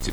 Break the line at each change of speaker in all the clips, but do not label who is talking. Se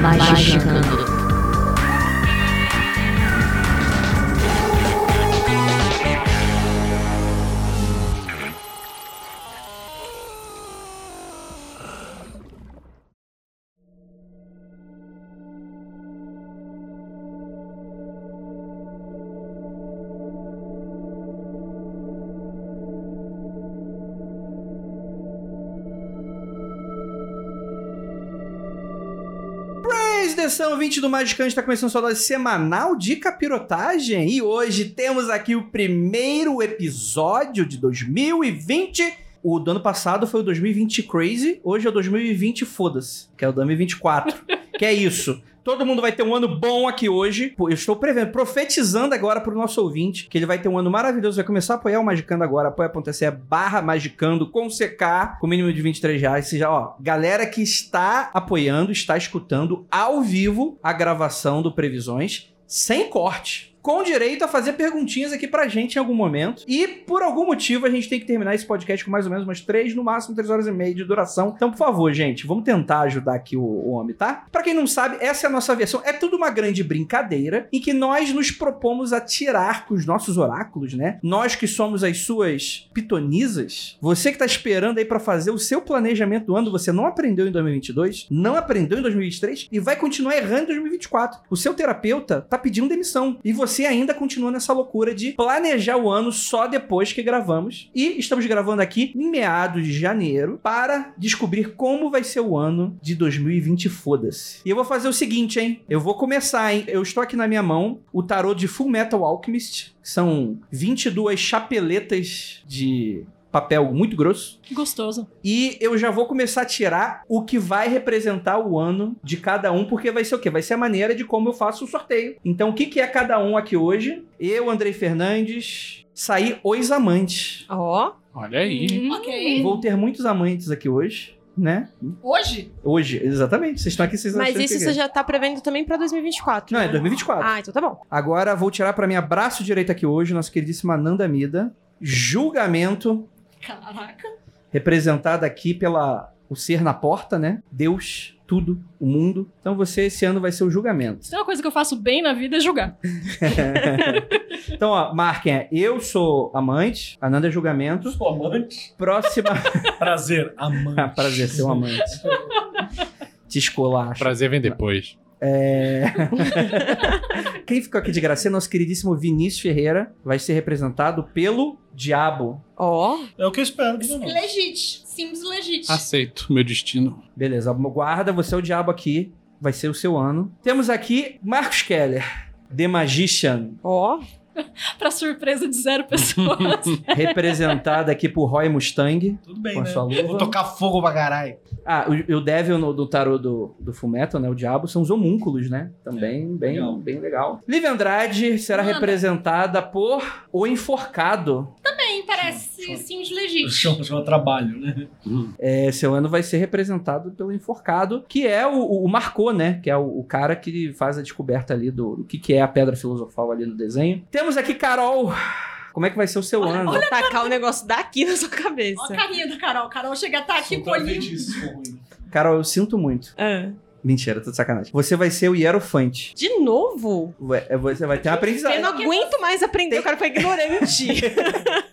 Magicando.
edição 20 do Magicante está tá começando sua dose semanal de capirotagem. E hoje temos aqui o primeiro episódio de 2020. O do ano passado foi o 2020 Crazy, hoje é o 2020 Foda-se, que é o 2024. que é isso. Todo mundo vai ter um ano bom aqui hoje. Pô, Eu estou prevendo, profetizando agora para o nosso ouvinte que ele vai ter um ano maravilhoso. Vai começar a apoiar o Magicando agora. Apoia.se barra Magicando com CK, com mínimo de 23 reais. Ou seja, ó, galera que está apoiando, está escutando ao vivo a gravação do Previsões, sem corte. Com direito a fazer perguntinhas aqui pra gente em algum momento. E por algum motivo a gente tem que terminar esse podcast com mais ou menos umas três, no máximo três horas e meia de duração. Então, por favor, gente, vamos tentar ajudar aqui o, o homem, tá? Pra quem não sabe, essa é a nossa versão. É tudo uma grande brincadeira em que nós nos propomos a tirar com os nossos oráculos, né? Nós que somos as suas pitonisas. Você que tá esperando aí pra fazer o seu planejamento do ano, você não aprendeu em 2022, não aprendeu em 2023 e vai continuar errando em 2024. O seu terapeuta tá pedindo demissão e você ainda continua nessa loucura de planejar o ano só depois que gravamos. E estamos gravando aqui em meados de janeiro para descobrir como vai ser o ano de 2020, foda-se. E eu vou fazer o seguinte, hein? Eu vou começar, hein? Eu estou aqui na minha mão o tarô de Full Metal Alchemist, que são 22 chapeletas de papel muito grosso.
Gostoso.
E eu já vou começar a tirar o que vai representar o ano de cada um, porque vai ser o quê? Vai ser a maneira de como eu faço o sorteio. Então, o que, que é cada um aqui hoje? Eu, Andrei Fernandes, saí os amantes.
Ó,
É
Olha aí.
Uhum. Ok.
Vou ter muitos amantes aqui hoje, né?
Hoje?
Hoje, exatamente. Vocês estão aqui, vocês
mas
acham
isso
que é.
você já tá prevendo também pra 2024.
Não, é 2024.
Ah, então tá bom.
Agora vou tirar para minha braço direito aqui hoje, nossa queridíssima Nanda Mida. Julgamento,
Caraca.
representada aqui pela o ser na porta, né? Deus, tudo, o mundo. Então você esse ano vai ser o julgamento.
Se tem é uma coisa que eu faço bem na vida é julgar.
então, ó, marquem, é, eu sou amante, Ananda é julgamento,
Sou amante.
próxima
Prazer, amante.
Ah, prazer ser um amante. Te escolacho.
Prazer vem depois.
É... Quem ficou aqui de gracinha, é nosso queridíssimo Vinícius Ferreira, vai ser representado pelo Diabo.
Ó,
É o que eu espero. Que não. Ah.
Legit. Sims legit.
Aceito meu destino.
Beleza, guarda, você é o Diabo aqui, vai ser o seu ano. Temos aqui Marcos Keller, The Magician.
ó.
Pra surpresa de zero pessoas.
representada aqui por Roy Mustang.
Tudo bem,
Com a
né?
sua luva.
Vou tocar fogo pra caralho.
Ah, o, o Devil no- do tarô do, do Fullmetal, né? O Diabo, são os homúnculos, né? Também bem,
legal.
bem legal. Liv Andrade será
Manda.
representada por O Enforcado.
Também parece Sims legit.
Chama, chama trabalho, né?
É, seu ano vai ser representado pelo Enforcado, que é o, o, o Marcô, né? Que é o, o cara que faz a descoberta ali do, do que, que é a Pedra Filosofal ali no desenho. Temos aqui Carol. Como é que vai ser o seu ano?
Vou tacar o negócio daqui na sua
Ó a
cabeça.
carinha da Carol. Carol chega a
É
estar aqui
tipo
Sou
com o olhinho.
travesti, se for ruim.
Carol, eu sinto muito.
Ah.
Mentira, tô de sacanagem. Você vai ser o Hierofante.
De novo?
Ué, Você vai ter um aprendizado.
Eu não aguento mais aprender. O cara foi ignorante.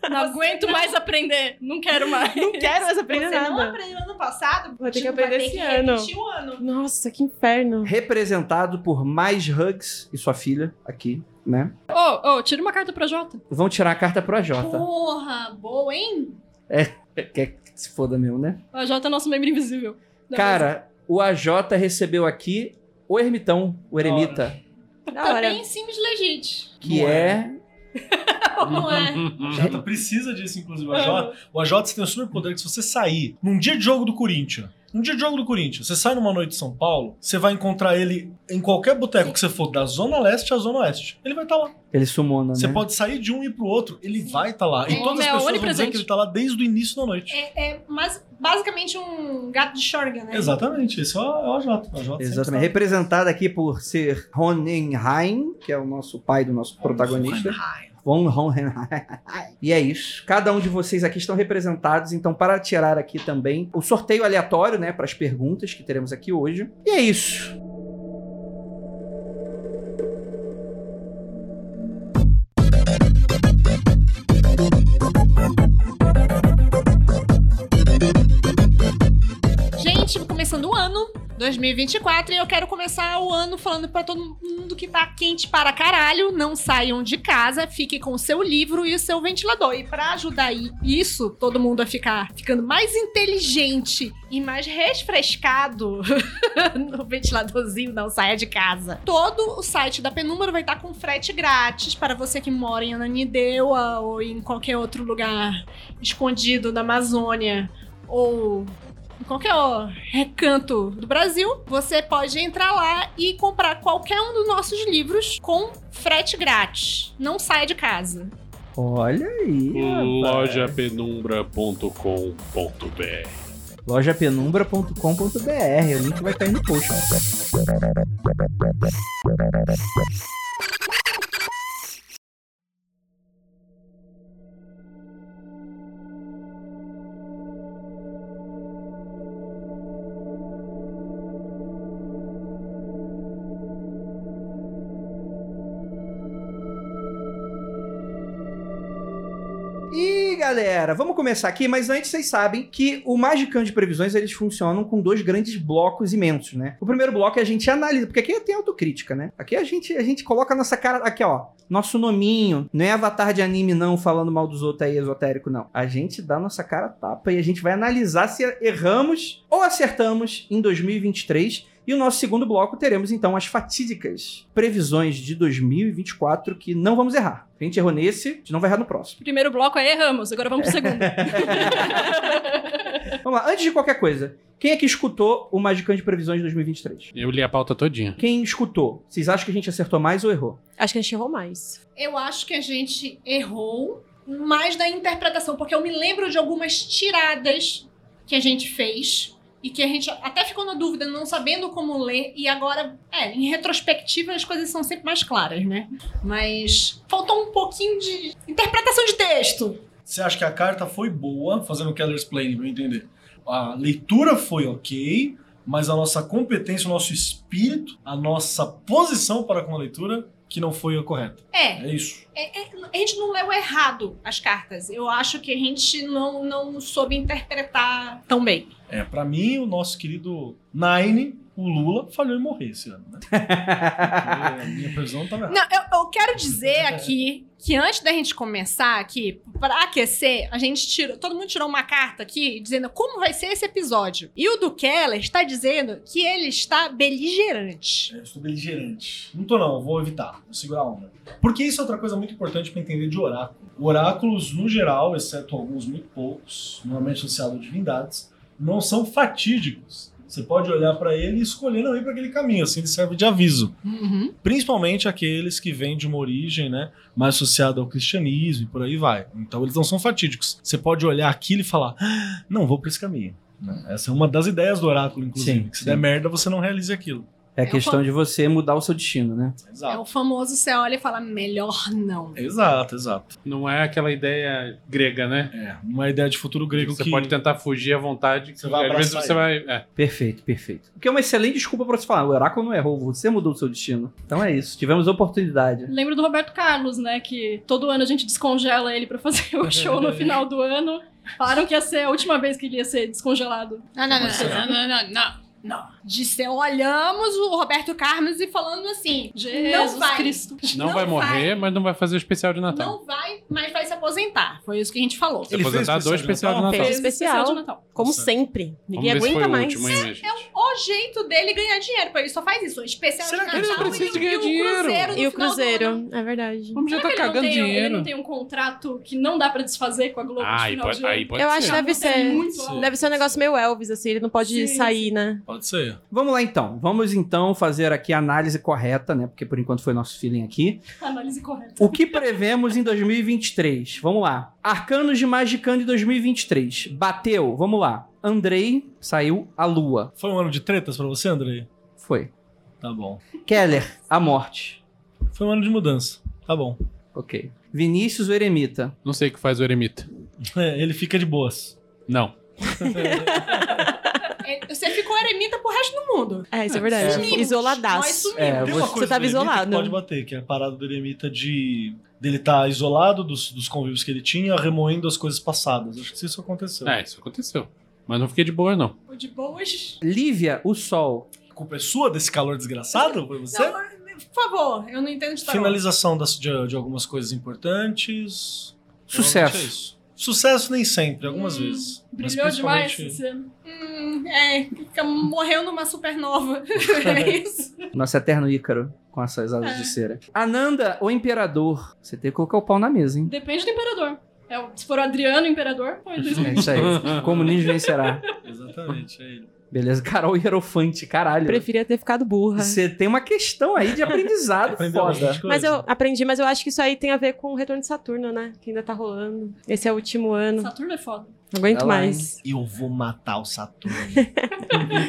Não aguento mais aprender. Não quero mais.
Não quero mais aprender
Você não
nada.
aprendeu ano passado?
Vou ter que
Tipo,
aprender
vai
esse
ter
ano.
repetir o ano.
Nossa, que inferno.
representado por mais Hugs e sua filha aqui, né?
Ô, ô, tira uma carta pra Jota.
Vão tirar a carta pro AJ.
Porra, boa, hein?
Quer que se foda mesmo, né?
A Jota é nosso membro invisível. Não,
Cara, o AJ recebeu aqui o ermitão, o eremita, é
Da
mas
hora.
também Sims legit.
que
Não
é
Não é.
A Jota precisa disso, inclusive.
É.
O AJ, o AJ tem um superpoder que se você sair num dia de jogo do Corinthians, num dia de jogo do Corinthians, você sai numa noite de São Paulo, você vai encontrar ele em qualquer boteco que você for, da Zona Leste à Zona Oeste. Ele vai estar lá.
Ele sumona, né?
Você pode sair de um e ir pro outro, ele vai estar lá.
É.
E todas
Homem
as pessoas
é
vão dizer
onipresente.
que ele tá lá desde o início da noite.
É, é mas basicamente um gato de shorga, né?
Exatamente, esse é o é o AJ. O AJ sempre
Exatamente.
tá-
Representado aqui por ser Honenheim, que é o nosso pai do nosso protagonista. Von Hohenheim. E é isso. Cada um de vocês aqui estão representados, então para tirar aqui também o sorteio aleatório, né, para as perguntas que teremos aqui hoje. E é isso.
Gente, começando o ano 2024 e eu quero começar o ano falando pra todo mundo que tá quente para caralho, não saiam de casa, fiquem com o seu livro e o seu ventilador. E pra ajudar i- isso, todo mundo a ficar ficando mais inteligente e mais refrescado no ventiladorzinho, não saia de casa. Todo o site da Penumbra vai estar com frete grátis para você que mora em Ananindeua ou em qualquer outro lugar escondido na Amazônia ou em qualquer ó, recanto do Brasil, você pode entrar lá e comprar qualquer um dos nossos livros com frete grátis. Não saia de casa.
Olha aí. rapaz.
Lojapenumbra.com.br
Lojapenumbra.com.br. É O link vai cair no post. E galera, vamos começar aqui, mas antes vocês sabem que o Magicam de Previsões eles funcionam com dois grandes blocos imensos, né? O primeiro bloco é a gente analisa, porque aqui tem autocrítica, né? Aqui a gente, a gente coloca a nossa cara, aqui ó, nosso nominho, não é avatar de anime não, falando mal dos outros aí, esotérico não. A gente dá nossa cara a tapa e a gente vai analisar se erramos ou acertamos em 2023. E o nosso segundo bloco teremos então as fatídicas previsões de 2024 que não vamos errar. A gente errou nesse, a gente não vai errar no próximo.
Primeiro bloco aí erramos, agora vamos pro segundo.
Vamos lá, antes de qualquer coisa, quem é que escutou o Magicante Previsões de 2023?
Eu li a pauta todinha.
Quem escutou? Vocês acham que a gente acertou mais ou errou?
Acho que a gente errou mais.
Eu acho que a gente errou mais na interpretação, porque eu me lembro de algumas tiradas que a gente fez e que a gente até ficou na dúvida, não sabendo como ler, e agora, é, em retrospectiva as coisas são sempre mais claras, né? Mas faltou um pouquinho de interpretação de texto.
Você acha que a carta foi boa, fazendo o Keller's Plane, pra eu entender. A leitura foi ok, mas a nossa competência, o nosso espírito, a nossa posição para com a leitura, que não foi a correta.
É,
É isso.
é- é- a gente não leu errado as cartas. Eu acho que a gente não, não soube interpretar tão bem.
É, pra mim, o nosso querido Nine, o Lula, falhou em morrer esse ano, né?
É
Porque a minha previsão tava errada.
Não, eu, eu quero dizer aqui que antes da gente começar aqui, para aquecer, a gente tirou. Todo mundo tirou uma carta aqui dizendo como vai ser esse episódio. E o do Keller está dizendo que ele está beligerante.
É, eu estou beligerante. Não tô não, eu vou evitar, vou segurar a onda. Porque isso é outra coisa muito importante pra entender de oráculo. Oráculos, no geral, exceto alguns muito poucos, normalmente associados a divindades, não são fatídicos. Você pode olhar pra ele e escolher não ir pra aquele caminho, assim ele serve de aviso.
Uhum.
Principalmente aqueles que vêm de uma origem né, mais associada ao cristianismo e por aí vai. Então eles não são fatídicos. Você pode olhar aquilo e falar, "Ah, não, vou pra esse caminho. né? Essa é uma das ideias do oráculo, inclusive.
Sim,
que se
sim.
der merda, você não realize aquilo.
É
Eu
questão
falo-
de você mudar o seu destino, né?
É
Exato.
o famoso você olha e fala, melhor não.
Exato, exato.
Não é aquela ideia grega, né?
É, uma ideia de futuro grego
Você
que
pode tentar fugir à vontade. que
Você vai
às vezes
abraçar
você vai. é.
Perfeito, perfeito. O que é uma excelente desculpa pra você falar, o oráculo não errou, você mudou o seu destino. Então é isso, tivemos oportunidade.
Lembro do Roberto Carlos, né? Que todo ano a gente descongela ele pra fazer o show no final do ano. Falaram que ia ser a última vez que ele ia ser descongelado.
Não, não, não,
Mas será?
não, não, não, não. Não. Disse, olhamos o Roberto Carlos e falando assim:
Jesus
vai.
Cristo.
Não, vai morrer, mas não vai fazer o especial de Natal.
Não vai, mas vai se aposentar. Foi isso que a gente falou. um
Se
Ele fez
aposentar
especial
dois
de
especial de
Natal?
Natal.
Fez.
Vamos
especial.
de Natal.
Como
Certo.
sempre. Ninguém
ver se foi
aguenta
o
mais.
último, hein, gente?
O jeito dele ganhar dinheiro, pô, ele só faz isso. um Especial
Será
de
que
Natal
ele não
precisa
e,
de
o-
ganhar
e o
dinheiro?
Cruzeiro. no
E o
final do ano.
Cruzeiro, é verdade.
Vamos já
Será
tá
que ele não
cagando
tem- Ele
dinheiro.
não tem um contrato que não dá pra desfazer com a Globo
Ah,
de
aí
final
pode,
de ano? Então,
aí pode
Eu
ser.
acho que deve ser.
muito
Sim.
alto.
Deve ser um negócio meio Elvis, assim, ele não pode
Sim,
sair, né?
Pode ser.
Vamos lá então. Vamos então fazer aqui a análise correta, né? Porque por enquanto foi nosso feeling aqui.
Análise correta.
O que prevemos em 2023? Vamos lá. Arcanos de Magicando em 2023. Bateu, vamos lá. Andrei saiu a lua.
Foi um ano de tretas pra você, Andrei?
Foi.
Tá bom.
Keller, a morte.
Foi um ano de mudança. Tá bom.
Ok. Vinícius, o eremita.
Não sei o que faz o eremita.
É, ele fica de boas.
Não.
É, Você ficou eremita pro resto do mundo.
É, isso é
É,
verdade.
sumimos. Nós
Isoladaço.
sumimos.
É,
Tem
você-
uma coisa
tava
do eremita
isolado.
que Pode bater, que é a parada do eremita de dele estar isolado dos, dos convívios que ele tinha, remoendo as coisas passadas. Acho que se isso aconteceu.
É, isso aconteceu. Mas não fiquei de boa, não.
O de boas.
Lívia, o sol.
A culpa é sua desse calor desgraçado? Foi você?
Não, por favor, eu não entendo de tarô.
Finalização das- de, de algumas coisas importantes. Provavelmente é
Sucesso.
isso. Sucesso nem sempre, algumas
Hum,
vezes. Mas
Brilhou demais
principalmente-
esse ano.
Hum, é, fica- morreu numa supernova. é isso.
Nosso eterno Ícaro com essas asas
É.
de cera. Ananda, o imperador. Você tem que colocar o pau na mesa, hein?
Depende do imperador. É, o- se for o Adriano, o imperador, foi dois
É isso aí. O comunismo vencerá.
Exatamente, é ele.
Beleza, Carol Hierofante, caralho.
Preferia ter ficado burra.
Você tem uma questão aí de aprendizado
Aprendeu
foda.
bastante coisa.
Mas eu aprendi, mas eu acho que isso aí tem a ver com o retorno de Saturno, né? Que ainda tá rolando. Esse é o último ano.
Saturno é foda.
Não aguento
Tá lá,
mais.
Eu vou matar o Saturno.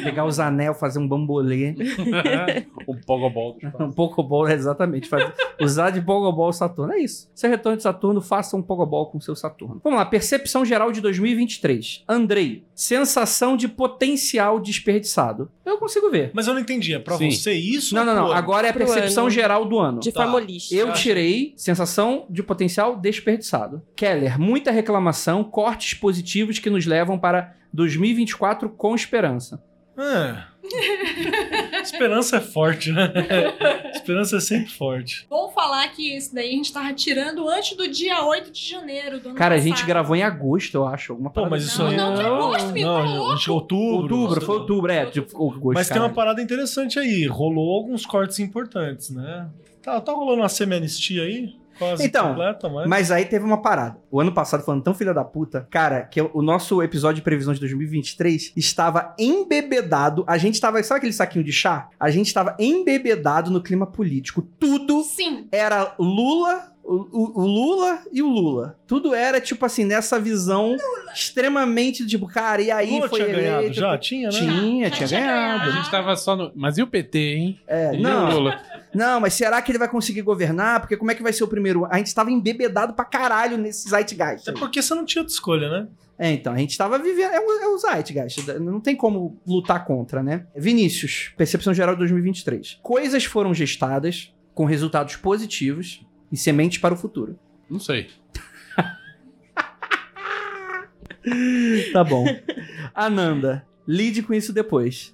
Pegar os anel, fazer um bambolê.
o tipo. Pogobol do espaço.
Um pogobol, exatamente. Fazer- usar de pogobol o Saturno. É isso. Seu retorno de Saturno, faça um pogobol com seu Saturno. Vamos lá, percepção geral de 2023. Andrei, sensação de potencial desperdiçado. Eu consigo ver.
Mas eu não entendi, é pra
Sim.
você isso?
Não, não, não.
Pô,
Agora é a
Pro
percepção
ano.
geral do ano.
De
Tá.
forma holística.
Eu tirei sensação de potencial desperdiçado. Keller, muita reclamação, cortes positivos que nos levam para 2024 com esperança.
Ah. Esperança é forte, né? Esperança é sempre forte.
Vou falar que esse daí a gente tava tirando antes do dia 8 de janeiro do ano
Cara, a
passado.
gente gravou em agosto, eu acho, alguma
Pô,
parada
mas
assim.
isso
Não,
aí.
tá
é um
não, que agosto, menino, tá
não, gente, outubro.
Outubro, foi outubro, é, tipo, agosto.
Mas tem
caralho.
uma parada interessante aí. Rolou alguns cortes importantes, né? Tá, tá rolando uma semi-anistia aí? Quase
Então,
completa, mas.
Mas aí teve uma parada. O ano passado, falando tão filha da puta, cara, que o nosso episódio de previsão de 2023 estava embebedado. A gente estava. Sabe aquele saquinho de chá? A gente estava embebedado no clima político. Tudo
Sim.
era Lula, o, o- o Lula e o Lula. Tudo era, tipo assim, nessa visão extremamente, tipo, cara, e aí
Lula
foi
tinha
eleito.
ganhado já? Tinha, né?
Tinha,
Já
Ah, tinha
tinha
ganhado.
A gente tava só no. Mas e o PT, hein?
É,
E o
não,
Lula?
não, mas será que ele vai conseguir governar? Porque como é que vai ser o primeiro? A gente tava embebedado pra caralho nesse zeitgeist.
É
aí.
porque você não tinha outra escolha, né?
É, então, a gente tava vivendo. É o, é o Zeitgeist, não tem como lutar contra, né? Vinícius, percepção geral de 2023. Coisas foram gestadas com resultados positivos e sementes para o futuro.
Não sei.
Tá bom. Ananda, lide com isso depois.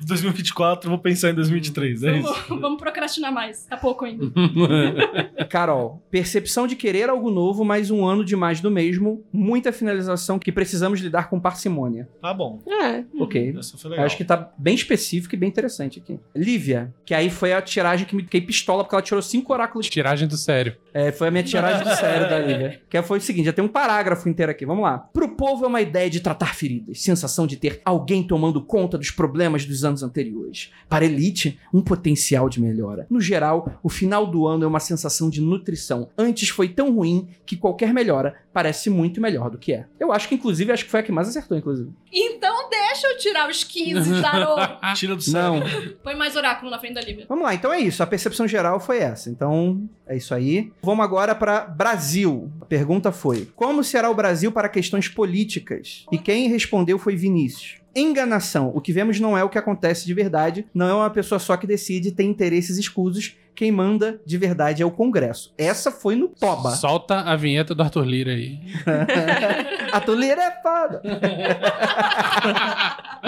2024, vou pensar em 2023, é isso.
Vamos, vamos procrastinar mais. Tá pouco ainda.
Carol, percepção de querer algo novo, mas um ano de mais do mesmo, muita finalização que precisamos lidar com parcimônia.
Tá bom.
É.
Ok.
Uhum. Essa foi
Eu
legal.
acho que tá bem específico e bem interessante aqui. Lívia, que aí foi a tiragem que me fiquei pistola, porque ela tirou cinco oráculos
Tiragem do sério.
É, foi a minha tiragem do sério da Lívia. Que foi o seguinte, já tem um parágrafo inteiro aqui, vamos lá. Pro povo é uma ideia de tratar feridas, sensação de ter alguém tomando conta dos problemas dos anos anteriores. Para a elite, um potencial de melhora. No geral, o final do ano é uma sensação de nutrição. Antes foi tão ruim que qualquer melhora parece muito melhor do que é. Eu acho que, inclusive, acho que foi a que mais acertou, inclusive.
Então deixa eu tirar os 15, tarô.
Tira do céu.
Não.
Põe mais oráculo na frente da Lívia.
Vamos lá, então é isso. A percepção geral foi essa. Então, é isso aí. Vamos agora para Brasil. A pergunta foi: Como será o Brasil para questões políticas? E quem respondeu foi Vinícius. Enganação. O que vemos não é o que acontece de verdade, não é uma pessoa só que decide, tem interesses escusos quem manda de verdade é o Congresso. Essa foi no Toba.
Solta a vinheta do Arthur Lira aí.
A toleira é foda.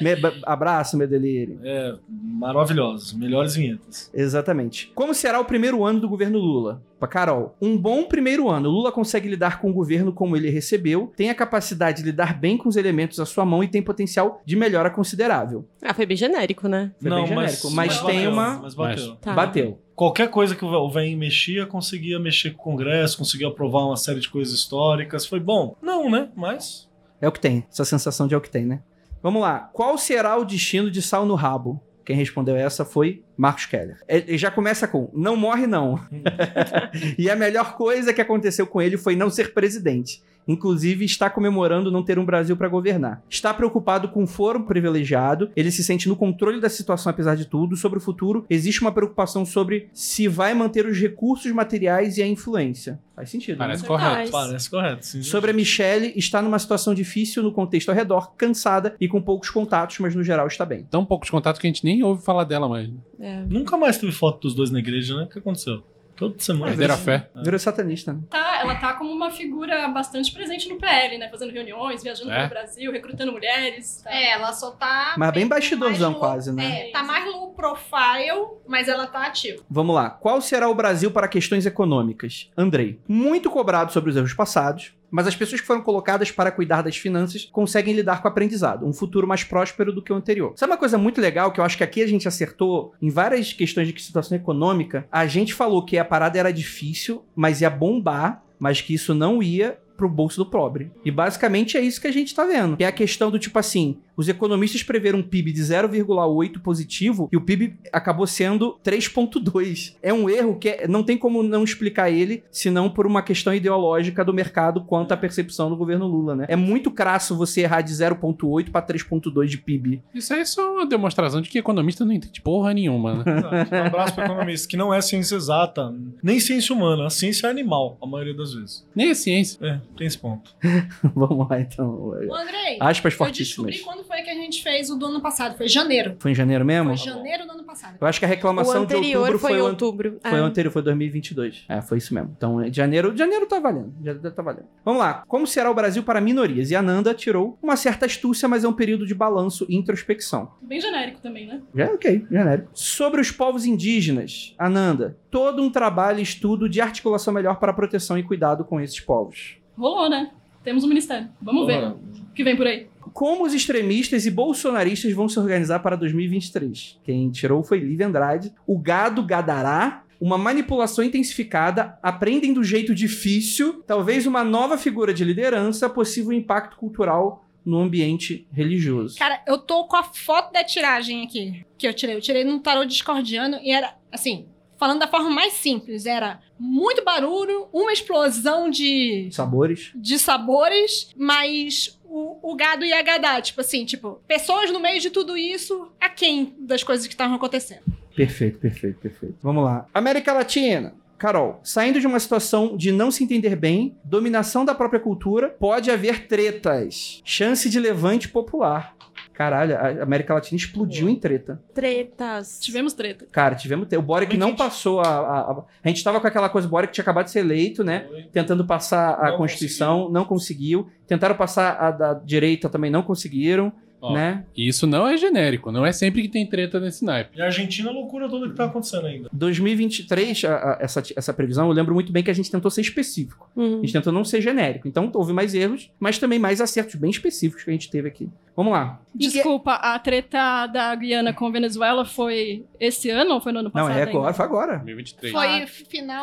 Me- ba- Abraço, meu delírio.
É, maravilhosos. Melhores vinhetas.
Exatamente. Como será o primeiro ano do governo Lula? Pra Carol, um bom primeiro ano. Lula consegue lidar com o governo como ele recebeu, tem a capacidade de lidar bem com os elementos à sua mão e tem potencial de melhora considerável.
Ah, foi bem genérico, né?
Foi bem genérico, mas tem
bateu,
uma-
Mas bateu.
Tá.
Bateu.
Qualquer coisa que o Vem mexia, conseguia mexer com o Congresso, conseguia aprovar uma série de coisas históricas. Foi bom? Não, né? Mas.
É o que tem. Essa sensação de é o que tem, né? Vamos lá. Qual será o destino de Sal no Rabo? Quem respondeu essa foi Marcos Keller. Ele já começa com: não morre, não. e a melhor coisa que aconteceu com ele foi não ser presidente. Inclusive, está comemorando não ter um Brasil para governar. Está preocupado com o foro privilegiado, ele se sente no controle da situação apesar de tudo. Sobre o futuro, existe uma preocupação sobre se vai manter os recursos materiais e a influência. Faz sentido. né?
Parece correto.
Parece correto. Sim,
Sobre a Michelle, está numa situação difícil no contexto ao redor, cansada e com poucos contatos, mas no geral está bem.
Tão poucos contatos que a gente nem ouve falar dela mais.
É.
Nunca mais teve foto dos dois na igreja, né? O que aconteceu? Toda semana.
Perderam a fé.
Virou satanista, né?
Tá, ela tá como uma figura bastante presente no PL, né? Fazendo reuniões, viajando
É.
pelo Brasil, recrutando mulheres. tá?
É, ela só tá.
Mas bem bastidorzão
mais low-
quase, né?
É, tá mais low profile, mas ela tá ativa.
Vamos lá. Qual será o Brasil para questões econômicas? Andrei, muito cobrado sobre os erros passados, mas as pessoas que foram colocadas para cuidar das finanças conseguem lidar com o aprendizado, um futuro mais próspero do que o anterior. Sabe uma coisa muito legal que eu acho que aqui a gente acertou em várias questões de situação econômica? A gente falou que a parada era difícil, mas ia bombar, mas que isso não ia pro bolso do pobre. E basicamente é isso que a gente tá vendo. Que é a questão do tipo assim, os economistas preveram um PIB de 0,8 positivo e o PIB acabou sendo 3,2. É um erro que é- não tem como não explicar ele, senão por uma questão ideológica do mercado quanto à percepção do governo Lula, né? É muito crasso você errar de 0,8 para 3,2 de PIB.
Isso aí é só uma demonstração de que economista não entende porra nenhuma, né?
Exato. Um abraço para economista, que não é ciência exata, nem ciência humana, a ciência é animal, a maioria das vezes.
Nem é ciência.
É, tem esse ponto.
Vamos lá, então.
Ô, Andrei,
Aspas
eu descobri
fortíssimas.
quando foi que a gente fez o do ano passado. Foi janeiro.
Foi em janeiro mesmo?
Foi janeiro do ano passado.
Eu acho que a
O
reclamação de
anterior
outubro
foi
foi
em
o an-
outubro.
Foi
É.
o anterior, foi 2022. É, foi isso mesmo. Então, é, de janeiro, de janeiro tá valendo. de Janeiro tá valendo. Vamos lá. Como será o Brasil para minorias? E a Nanda tirou uma certa astúcia, mas é um período de balanço e introspecção.
Bem genérico também, né?
Já é ok, genérico. Sobre os povos indígenas, Ananda, todo um trabalho e estudo de articulação melhor para a proteção e cuidado com esses povos.
Rolou, né? Temos um ministério. Vamos ver o que vem por aí.
Como os extremistas e bolsonaristas vão se organizar para 2023? Quem tirou foi Lívia Andrade. O gado gadará. Uma manipulação intensificada, aprendem do jeito difícil, talvez uma nova figura de liderança, possível impacto cultural no ambiente religioso.
Cara, eu tô com a foto da tiragem aqui que eu tirei. Eu tirei num tarô discordiano e era assim. Falando da forma mais simples, era muito barulho, uma explosão de
Sabores.
de sabores, mas o, o gado ia gadar. Tipo assim, tipo, pessoas no meio de tudo isso, aquém das coisas que estavam acontecendo.
Perfeito, perfeito, perfeito. Vamos lá. América Latina. Carol, saindo de uma situação de não se entender bem, dominação da própria cultura, pode haver tretas. Chance de levante popular. Caralho, a América Latina explodiu em treta.
Tretas.
Tivemos treta.
Cara, tivemos. tre- O Boric
Mas,
não
gente-
passou a, a- a- a gente tava com aquela coisa, o Boric tinha acabado de ser eleito, né? tentando passar a
Não
Constituição, não conseguiu. Tentaram passar a da direita também, não conseguiram,
Ó,
né?
E isso não é genérico. Não é sempre que tem treta nesse naipe.
E a Argentina, a loucura toda que tá acontecendo ainda.
2023, a- a- essa, essa previsão, eu lembro muito bem que a gente tentou ser específico.
Uhum.
A gente tentou não ser genérico. Então houve mais erros, mas também mais acertos bem específicos que a gente teve aqui. Vamos lá.
Desculpa, a treta da Guiana com Venezuela foi esse ano ou foi no ano
Não,
passado?
é
ainda?
agora, foi agora.
2023.
Foi
Ah,
final,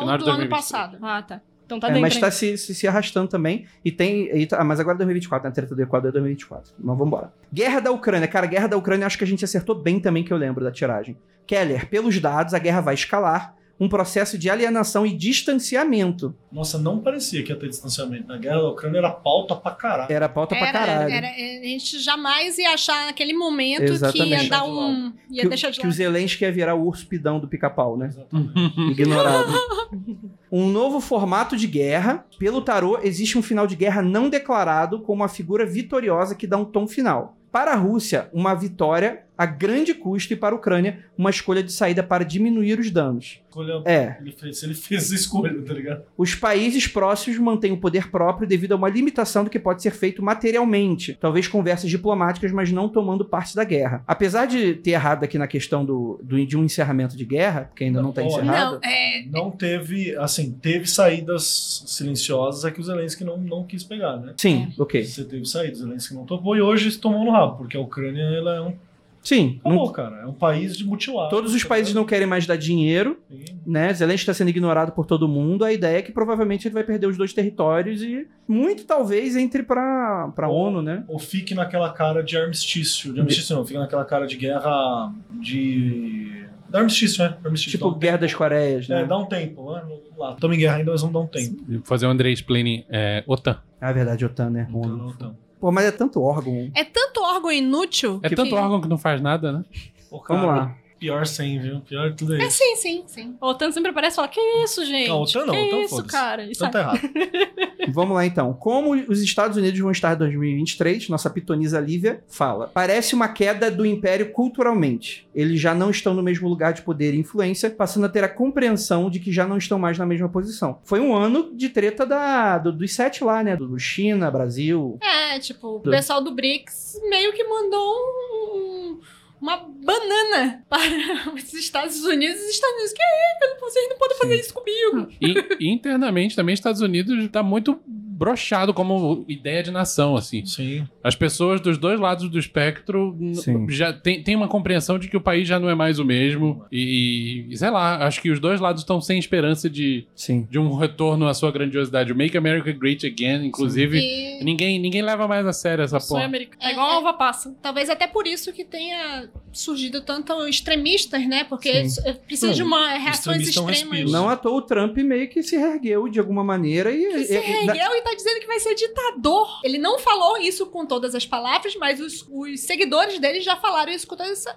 Final de
do ano
2023.
passado.
Ah, tá. Então tá
É,
dentro.
mas
ainda.
está se, se, se arrastando também. E tem. e tá- ah, mas agora é 2024, né? A treta do Equador é 2024. Mas vamos embora. Guerra da Ucrânia. Cara, guerra da Ucrânia acho que a gente acertou bem também, que eu lembro da tiragem. Keller, pelos dados, a guerra vai escalar. Um processo de alienação e distanciamento.
Nossa, não parecia que ia ter distanciamento. Na guerra da Ucrânia era pauta pra caralho.
Era pauta Tá pra
Era,
caralho.
era- é, a gente jamais ia achar naquele momento que
Exatamente.
ia dar um. ia
que, o-
deixar de
que o
lado.
Zelensky ia virar o urso pidão do pica-pau, né?
Exatamente.
Ignorado. um novo formato de guerra. Pelo tarô, existe um final de guerra não declarado com uma figura vitoriosa que dá um tom final. Para a Rússia, uma vitória a grande custo e para a Ucrânia uma escolha de saída para diminuir os danos.
Escolha,
É,
ele fez, ele fez a escolha, tá ligado?
os países próximos mantêm o poder próprio devido a uma limitação do que pode ser feito materialmente, talvez conversas diplomáticas, mas não tomando parte da guerra. Apesar de ter errado aqui na questão do, do- de um encerramento de guerra, que ainda não está
Não,
encerrado,
Não, é,
Não teve, assim, teve saídas silenciosas, é que o Zelensky não, não quis pegar, né?
sim, ok.
Você teve saídas, o Zelensky não topou e hoje se tomou no rabo, porque a Ucrânia ela é um.
Sim, não-
Acabou, cara. É um país de mutilado.
todos os
tá
países
ligado?
não querem mais dar dinheiro,
E-
né? Zelensky está sendo ignorado por todo mundo. A ideia é que provavelmente ele vai perder os dois territórios e muito talvez entre para para
Ou-
ONU, né?
Ou fique naquela cara de armistício. De armistício não, fique naquela cara de guerra de. Da armistício, né? Armistício.
Tipo
dá um
Guerra
tempo.
das Coreias, né?
É, dá um tempo, né? Vamos lá. Estamos em guerra ainda, mas vamos dar um tempo.
Fazer o André explaining é, OTAN.
Ah, verdade, OTAN, né?
Então,
ONU.
não, então.
Pô, mas é tanto órgão.
é tanto órgão inútil.
É
que-
tanto órgão que não faz nada, né?
Pô, cara,
Vamos lá.
Pior sem, viu? Pior tudo
É,
isso.
sim, sim, sim.
A OTAN sempre aparece e fala: Que isso, gente?
Não, a OTAN não,
que
então
isso,
foda-se.
cara? E
Então
sai.
tá errado.
Vamos lá então. Como os Estados Unidos vão estar em 2023, nossa pitonisa Lívia fala. Parece uma queda do império culturalmente. Eles já não estão no mesmo lugar de poder e influência, passando a ter a compreensão de que já não estão mais na mesma posição. Foi um ano de treta da, do- dos sete lá, né? Do, do China, Brasil.
tá.
É, tipo, o pessoal do BRICS meio que mandou um- uma banana para os Estados Unidos. Os Estados Unidos, que é, vocês não podem fazer isso
Hum,
comigo.
E internamente também, Estados Unidos tá muito brochado como ideia de nação, assim.
Sim.
As pessoas dos dois lados do espectro n-
Sim.
já tem, tem uma compreensão de que o país já não é mais o mesmo. E, e, sei lá, acho que os dois lados estão sem esperança de,
Sim.
de um retorno à sua grandiosidade. O Make America Great Again, inclusive,
E
ninguém, ninguém leva mais a sério essa
Sonho
porra.
americano.
É,
É igual
é.
a uva passa.
talvez até por isso que tenha surgido tanto extremistas, né? Porque
Sim.
isso- eh, precisa de uma reações
extremista é um
extremas.
respiro.
Não à toa o Trump meio que se reergueu de alguma maneira e.
Ele se
e- e-
reergueu e tá dizendo que vai ser ditador. Ele não falou isso com todas as palavras, mas os, os seguidores dele já falaram isso com todas as...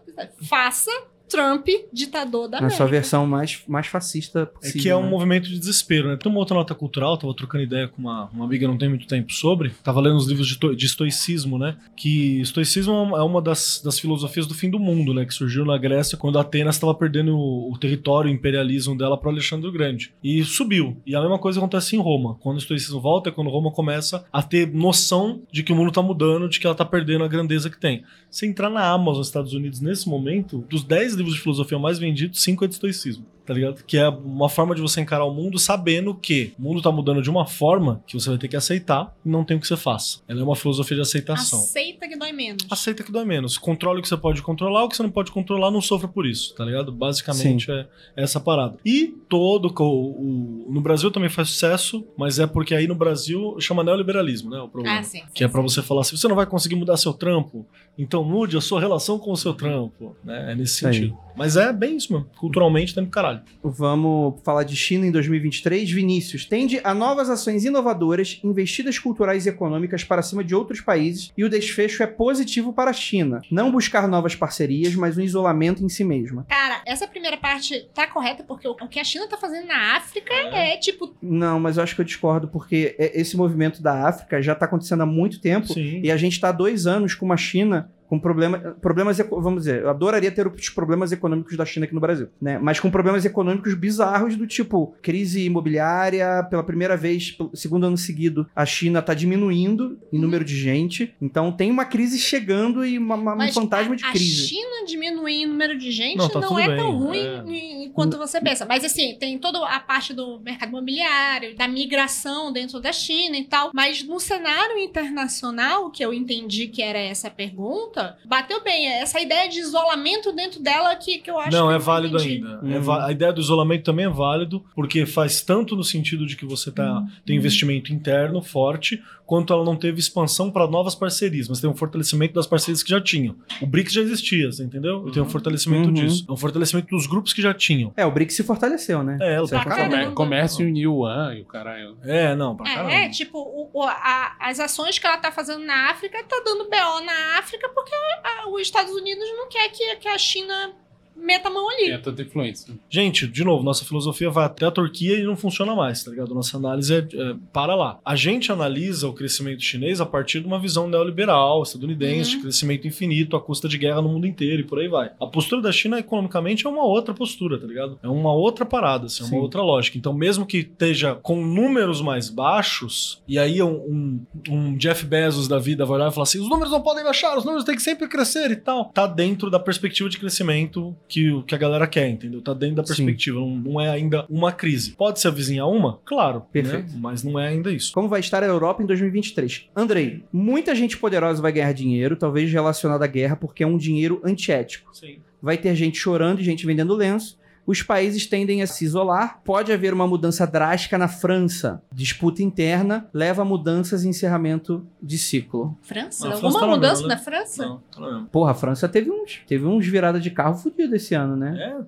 Faça Trump ditador
na
da América.
sua versão mais, mais fascista
É
possível.
que é um
né?
movimento de desespero, né? Tem uma outra nota cultural, tava trocando ideia com uma, uma amiga não tem muito tempo sobre, tava lendo os livros de, to- de estoicismo, né? Que estoicismo é uma- é uma das, das filosofias do fim do mundo, né? Que surgiu na Grécia quando Atenas estava perdendo o, o território, o imperialismo dela para Alexandre o Grande. E subiu. E a mesma coisa acontece em Roma. Quando o estoicismo volta, é quando Roma começa a ter noção de que o mundo tá mudando, de que ela tá perdendo a grandeza que tem. Se entrar na Amazon, nos Estados Unidos, nesse momento, dos 10 livros de filosofia mais vendidos, 5 é de estoicismo, tá ligado? Que é uma forma de você encarar o mundo sabendo que o mundo tá mudando de uma forma que você vai ter que aceitar e não tem o que você faça. Ela é uma filosofia de aceitação.
Aceita que dói menos.
Aceita que dói menos. Controle o que você pode controlar, o que você não pode controlar, não sofra por isso, tá ligado? Basicamente é essa parada. E todo. co- O, o- no Brasil também faz sucesso, mas é porque aí no Brasil chama neoliberalismo, né? O problema.
Ah, sim.
Que é pra você falar assim, você não vai conseguir mudar seu trampo, então mude a sua relação com o seu trampo. Né? É nesse
Isso aí.
sentido. Mas é bem isso mesmo. Culturalmente tem do caralho.
Vamos falar de China em 2023. Vinícius tende a novas ações inovadoras, investidas culturais e econômicas para cima de outros países, e o desfecho é positivo para a China. Não buscar novas parcerias, mas um isolamento em si mesma.
Cara, essa primeira parte tá correta, porque o o que a China tá fazendo na África é, tipo,
Não, mas eu acho que eu discordo, porque é- esse movimento da África já está acontecendo há muito tempo,
Sim.
e a gente está há dois anos com uma China com problema, problemas, eco- vamos dizer, eu adoraria ter os problemas econômicos da China aqui no Brasil, né? Mas com problemas econômicos bizarros do tipo crise imobiliária, pela primeira vez, pelo segundo ano seguido, a China tá diminuindo em número de gente, então tem uma crise chegando e uma, uma- um
Mas
fantasma
a,
de
a
crise.
China diminuir o número de gente
Não,
não,
tá tudo
é
bem,
tão ruim
é.
em- quanto você pensa. Mas assim, tem toda a parte do mercado imobiliário, da migração dentro da China e tal. Mas no cenário internacional, que eu entendi que era essa pergunta, bateu bem. É Essa ideia de isolamento dentro dela que, que um eu acho
Não,
que
é
eu
válido
entendi.
ainda. É
Uhum.
va- a ideia do isolamento também é válido, porque faz tanto no sentido de que você tá, tem investimento interno forte, quanto ela não teve expansão para novas parcerias, mas tem um fortalecimento das parcerias que já tinham. O BRICS já existia, você entendeu? E tem um fortalecimento
Uhum.
disso. É um fortalecimento dos grupos que já tinham.
É, o BRICS se fortaleceu, né?
É, ela
Isso é
tá
pra caramba.
Comé- comércio em Yuan e o caralho.
É, não, pra caramba.
É, é, tipo, o- o- a- as ações que ela tá fazendo na ah, África tá dando BO na África porque a- os Estados Unidos não quer que, que a China meta a mão ali.
É tanta influência.
Gente, de novo, nossa filosofia vai até a Turquia e não funciona mais, tá ligado? Nossa análise é, é, para lá. A gente analisa o crescimento chinês a partir de uma visão neoliberal, estadunidense, de crescimento infinito, à custa de guerra no mundo inteiro e por aí vai. A postura da China economicamente é uma outra postura, tá ligado? É uma outra parada, assim, é uma
Sim.
outra lógica. Então, mesmo que esteja com números mais baixos, e aí um, um- um Jeff Bezos da vida vai olhar e falar assim: os números não podem baixar, os números têm que sempre crescer e tal. Tá dentro da perspectiva de crescimento que, o- que a galera quer, entendeu? Tá dentro da
Sim.
perspectiva, não, não é ainda uma crise. Pode se avizinhar uma? Claro,
Perfeito.
né? mas não é ainda isso.
Como vai estar a Europa em 2023? Andrei, muita gente poderosa vai ganhar dinheiro, talvez relacionada à guerra, porque é um dinheiro antiético.
Sim.
vai ter gente chorando e gente vendendo lenço. Os países tendem a se isolar. Pode haver uma mudança drástica na França. Disputa interna leva a mudanças e encerramento de ciclo.
França?
Não, a França
Alguma
tá na
é mudança
merda,
na França?
Não, tá na mesma.
Porra, a França teve uns, teve uns virada de carro fudido esse ano, né?
É,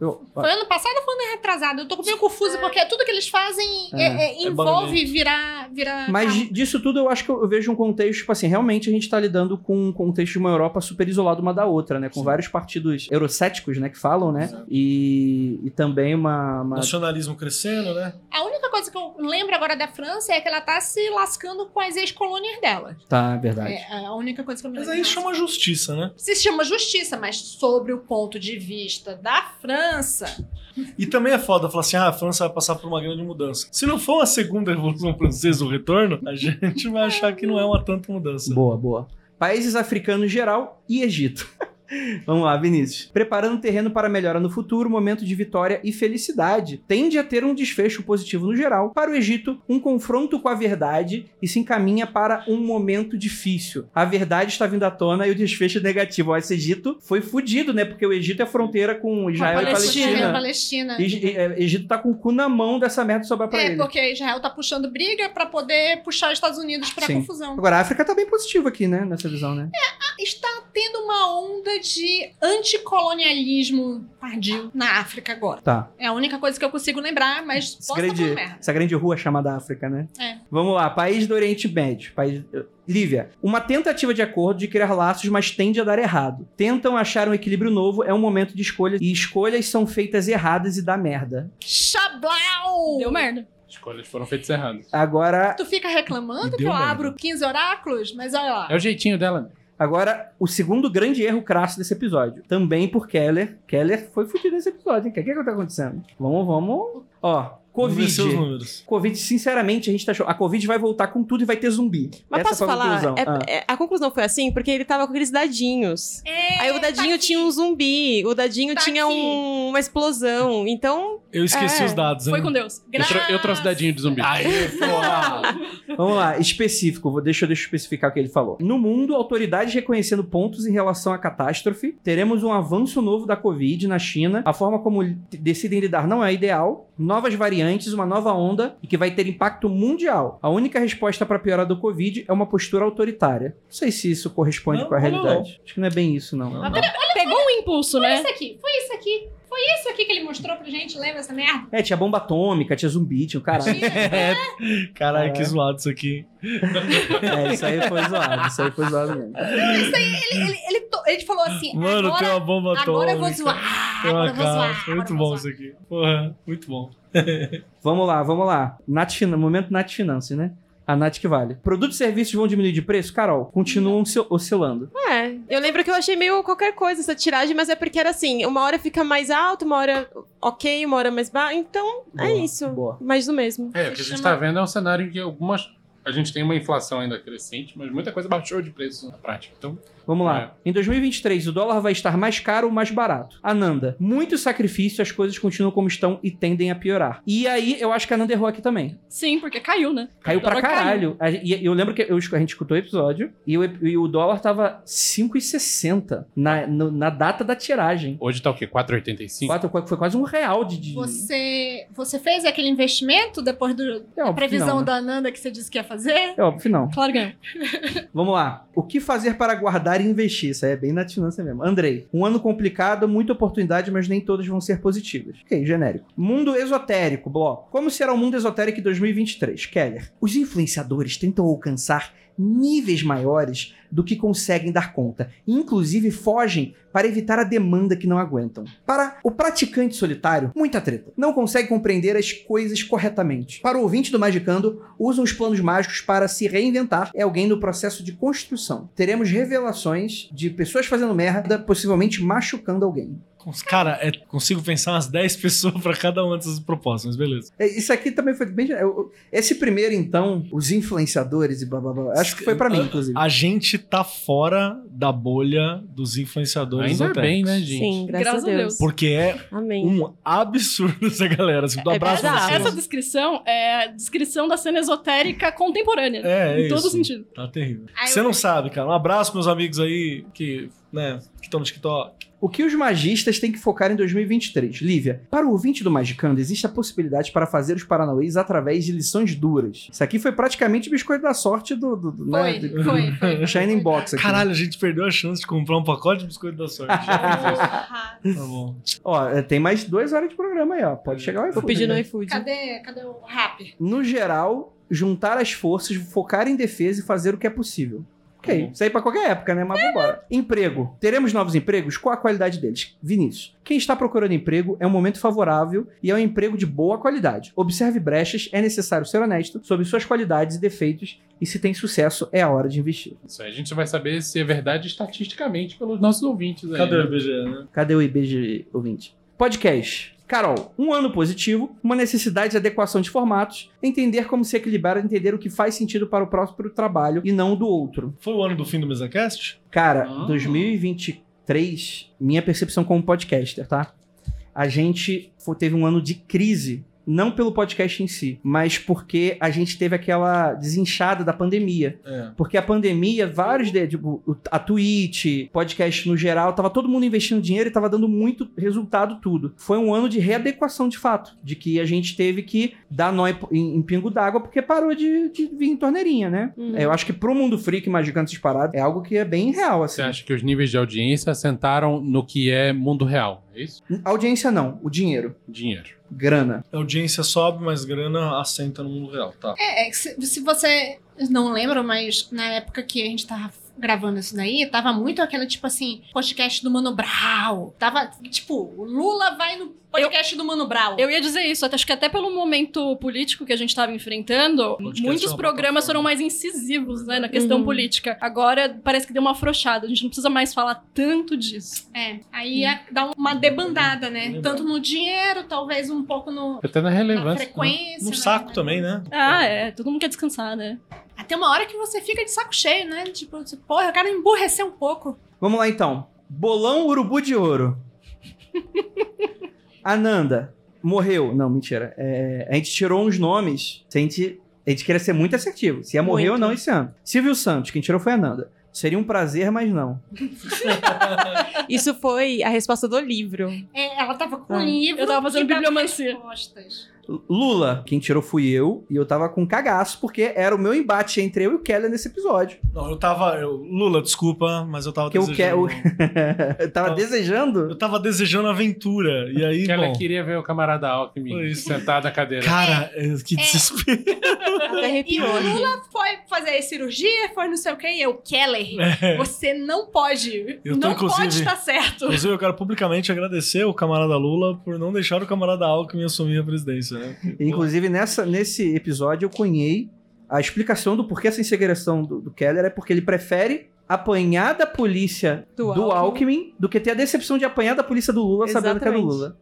Eu-
Foi um ano passado ou foi ano retrasado? Eu tô meio confusa, porque tudo que eles fazem é-
É.
é- envolve virar, virar.
Mas
carro.
di- disso tudo eu acho que eu vejo um contexto, tipo assim, realmente a gente tá lidando com um contexto de uma Europa super isolada uma da outra, né? Com
Sim.
vários partidos eurocéticos, né, que falam, né?
Exato.
E, e também uma. uma-
nacionalismo crescendo, né?
A única coisa que eu lembro agora da França é que ela tá se lascando com as ex-colônias dela.
Tá, é verdade.
É a única coisa que eu me
Mas
lembro.
aí
da
chama justiça, né?
se chama justiça, mas sobre o ponto de vista da França,
E também é foda falar assim: ah, a França vai passar por uma grande mudança. Se não for uma segunda Revolução Francesa o retorno, a gente vai achar que não é uma tanta mudança.
Boa, boa. Países africanos geral e Egito. Vamos lá, Vinícius. Preparando o terreno para melhora no futuro, momento de vitória e felicidade. Tende a ter um desfecho positivo no geral. Para o Egito, um confronto com a verdade e se encaminha para um momento difícil. A verdade está vindo à tona e o desfecho é negativo. Ó, Esse Egito foi fudido, né? Porque o Egito é fronteira com Israel e
Palestina. é né?
Palestina.
Palestina.
E- e- é, Egito tá com o cu na mão dessa merda sobrar pra
É,
ele.
porque Israel tá puxando briga pra poder puxar os Estados Unidos pra
Sim.
confusão. Ah,
Agora, a África tá bem positiva aqui, né? Nessa visão, né?
Está tendo uma onda de anticolonialismo tardio na África agora.
Tá.
É a única coisa que eu consigo lembrar, mas
Essa
posso estar
grande,
falando merda.
essa grande rua chamada África, né?
É.
Vamos lá, país do Oriente Médio. País... Lívia, uma tentativa de acordo de criar laços, mas tende a dar errado. Tentam achar um equilíbrio novo, é um momento de escolha, e escolhas são feitas erradas e dá merda.
Xablau!
Deu merda.
Escolhas foram feitas erradas.
Agora,
Tu fica reclamando
E
que
deu
eu
merda.
abro 15 oráculos, mas olha lá.
É o jeitinho dela.
agora o segundo grande erro crasso desse episódio. Também por Keller. Keller foi fudido nesse episódio, hein? O que, que é que tá acontecendo? Vamos, vamos. Ó,
Vamos ver seus
Covid.
números.
Covid, sinceramente, a gente tá. achando- A Covid vai voltar com tudo e vai ter zumbi.
Mas
Essa
posso
foi a
falar?
conclusão.
É-
Ah.
é- a conclusão foi assim, porque ele tava com aqueles dadinhos.
É,
Aí o dadinho tinha um zumbi, o dadinho
Tá
tinha
aqui.
um- uma explosão. Então,
Eu esqueci
É,
os dados, hein?
Foi com Deus.
Eu, tro- eu trouxe dadinho de zumbi.
Aí, porra!
Vamos lá, específico, vou, deixa, eu- deixa eu especificar o que ele falou. No mundo, autoridades reconhecendo pontos em relação à catástrofe, teremos um avanço novo da Covid na China, a forma como li- decidem lidar não é ideal, novas variantes, uma nova onda e que vai ter impacto mundial. A única resposta para a piora do Covid é uma postura autoritária. Não sei se isso corresponde
Não,
com a
não,
realidade. Acho que não é bem isso, não.
Não, não.
Pegou um impulso,
Foi
né?
isso aqui, foi isso aqui. Foi isso aqui que ele mostrou pra gente, lembra essa merda?
É, tinha bomba atômica, tinha zumbi, tinha o caralho.
Caralho,
É.
que zoado isso aqui.
é, isso aí foi zoado, isso aí foi zoado mesmo.
Ele, ele, ele, to- ele falou assim,
Mano, tem
agora,
uma bomba
agora eu vou
atômica.
zoar,
Tem uma
agora eu vou
cara.
zoar.
Foi
agora
muito
eu vou
bom
zoar.
isso aqui. Porra, muito bom.
Vamos lá, vamos lá. Nath, Finan- momento Nath Finanças, né? A Nath que vale. Produtos e serviços vão diminuir de preço? Carol, continuam oscil- oscilando.
é. Eu lembro que eu achei meio qualquer coisa essa tiragem, mas é porque era assim: uma hora fica mais alto, uma hora ok, uma hora mais baixo. Então,
Boa,
é isso.
Boa.
Mais do mesmo.
É, o que a gente tá vendo é um cenário em que algumas. A gente tem uma inflação ainda crescente, mas muita coisa baixou de preço na prática. Então,
Vamos lá.
É.
Em 2023, o dólar vai estar mais caro ou mais barato? Ananda, muito sacrifício, as coisas continuam como estão e tendem a piorar. E aí, eu acho que a Ananda errou aqui também.
Sim, porque caiu, né?
Caiu
O
pra
dólar
caralho. A- E e eu lembro que eu escu- a gente escutou o episódio e o, ep- e o dólar tava 5,60 na, no- na data da tiragem.
hoje tá o quê? 4,85?
Quatro, foi quase um real de. de...
Você, você fez aquele investimento depois do-
É óbvio
da
que
previsão
não, né?
da Ananda que você disse que ia fazer?
É óbvio que não.
Claro que não.
Vamos lá. O que fazer para guardar e investir? Isso aí é bem na finança mesmo. Andrei, um ano complicado, muita oportunidade, mas nem todas vão ser positivas. Ok, genérico. Mundo esotérico, bloco. Como será o mundo esotérico em 2023? Keller. Os influenciadores tentam alcançar níveis maiores do que conseguem dar conta, e inclusive fogem para evitar a demanda que não aguentam. Para o praticante solitário, muita treta. Não consegue compreender as coisas corretamente. Para o ouvinte do Magicando, usam os planos mágicos para se reinventar. É alguém no processo de construção. Teremos revelações de pessoas fazendo merda, possivelmente machucando alguém.
Cons- Cara, é- consigo pensar umas 10 pessoas pra cada uma dessas propostas, mas beleza.
É, Isso aqui também foi bem. eu- eu- Esse primeiro, então, os influenciadores e blá blá blá. Acho que foi pra mim, inclusive.
A gente tá fora da bolha dos influenciadores
Ainda
do
bem,
Tex.
né, gente?
Sim, graças,
Graças
a
a
Deus.
Deus.
Porque é
Amém.
um absurdo essa galera. Assim, do
É
abraço
bizarro.
a vocês.
Essa descrição é a descrição da cena esotérica contemporânea.
É, é
em todo
isso.
sentido.
Tá terrível.
Ai,
Você
eu-
não sabe, cara. Um abraço, meus amigos aí que, né, que estão no TikTok.
O que os magistas têm que focar em 2023? Lívia, para o ouvinte do Magicando, existe a possibilidade para fazer os Paranauês através de lições duras. Isso aqui foi praticamente biscoito da sorte do. do, do né,
Foi,
do-
foi, foi. foi.
Shining Box Tá aqui.
Caralho, a gente perdeu a chance de comprar um pacote de biscoito da sorte. tá
Porra.
bom.
Ó, é, tem mais duas horas de programa aí, ó. Pode chegar o
Vou
iFood.
pedir no
né?
iFood.
Cadê, cadê o rap?
No geral, juntar as forças, focar em defesa e fazer o que é possível. Ok,
Uhum.
isso aí pra qualquer época, né? Mas vambora. Emprego. Teremos novos empregos? Qual a qualidade deles? Vinícius. Quem está procurando emprego é um momento favorável e é um emprego de boa qualidade. Observe brechas, é necessário ser honesto sobre suas qualidades e defeitos e se tem sucesso, é a hora de investir.
Isso aí a gente vai saber se é verdade estatisticamente pelos nossos ouvintes aí.
Cadê o
né?
IBGE, né?
Cadê o IBG ouvinte? Podcast. Carol, um ano positivo, uma necessidade de adequação de formatos, entender como se equilibrar, entender o que faz sentido para o próprio trabalho e não o do outro.
Foi o ano do fim do MesaCast?
Cara,
Ah.
2023, minha percepção como podcaster, tá? A gente fo- teve um ano de crise, não pelo podcast em si, mas porque a gente teve aquela desinchada da pandemia.
É.
Porque a pandemia, vários, de, tipo, o- a Twitch, podcast no geral, tava todo mundo investindo dinheiro e tava dando muito resultado tudo. Foi um ano de readequação de fato, de que a gente teve que dar nó em, em pingo d'água porque parou de, de vir em torneirinha, né?
Uhum.
É, Eu acho que pro mundo freak, mais gigantes parados, é algo que é bem real, assim.
Você acha que os níveis de audiência assentaram no que é mundo real? É isso?
Audiência não, o dinheiro,
Dinheiro.
grana.
A audiência sobe, mas grana assenta no mundo real, tá?
É, é que se, se você não lembra, mas na época que a gente tava gravando isso daí, tava muito aquela, tipo assim, podcast do Mano Brau. Tava, tipo, o Lula vai no podcast do Mano Brau.
Eu ia dizer isso, até- acho que até pelo momento político que a gente estava enfrentando,
Podcast é
muitos
uma
programas
plataforma.
foram mais incisivos né, na questão
Uhum.
política. Agora parece que deu uma afrouxada, a gente não precisa mais falar tanto disso.
É, aí é- dá uma debandada, né?
Lembrando.
Tanto no dinheiro, talvez um pouco no,
Até na
na
relevância. né?
frequência.
No
né?
saco também, né?
Ah, é, todo mundo quer descansar, né?
Até uma hora que você fica de saco cheio, né? Tipo, você, porra, eu quero emburrecer um pouco.
Vamos lá então. Bolão Urubu de Ouro. Ananda morreu. Não, mentira. É, a gente tirou uns nomes. se A gente, a gente queria ser muito assertivo. Se ia morrer ou
Muito.
não esse ano. Silvio Santos, quem tirou foi Ananda. Seria um prazer, mas não.
Isso foi a resposta do livro.
É, ela tava com
Ah.
um livro.
Eu tava fazendo
que dava
bibliomancia.
respostas.
Lula, quem tirou fui eu. E eu tava com cagaço, porque era o meu embate entre eu e o Keller nesse episódio.
Não, eu tava. eu- Lula, desculpa, mas eu tava
Que é eu
desejando.
eu tava
Ah.
desejando.
Eu tava desejando aventura. E aí,
Que ela
bom.
queria ver o camarada
Foi
Alckmin
isso.
sentado na cadeira.
Cara, é, que desespero.
Até
E
arrepiou.
o
aqui.
Lula foi fazer cirurgia, foi não sei o que, e eu, Keller,
É.
você não pode.
Eu tô,
não
inclusive-
pode estar certo.
Inclusive, eu quero publicamente agradecer o camarada Lula por não deixar o camarada Alckmin assumir a presidência, né?
Inclusive, nessa, nesse episódio, eu cunhei a explicação do porquê essa insegurança do, do Keller é porque ele prefere apanhar da polícia do,
Do
Alckmin. do que ter a decepção de apanhar da polícia do Lula sabendo que é do
Exatamente.
Lula.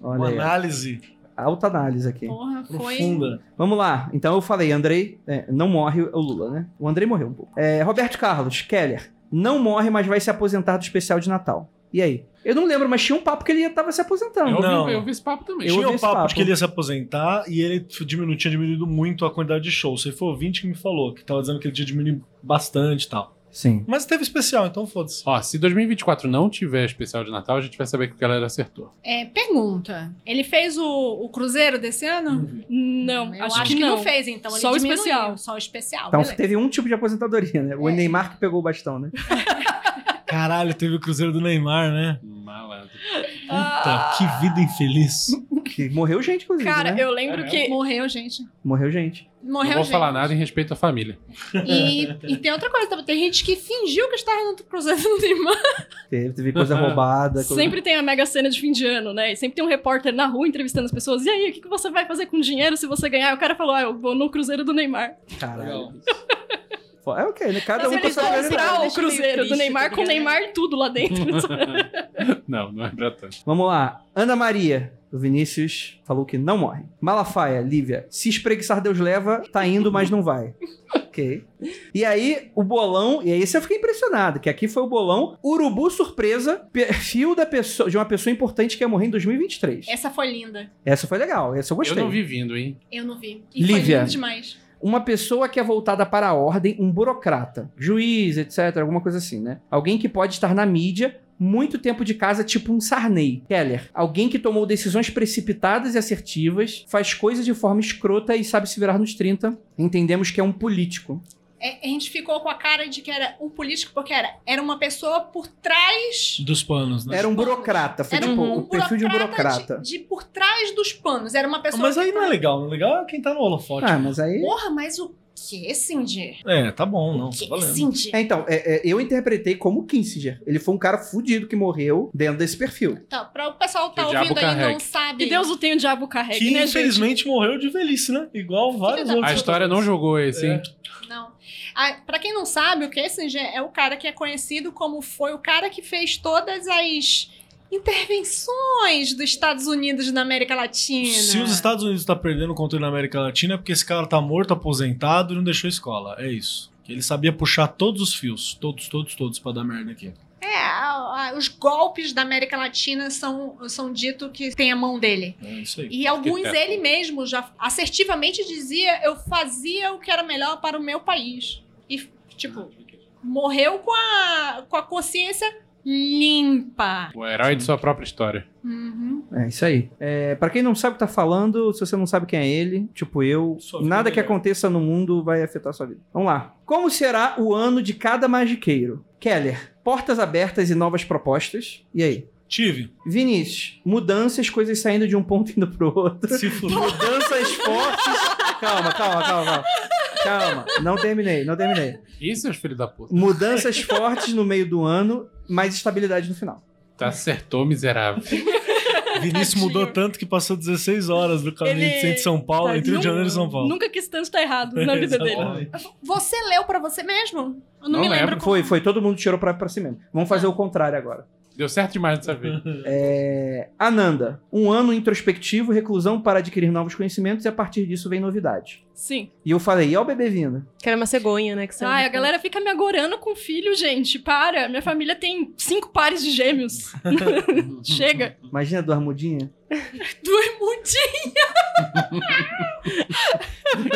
Uma
Olha aí,
análise
alta análise aqui.
Porra, foi.
profunda.
Vamos lá. Então eu falei, Andrei é, não morre o Lula, né? O Andrei morreu um pouco. É, Roberto Carlos, Keller, não morre, mas vai se aposentar do especial de Natal. E aí? Eu não lembro, mas tinha um papo que ele tava se aposentando.
Eu ouvi,
Não.
eu ouvi esse papo também.
Eu
tinha
ouvi
o
esse
papo,
papo.
de que ele ia se aposentar e ele diminu- tinha diminuído muito a quantidade de shows. Você foi ouvinte que me falou, que tava dizendo que ele tinha diminuído bastante e tal.
Sim.
Mas teve especial, então foda-se.
Ó, se 2024 não tiver especial de Natal, a gente vai saber que o galera acertou.
É, pergunta. Ele fez o, o Cruzeiro desse ano?
Não,
Eu
acho, que, não.
não fez, então. Ele
Só o
diminuiu,
especial.
Só o especial.
Então
beleza.
teve um tipo de aposentadoria, né? O
É.
Neymar que pegou o bastão, né?
Caralho, teve o Cruzeiro do Neymar, né?
Malandro.
Ah. Puta, que vida infeliz.
Que morreu gente, inclusive.
Cara,
né?
eu lembro
É
que.
Morreu, gente.
Morreu gente.
Não
Morreu,
vou
gente.
falar nada em respeito à família.
E, e tem outra coisa também. Tem gente que fingiu que estava no Cruzeiro do Imã.
Teve, teve coisa
Né,
roubada. coisa-
Sempre tem a mega cena de fim de ano, né? E sempre tem um repórter na rua entrevistando as pessoas. E aí, o que que você vai fazer com o dinheiro se você ganhar? E o cara falou, ah, eu vou no Cruzeiro do Neymar.
Caralho.
Legal.
É ok, né? Cada
Mas
um
ele
com sua
tá
prioridade.
Deixa
Comprar
meio
o Cruzeiro do
triste,
Neymar
tá
com o
ligado?
Neymar e tudo lá dentro.
Uhum.
não, não é pra tanto.
Vamos lá. Ana Maria. O Vinícius falou que não morre. Malafaia, Lívia. Se espreguiçar, Deus leva. Tá indo, mas não vai. ok. E aí, o bolão. E aí, você fica impressionado, que aqui foi o bolão. Urubu surpresa. Perfil da pessoa, de uma pessoa importante que ia morrer em 2023.
Essa foi linda.
Essa foi legal. Essa eu
Eu
gostei.
não vi vindo, hein?
Eu não vi. E foi
Lívia.
lindo demais.
Uma pessoa que é voltada para a ordem, um burocrata, juiz, etc., alguma coisa assim, né? Alguém que pode estar na mídia, muito tempo de casa, tipo um Sarney. Keller, alguém que tomou decisões precipitadas e assertivas, faz coisas de forma escrota e sabe se virar nos 30. Entendemos que é um político.
É, a gente ficou com a cara de que era um político, porque era, era uma pessoa por trás.
Dos panos, né?
Era um burocrata, foi
Era
tipo
um
o perfil de um burocrata.
De, de por trás dos panos. Era uma pessoa.
Mas
que-
aí não é legal, não é legal é quem tá no holofote.
Ah, mas aí.
Porra, mas o que, Cindy?
É, tá bom, não.
O
Tá
que,
valendo.
Cindy?
É, então, é, é, eu interpretei como Kissinger. Ele foi um cara fudido que morreu dentro desse perfil.
Tá, pra o pessoal que
Que
tá
o diabo
ouvindo aí e não
carregue.
sabe.
E Deus o tem o diabo carrega,
Que
né, gente?
infelizmente morreu de velhice, né? Igual vários
da-
outros.
A história não jogou esse, hein?
Não. Ah, pra quem não sabe, o Kissinger é o cara que é conhecido como foi o cara que fez todas as intervenções dos Estados Unidos na América Latina.
Se os Estados Unidos tá perdendo o controle na América Latina é porque esse cara tá morto, aposentado e não deixou escola. É isso. Ele sabia puxar todos os fios. Todos, todos, todos pra dar merda aqui.
É, a- a- os golpes da América Latina são, são dito que tem a mão dele.
É isso aí.
E alguns
Arquiteto.
ele mesmo já assertivamente dizia: eu fazia o que era melhor para o meu país. E, tipo, morreu com a, com a consciência limpa.
O herói de sua própria história.
Uhum.
É, isso aí. É, para quem não sabe o que tá falando, se você não sabe quem é ele, tipo eu,
Sua vida é-
nada que
melhora.
aconteça no mundo vai afetar sua vida. Vamos lá. Como será o ano de cada magiqueiro? Keller, portas abertas e novas propostas. E aí?
Tive.
Vinícius, mudanças, coisas saindo de um ponto e indo pro outro.
Se fudeu.
Mudanças fortes. Calma, calma, calma, calma. Calma, não terminei, não terminei.
Ih, seus filhos da puta.
Mudanças fortes no meio do ano, mas estabilidade no final.
Tá acertou, miserável.
Vinícius mudou tanto que passou 16 horas do caminho
Ele-
de centro de São Paulo,
Tá,
entre o de
nunca-
Janeiro e São Paulo.
Nunca quis tanto estar errado na vida dele.
Exatamente.
Você leu pra você mesmo? Eu não,
Não
me lembro.
lembro.
como-
Foi, foi, todo mundo tirou pra, pra si mesmo. Vamos fazer o contrário agora.
Deu certo demais dessa vez.
É, Ananda, um ano introspectivo, reclusão para adquirir novos conhecimentos e a partir disso vem novidade.
Sim.
E eu falei, e ó o bebê vindo?
Que era uma cegonha, né? Que saiu
Ai,
do
a galera fica me agorando com filho, gente. Para. Minha família tem cinco pares de gêmeos. Chega.
Imagina duas mudinhas.
Duas mudinhas.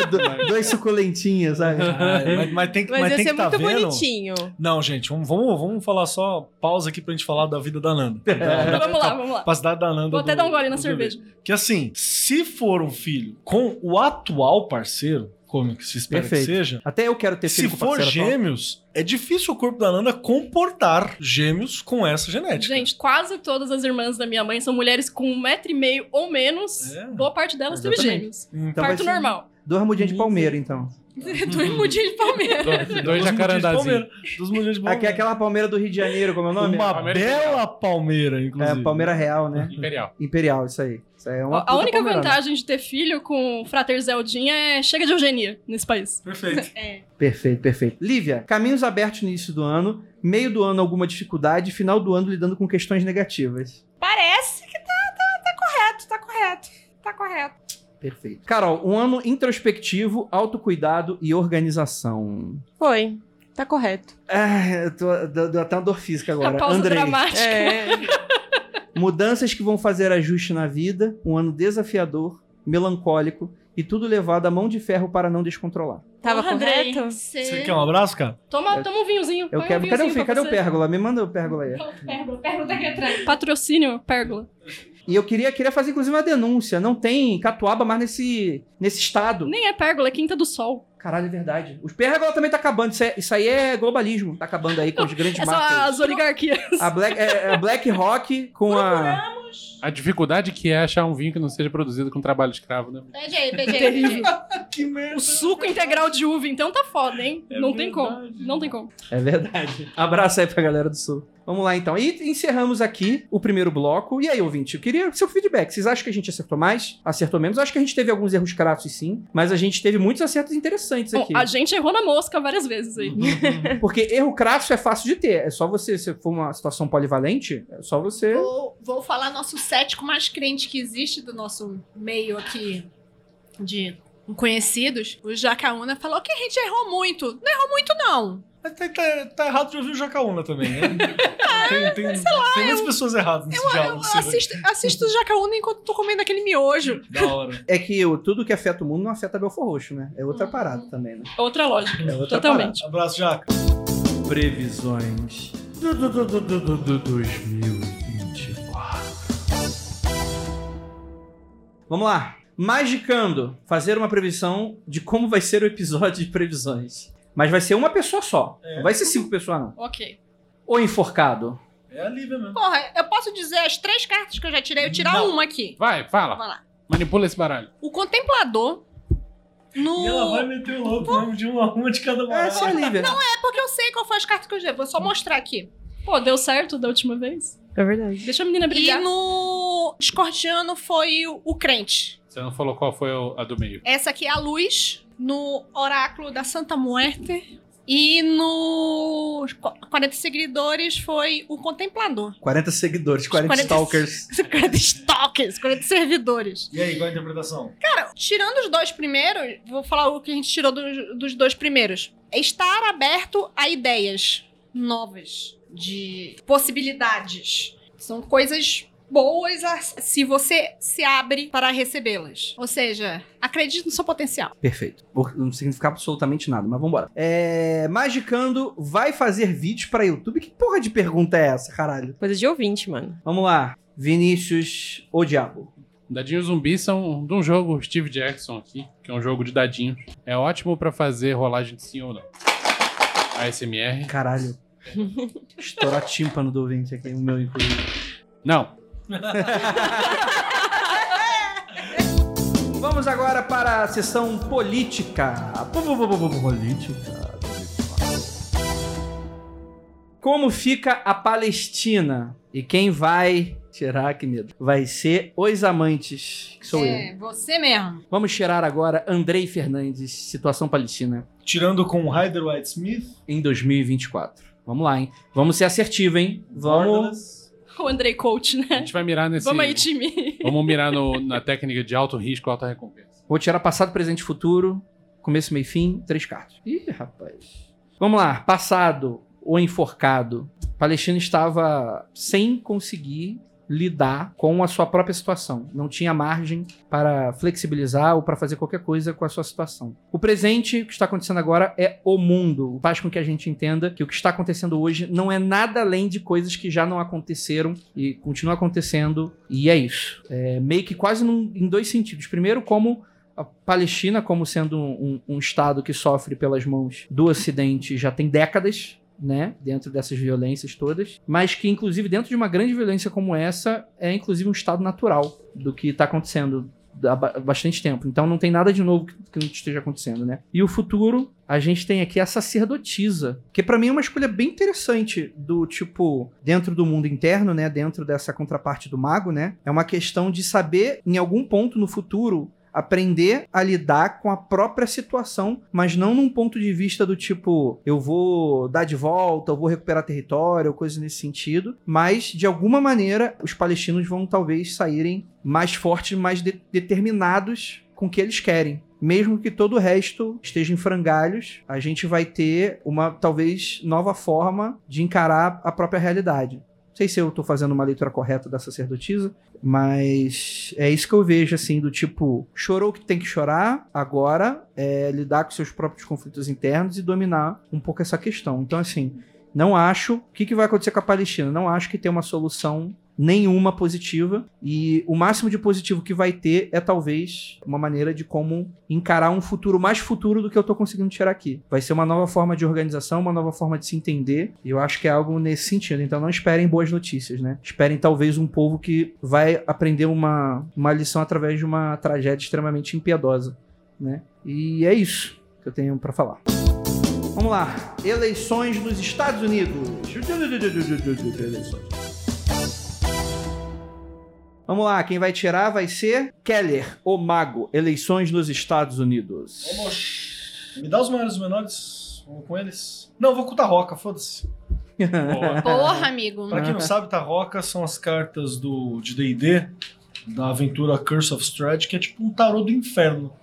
Do- dois suculentinhas, sabe?
Caralho, mas, mas tem que
Mas,
mas
ia
tem
ser
que tá
muito
vendo.
bonitinho.
Não, gente, vamos, vamos, vamos falar só pausa aqui pra gente falar da vida da Nanda.
Então, vamos lá, vamos lá.
Capacidade da Nanda.
Vou até
do-
dar um gole na
do
cerveja.
bebê. Que assim, se for um filho com o atual parceiro, como que se espera
Perfeito.
que seja,
Até eu quero ter
se
filho com
for
parceira atual.
gêmeos, é difícil o corpo da Nanda comportar gêmeos com essa genética.
Gente, quase todas as irmãs da minha mãe são mulheres com um metro e meio ou menos.
É.
Boa parte delas teve
Exatamente.
gêmeos.
Então vai
Parto
ser
normal.
Duas mudinhas
Uhum.
de palmeira, então.
Duas mudinhas de palmeira.
Do- Dois
Dos
jacarandazinhos.
mudinhos de Palmeira, Dos mudinhos
Aqui
de
é
Palmeira.
aquela palmeira do Rio de Janeiro, como é o nome?
Uhum. Uma
Palmeira
bela palmeira, inclusive.
É, palmeira real, né?
Imperial.
Imperial, isso aí. Isso aí é uma
A- a
puta
única
palmeirona.
vantagem de ter filho com o Frater Zeldinha é chega de eugenia nesse país.
Perfeito.
Perfeito, perfeito. Lívia, caminhos abertos no início do ano, meio do ano alguma dificuldade, final do ano lidando com questões negativas.
Parece que tá, tá, tá correto, tá correto. Tá correto.
Perfeito. Carol, um ano introspectivo, autocuidado e organização.
Foi. Tá correto.
Ah, eu tô, deu deu até uma dor física agora.
a pausa
Andrei,
dramática.
É.
mudanças que vão fazer ajuste na vida, um ano desafiador, melancólico e tudo levado à mão de ferro para não descontrolar.
Tava
Porra, Andrei,
correto?
cê-
Você quer um abraço, cara?
Toma, toma um vinhozinho.
Eu
põe
quero.
Um
Cadê o
vinhozinho
Fih?
pra
Cadê o
você.
Pérgola? Me manda o Pérgola aí.
Pergunta, pergunta aqui atrás.
Patrocínio, Pérgola.
E eu queria, queria fazer, inclusive, uma denúncia. Não tem catuaba mais nesse, nesse estado.
Nem é Pérgola, é Quinta do Sol.
Caralho, é verdade. Os Pérgola também tá acabando. Isso, é- isso aí é globalismo. Tá acabando aí com os grandes
É só
marcas.
as oligarquias.
A Black, é, é a Black Rock com a.
anos.
A dificuldade que é achar um vinho que não seja produzido com trabalho escravo, né?
Pede aí, pede aí. pede aí.
Que merda.
O suco integral de uva, então tá foda, hein?
É
não tem como.
verdade.
Não tem como.
É verdade. Abraço aí pra galera do Sul. Vamos lá então. E encerramos aqui o primeiro bloco. E aí, ouvinte, eu queria seu feedback. Vocês acham que a gente acertou mais? Acertou menos? Eu acho que a gente teve alguns erros crassos, sim. Mas a gente teve muitos acertos interessantes
Bom,
aqui.
a gente errou na mosca várias vezes aí.
Porque erro crasso é fácil de ter. É só você, se for uma situação polivalente, é só você.
Vou, vou falar nosso cético mais crente que existe do nosso meio aqui de conhecidos. O Jacaúna falou que a gente errou muito. Não errou muito, não.
Mas Tá, tá- tá errado de ouvir o Jacaúna também, né? tem, tem, tem muitas pessoas erradas nesse
Eu
diálogo. seu.
assisto, assisto o Jacaúna enquanto tô comendo aquele miojo.
Da hora.
É que o- tudo que afeta o mundo não afeta Belfor Roxo, né? É
Uhum.
outra parada também, né?
Outra lógica.
É outra
Totalmente.
Abraço, Jaca.
parada. Previsões.
Do, do, do, do, do, do, do 2024.
Vamos lá. Magicando. Fazer uma previsão de como vai ser o episódio de previsões. Mas vai ser uma pessoa só.
É.
Não vai ser cinco pessoas, não.
Ok.
Ou enforcado.
É a Lívia mesmo.
Porra, eu posso dizer as três cartas que eu já tirei, eu tirar
Não.
uma aqui.
Vai, fala.
Vamos lá.
Manipula esse baralho.
O contemplador. No...
E ela vai meter o louco mesmo de uma a uma de cada uma.
É, só Lívia.
É porque eu sei qual foi as cartas que eu já. Vou só mostrar aqui.
Pô, deu certo da última vez.
É verdade.
Deixa a menina
E
brilhar.
no escorpiano foi o, o crente.
Você não falou qual foi o- a do meio.
Essa aqui é a luz no oráculo da Santa Muerte. E no qu- 40 seguidores foi o contemplador.
40 seguidores, 40,
40
stalkers.
40 stalkers, 40 servidores.
E aí, qual a interpretação?
Tirando os dois primeiros, vou falar o que a gente tirou dos, dos dois primeiros. É estar aberto a ideias novas, de possibilidades. São coisas boas a- se você se abre para recebê-las. Ou seja, acredite no seu potencial.
Perfeito. O- Não significa absolutamente nada, mas vambora. É. Magicando vai fazer vídeos pra YouTube. Que porra de pergunta é essa, caralho?
Coisa de ouvinte, mano.
Vamos lá. Vinícius, o diabo.
Dadinho zumbi são de um jogo Steve Jackson aqui, que é um jogo de dadinhos. É ótimo pra fazer rolagem de sim ou não. ASMR.
Caralho. Estourar tímpano do ouvinte aqui, o meu inclusive.
Não.
Vamos agora para a sessão política. Pu- pu- pu- pu- pu- Política. Como fica a Palestina? E quem vai tirar, que medo? Vai ser os amantes, que sou eu.
é, você mesmo.
Vamos tirar agora Andrei Fernandes, situação palestina,
Tirando com o Ryder White Smith,
em 2024. Vamos lá, hein? Vamos ser assertivo, hein?
né?
Vamos.
Borderless,
O Andrei Coach,
A
né?
gente vai mirar nesse.
Vamos aí, time.
Vamos mirar no- na técnica de alto risco, alta recompensa.
Vou tirar passado, presente e futuro, começo, meio e fim, três cartas. Ih, rapaz. Vamos lá, passado, o enforcado. Palestina estava sem conseguir lidar com a sua própria situação. Não tinha margem para flexibilizar ou para fazer qualquer coisa com a sua situação. O presente, o que está acontecendo agora, é o mundo. Faz com que a gente entenda que o que está acontecendo hoje não é nada além de coisas que já não aconteceram e continuam acontecendo. E é isso. É meio que quase num- em dois sentidos. Primeiro, como a Palestina, como sendo um, um- um Estado que sofre pelas mãos do Ocidente já tem décadas. Né, dentro dessas violências todas, mas que, inclusive, dentro de uma grande violência como essa, é inclusive um estado natural do que está acontecendo, há ba- bastante tempo. Então não tem nada de novo que, que não esteja acontecendo, né? E o futuro, a gente tem aqui a sacerdotisa, que pra mim é uma escolha bem interessante do tipo, dentro do mundo interno, né, dentro dessa contraparte do mago, né? É uma questão de saber em algum ponto no futuro aprender a lidar com a própria situação, mas não num ponto de vista do tipo, eu vou dar de volta, eu vou recuperar território, ou coisa nesse sentido, mas de alguma maneira os palestinos vão talvez saírem mais fortes, mais de- determinados com o que eles querem. Mesmo que todo o resto esteja em frangalhos, a gente vai ter uma talvez nova forma de encarar a própria realidade. Não sei se eu tô fazendo uma leitura correta da sacerdotisa, mas é isso que eu vejo, assim, do tipo, chorou o que tem que chorar, agora é lidar com seus próprios conflitos internos e dominar um pouco essa questão. Então, assim, não acho. O que, que vai acontecer com a Palestina? Não acho que tem uma solução nenhuma positiva. E o máximo de positivo que vai ter é talvez uma maneira de como encarar um futuro mais futuro do que eu tô conseguindo tirar aqui. Vai ser uma nova forma de organização, uma nova forma de se entender. E eu acho que é algo nesse sentido. Então não esperem boas notícias, né? Esperem talvez um povo que vai aprender uma, uma lição através de uma tragédia extremamente impiedosa, né? E é isso que eu tenho pra falar. Vamos lá. Eleições nos Estados Unidos. Eleições. Vamos lá, quem vai tirar vai ser Keller, o mago. Eleições nos Estados Unidos.
Vamos. Me dá os maiores e os menores. Vamos com eles. Não, vou com o Tarroca, foda-se.
Boa.
Porra, amigo.
Pra quem não sabe, Tarroca são as cartas do de D&D, da aventura Curse of Strahd, que é tipo um tarô do inferno.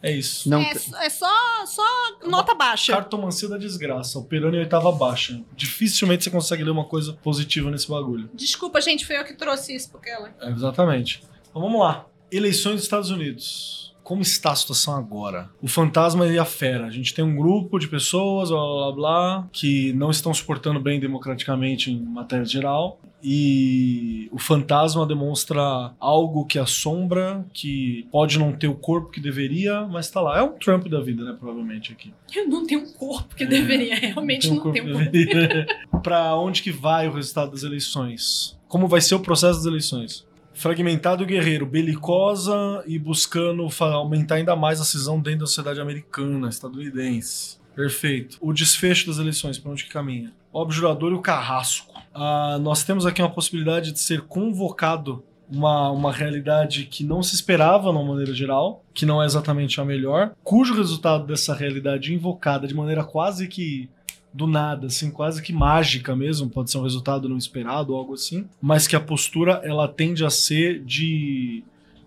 É isso.
Não,
É,
te-
é só, só nota baixa.
Cartomancia da desgraça, operando em oitava baixa. Dificilmente você consegue ler uma coisa positiva nesse bagulho.
Desculpa, gente, foi eu que trouxe isso porque ela.
É, exatamente. Então vamos lá. Eleições dos Estados Unidos. Como está a situação agora? O fantasma e a fera. A gente tem um grupo de pessoas, blá blá blá, blá, que não estão se portando bem democraticamente em matéria geral. E o fantasma demonstra algo que assombra, que pode não ter o corpo que deveria, mas tá lá. É um Trump da vida, né? Provavelmente aqui. É,
Eu não tenho um corpo que deveria, realmente não tenho um corpo.
Para onde que vai o resultado das eleições? Como vai ser o processo das eleições? Fragmentado e guerreiro, belicosa e buscando fa- aumentar ainda mais a cisão dentro da sociedade americana, estadunidense. Perfeito. O desfecho das eleições, para onde que caminha? O abjurador e o carrasco. Ah, nós temos aqui uma possibilidade de ser convocado uma, uma realidade que não se esperava, de uma maneira geral, que não é exatamente a melhor, cujo resultado dessa realidade invocada de maneira quase que do nada, assim, quase que mágica mesmo, pode ser um resultado não esperado ou algo assim, mas que a postura ela tende a ser de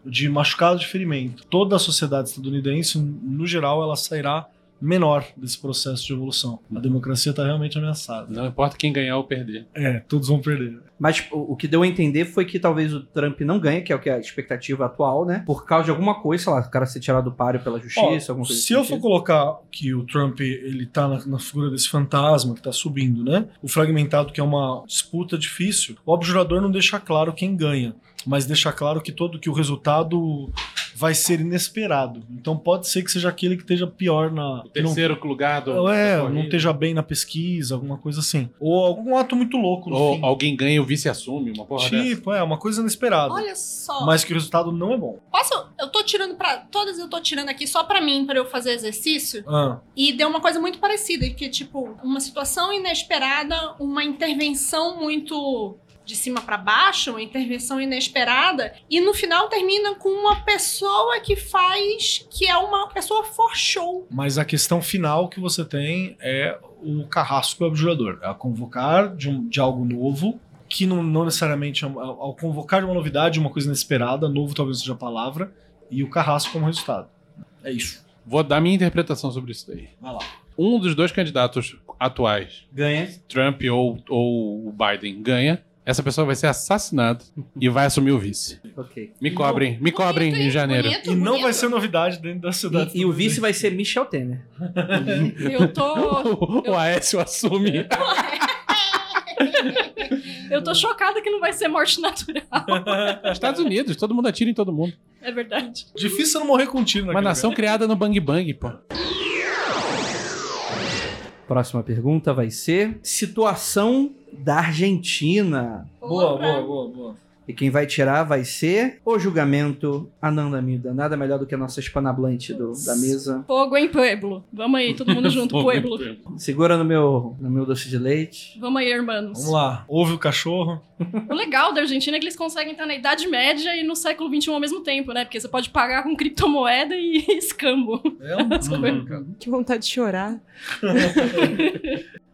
de machucado de ferimento. Toda a sociedade estadunidense, no geral, ela sairá menor desse processo de evolução. A democracia está realmente ameaçada.
Não importa quem ganhar ou perder.
É, todos vão perder.
Mas o, o que deu a entender foi que talvez o Trump não ganhe, que é o que é a expectativa atual, né? Por causa de alguma coisa, sei lá, o cara ser tirado do páreo pela
Ó,
justiça, alguma coisa
se eu for colocar que o Trump ele tá na, na figura desse fantasma que tá subindo, né? O fragmentado que é uma disputa difícil, o abjurador não deixa claro quem ganha, mas deixa claro que todo que o resultado vai ser inesperado. Então pode ser que seja aquele que esteja pior na
O
que não-
terceiro lugar do.
é,
da
não
corrida.
esteja bem na pesquisa, alguma coisa assim. Ou algum ato muito louco no
Ou
fim.
alguém ganha e o vice assume, uma porra dessa.
Tipo, é, uma coisa inesperada.
Olha só.
Mas que o resultado não é bom.
Posso? Eu tô tirando pra. Todas eu tô tirando aqui só pra mim, pra eu fazer exercício.
Ah,
E deu uma coisa muito parecida, que é tipo, uma situação inesperada, uma intervenção muito de cima pra baixo, uma intervenção inesperada, e no final termina com uma pessoa que faz, que é uma pessoa for show.
Mas a questão final que você tem é o carrasco e o abjurador. É a convocar de, um- de algo novo, que não, não necessariamente, é um- ao ao convocar de uma novidade, uma coisa inesperada, novo talvez seja a palavra, e o carrasco como resultado. É isso.
Vou dar minha interpretação sobre isso daí.
Vai lá.
Um dos dois candidatos atuais,
Ganha.
Trump ou, ou o Biden, ganha. Essa pessoa vai ser assassinada e vai assumir o vice.
Ok.
Me cobrem, me cobrem
Bonito,
em
hein?
janeiro.
Bonito,
E não
bonito.
vai ser novidade dentro da cidade.
E, e o vice vai ser Michel Temer.
Eu tô,
O Aécio assume.
eu tô chocada que não vai ser morte natural.
Estados Unidos, todo mundo atira em todo mundo.
É verdade.
Difícil não morrer com um tiro
Uma
naquele
nação criada no bang bang, pô.
Próxima pergunta vai ser situação da Argentina.
lugar. Boa, boa, boa, boa.
E quem vai tirar vai ser o julgamento Ananda Mida. Nada melhor do que a nossa espanablante do- da mesa.
Fogo em Pueblo. Vamos aí, todo mundo junto, Pueblo.
Segura no meu, no meu doce de leite.
Vamos aí, irmãos.
Vamos lá. Ouve o cachorro.
O legal da Argentina é que eles conseguem estar na Idade Média e no século XXI ao mesmo tempo, né? Porque você pode pagar com criptomoeda e escambo.
É um
Hum,
Que vontade de chorar.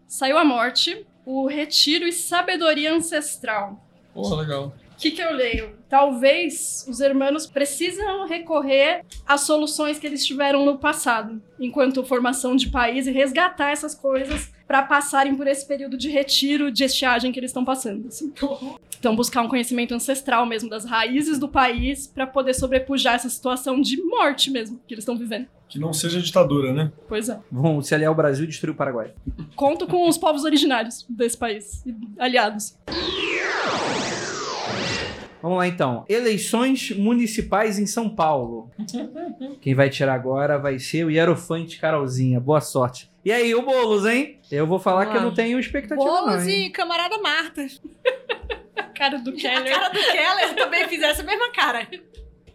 Saiu a morte, o retiro e sabedoria ancestral.
Porra, legal.
O que, que eu leio? Talvez os hermanos precisam recorrer às soluções que eles tiveram no passado, enquanto formação de país, e resgatar essas coisas para passarem por esse período de retiro, de estiagem que eles estão passando. assim. Então, buscar um conhecimento ancestral mesmo, das raízes do país, para poder sobrepujar essa situação de morte mesmo que eles estão vivendo.
Que não seja ditadura, né?
Pois é.
Vão se aliar ao Brasil e destruir o Paraguai.
Conto com os povos originários desse país, e aliados.
Vamos lá então. Eleições municipais em São Paulo. Quem vai tirar agora vai ser o Hierofante Carolzinha. Boa sorte. E aí, o Boulos, hein? Eu vou falar
Vamos
que eu
lá.
não tenho expectativa.
Boulos
não, hein?
e camarada Marta.
Cara do
A
Keller.
cara do Keller também fizesse a mesma cara.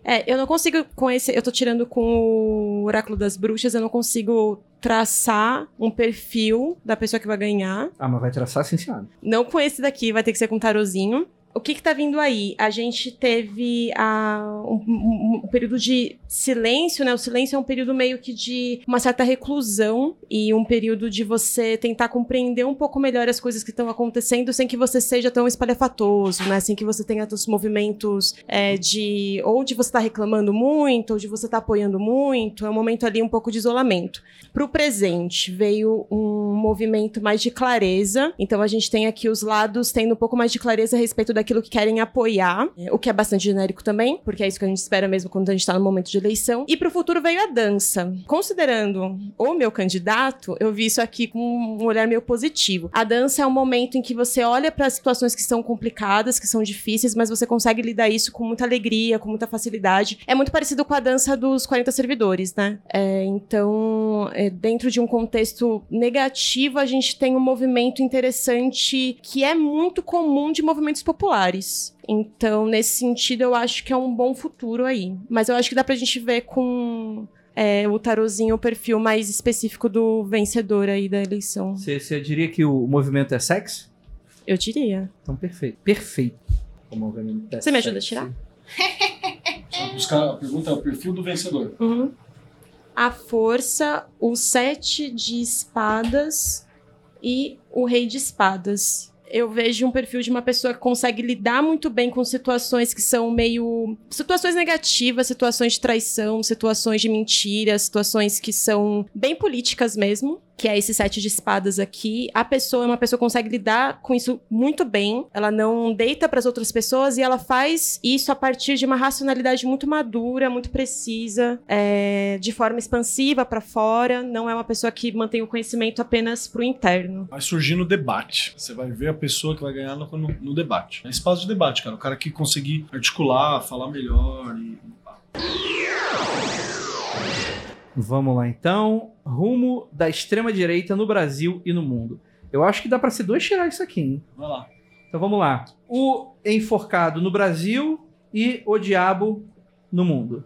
É, eu não consigo com esse. Eu tô tirando com o Oráculo das Bruxas, eu não consigo traçar um perfil da pessoa que vai ganhar.
Ah, mas vai traçar sim, senhora.
Não com esse daqui, vai ter que ser com um tarozinho. O que que tá vindo aí? A gente teve ah, um, um- um período de silêncio, né? O silêncio é um período meio que de uma certa reclusão e um período de você tentar compreender um pouco melhor as coisas que estão acontecendo sem que você seja tão espalhafatoso, né? Sem que você tenha tantos movimentos é, de... Ou de você tá reclamando muito, ou de você tá apoiando muito. É um momento ali um pouco de isolamento. Para o presente, veio um movimento mais de clareza. Então, a gente tem aqui os lados tendo um pouco mais de clareza a respeito daquilo que querem apoiar, é, o que é bastante genérico também, porque é isso que a gente espera mesmo quando a gente está no momento de eleição. E para o futuro veio a dança. Considerando o meu candidato, eu vi isso aqui com um olhar meio positivo. A dança é um momento em que você olha para as situações que são complicadas, que são difíceis, mas você consegue lidar isso com muita alegria, com muita facilidade. É muito parecido com a dança dos 40 servidores, né? É, então, é, dentro de um contexto negativo, a gente tem um movimento interessante que é muito comum de movimentos populares. Então, nesse sentido, eu acho que é um bom futuro aí. Mas eu acho que dá pra gente ver com é, o tarozinho o perfil mais específico do vencedor aí da eleição.
Você você diria que o movimento é sexo?
Eu diria.
Então, perfeito. Perfeito. O movimento é
Você me ajuda a
sexy.
tirar?
Só buscar a pergunta é o perfil do vencedor.
Uhum. A força, o sete de espadas e o rei de espadas. Eu vejo um perfil de uma pessoa que consegue lidar muito bem com situações que são meio. situações negativas, situações de traição, situações de mentira, situações que são bem políticas mesmo, que é esse sete de espadas aqui. A pessoa é uma pessoa que consegue lidar com isso muito bem. Ela não deita para as outras pessoas e ela faz isso a partir de uma racionalidade muito madura, muito precisa é, de forma expansiva para fora, não é uma pessoa que mantém o conhecimento apenas pro interno.
Vai surgir no debate. Você vai ver a pessoa que vai ganhar no, no- no debate. É espaço de debate, cara. O cara que conseguir articular, falar melhor e.
Vamos lá então. Rumo da extrema direita no Brasil e no mundo. Eu acho que dá pra ser dois tirar isso aqui, hein?
Vai lá.
Então vamos lá. O enforcado no Brasil e o diabo no mundo.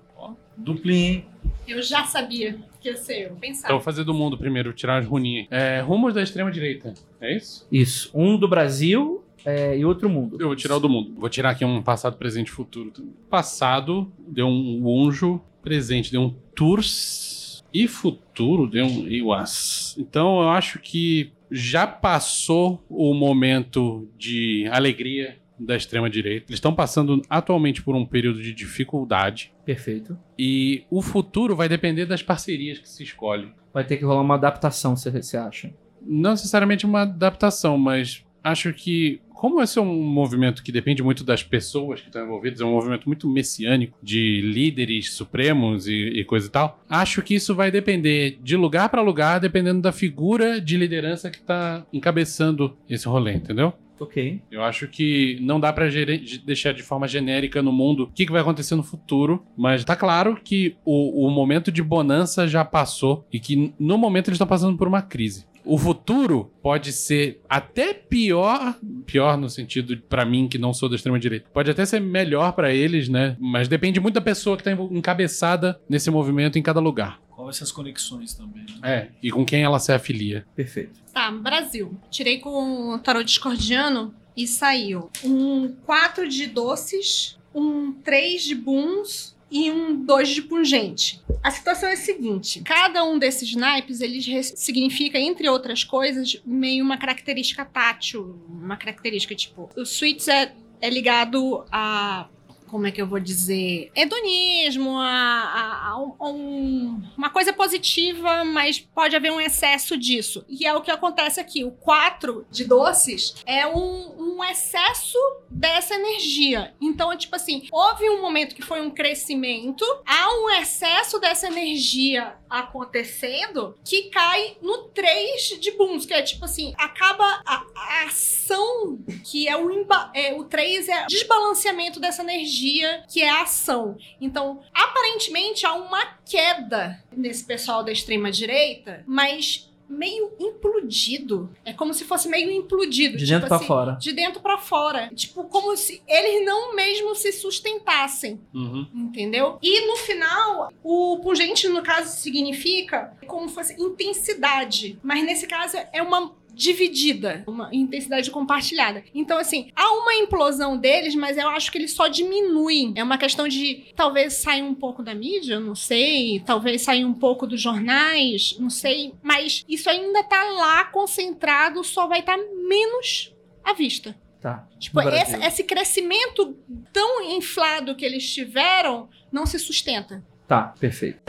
Duplinha, hein?
Eu já sabia que ia ser eu. Pensava.
Então vou fazer do mundo primeiro, tirar as runinhas. É, rumos da extrema direita, é isso?
Isso. Um do Brasil é, e outro mundo.
Eu vou tirar o do mundo. Vou tirar aqui um passado, presente e futuro. também. Passado deu um unjo, presente deu um turs e futuro deu um iwas. Então eu acho que já passou o momento de alegria da extrema direita. Eles estão passando atualmente por um período de dificuldade.
Perfeito.
E o futuro vai depender das parcerias que se escolhem.
Vai ter que rolar uma adaptação, você você acha?
não necessariamente uma adaptação, mas acho que como esse é um movimento que depende muito das pessoas que estão envolvidas, é um movimento muito messiânico de líderes supremos e, e coisa e tal, acho que isso vai depender de lugar para lugar, dependendo da figura de liderança que está encabeçando esse rolê, entendeu?
Ok.
Eu acho que não dá pra gere- de- deixar de forma genérica no mundo o que, que vai acontecer no futuro, mas tá claro que o, o momento de bonança já passou e que no momento eles estão passando por uma crise. O futuro pode ser até pior, pior no sentido pra mim que não sou da extrema direita. Pode até ser melhor pra eles, né? Mas depende muito da pessoa que tá envol- encabeçada nesse movimento em cada lugar.
Qual vai ser as conexões também? né?
É, e com quem ela se afilia.
Perfeito.
Tá, Brasil. Tirei com o tarô discordiano e saiu um 4 de doces, um 3 de buns e um 2 de pungente. A situação é a seguinte, cada um desses naipes, ele re- significa, entre outras coisas, meio uma característica tátil, uma característica tipo... O suítes é, é ligado a como é que eu vou dizer? Hedonismo, a, a- a um- um- uma coisa positiva, mas pode haver um excesso disso. E é o que acontece aqui. O 4 de doces é um, um excesso dessa energia. Então, é tipo assim, houve um momento que foi um crescimento, há um excesso dessa energia acontecendo que cai no 3 de booms, que é tipo assim, acaba a, a ação que é o, imba, é o 3 é desbalanceamento dessa energia que é a ação. Então, aparentemente há uma queda nesse pessoal da extrema direita, mas meio implodido. É como se fosse meio implodido,
De dentro
tipo
pra
assim,
fora.
de dentro pra fora, tipo como se eles não mesmo se sustentassem.
Uhum.
Entendeu? E no final, o pungente, no caso, significa como fosse intensidade. Mas nesse caso é uma dividida, uma intensidade compartilhada. Então, assim, há uma implosão deles, mas eu acho que eles só diminuem. É uma questão de talvez sair um pouco da mídia, eu não sei, talvez sair um pouco dos jornais, não sei, mas isso ainda tá lá concentrado, só vai estar menos à vista.
Tá.
Tipo,
No
esse,
Brasil.
esse crescimento tão inflado que eles tiveram não se sustenta.
Tá, perfeito.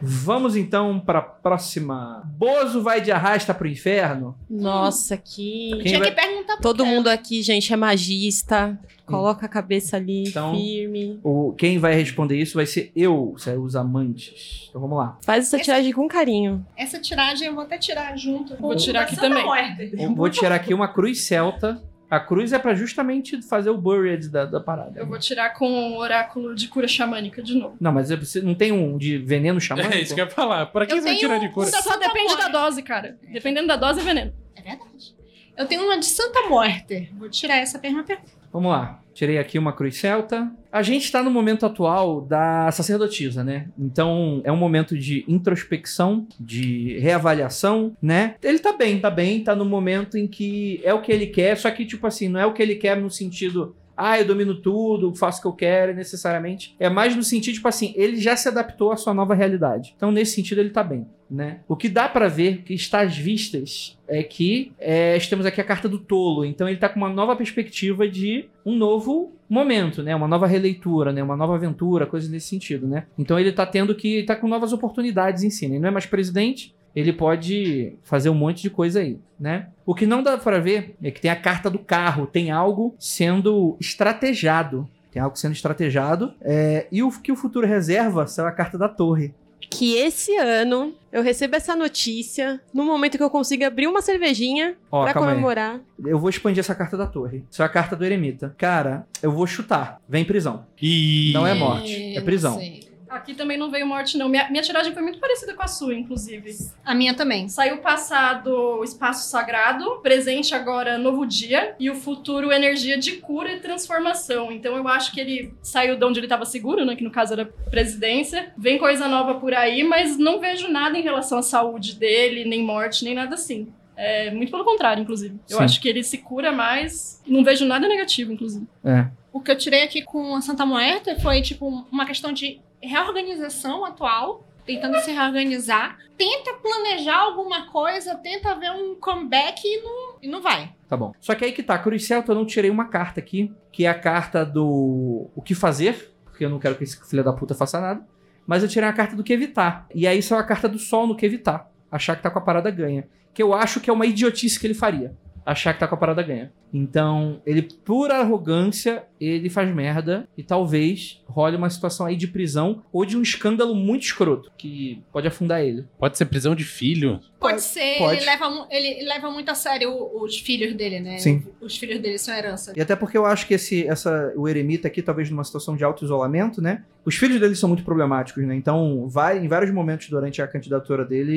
Vamos então pra próxima. Bozo vai de arrasta pro inferno?
Nossa, que.
Quem
Tinha
vai-
que perguntar
Todo
por quê.
mundo aqui, gente, é magista. Coloca a cabeça ali
Então-
firme.
O, quem vai responder isso vai ser eu, serão os amantes. Então vamos lá.
Faz essa
Esse-
tiragem com carinho.
Essa tiragem eu vou até tirar junto.
Vou tirar aqui
Santa
também.
Ordem.
Eu vou tirar aqui uma cruz celta. A cruz é pra justamente fazer o buried da, da parada.
Eu vou tirar com o oráculo de cura xamânica de novo.
Não, mas eu preciso- não tem um de veneno chamado?
É isso que eu ia falar. Pra que
Eu
você vai
tenho
tirar de cura?
um-
Só depende da dose, cara. Dependendo da dose é veneno.
É verdade. Eu tenho uma de Santa Morte. Vou tirar essa mesma pergunta.
Vamos lá. Tirei aqui uma cruz celta. A gente tá no momento atual da sacerdotisa, né? Então é um momento de introspecção, de reavaliação, né? Ele tá bem, tá bem, tá no momento em que é o que ele quer, só que, tipo assim, não é o que ele quer no sentido. Ah, eu domino tudo, faço o que eu quero, necessariamente. É mais no sentido, tipo assim, ele já se adaptou à sua nova realidade. Então, nesse sentido, ele tá bem, né? O que dá pra ver, que está às vistas, é que é, temos aqui a carta do tolo. Então ele tá com uma nova perspectiva de um novo momento, né? Uma nova releitura, né? Uma nova aventura, coisas nesse sentido, né? Então ele tá tendo que. tá com novas oportunidades em si. né? Ele não é mais presidente, ele pode fazer um monte de coisa aí, né? O que não dá pra ver é que tem a carta do carro, tem algo sendo estrategado. Tem algo sendo estrategado. é, e o que o futuro reserva será a carta da torre.
Que esse ano eu recebo essa notícia no momento que eu consiga abrir uma cervejinha
Ó,
pra
calma aí.
comemorar.
Eu vou expandir essa carta da torre. Isso é a carta do eremita. Cara, eu vou chutar. Vem prisão.
E...
Não é morte, é
Não
prisão.
sei.
Aqui também não veio morte, não. Minha, minha tiragem foi muito parecida com a sua, inclusive.
A minha também.
Saiu passado espaço sagrado, presente agora novo dia, e o futuro energia de cura e transformação. Então eu acho que ele saiu de onde ele estava seguro, né? Que no caso era presidência. Vem coisa nova por aí, mas não vejo nada em relação à saúde dele, nem morte, nem nada assim. É, muito pelo contrário, inclusive. Eu
Sim.
acho que ele se cura mais. Não vejo nada negativo, inclusive.
É.
O que eu tirei aqui com a Santa Moeta foi, tipo, uma questão de reorganização atual, tentando se reorganizar. Tenta planejar alguma coisa, tenta ver um comeback e não, e não vai.
Tá bom. Só que aí que tá, Cruz Celta, eu não tirei uma carta aqui, que é a carta do o que fazer, porque eu não quero que esse filho da puta faça nada. Mas eu tirei a carta do que evitar. E aí isso é a carta do sol no que evitar. Achar que tá com a parada ganha. Que eu acho que é uma idiotice que ele faria. Achar que tá com a parada ganha. Então, ele, por arrogância, ele faz merda e talvez role uma situação aí de prisão ou de um escândalo muito escroto, que pode afundar ele.
Pode ser prisão de filho?
Pode ser,
pode.
Ele, leva, mu- ele leva muito a sério o- os filhos dele, né?
Sim.
Os filhos dele são herança.
E até porque eu acho que esse, essa, o eremita aqui, talvez numa situação de auto isolamento, né? Os filhos dele são muito problemáticos, né? Então, vai, em vários momentos durante a candidatura dele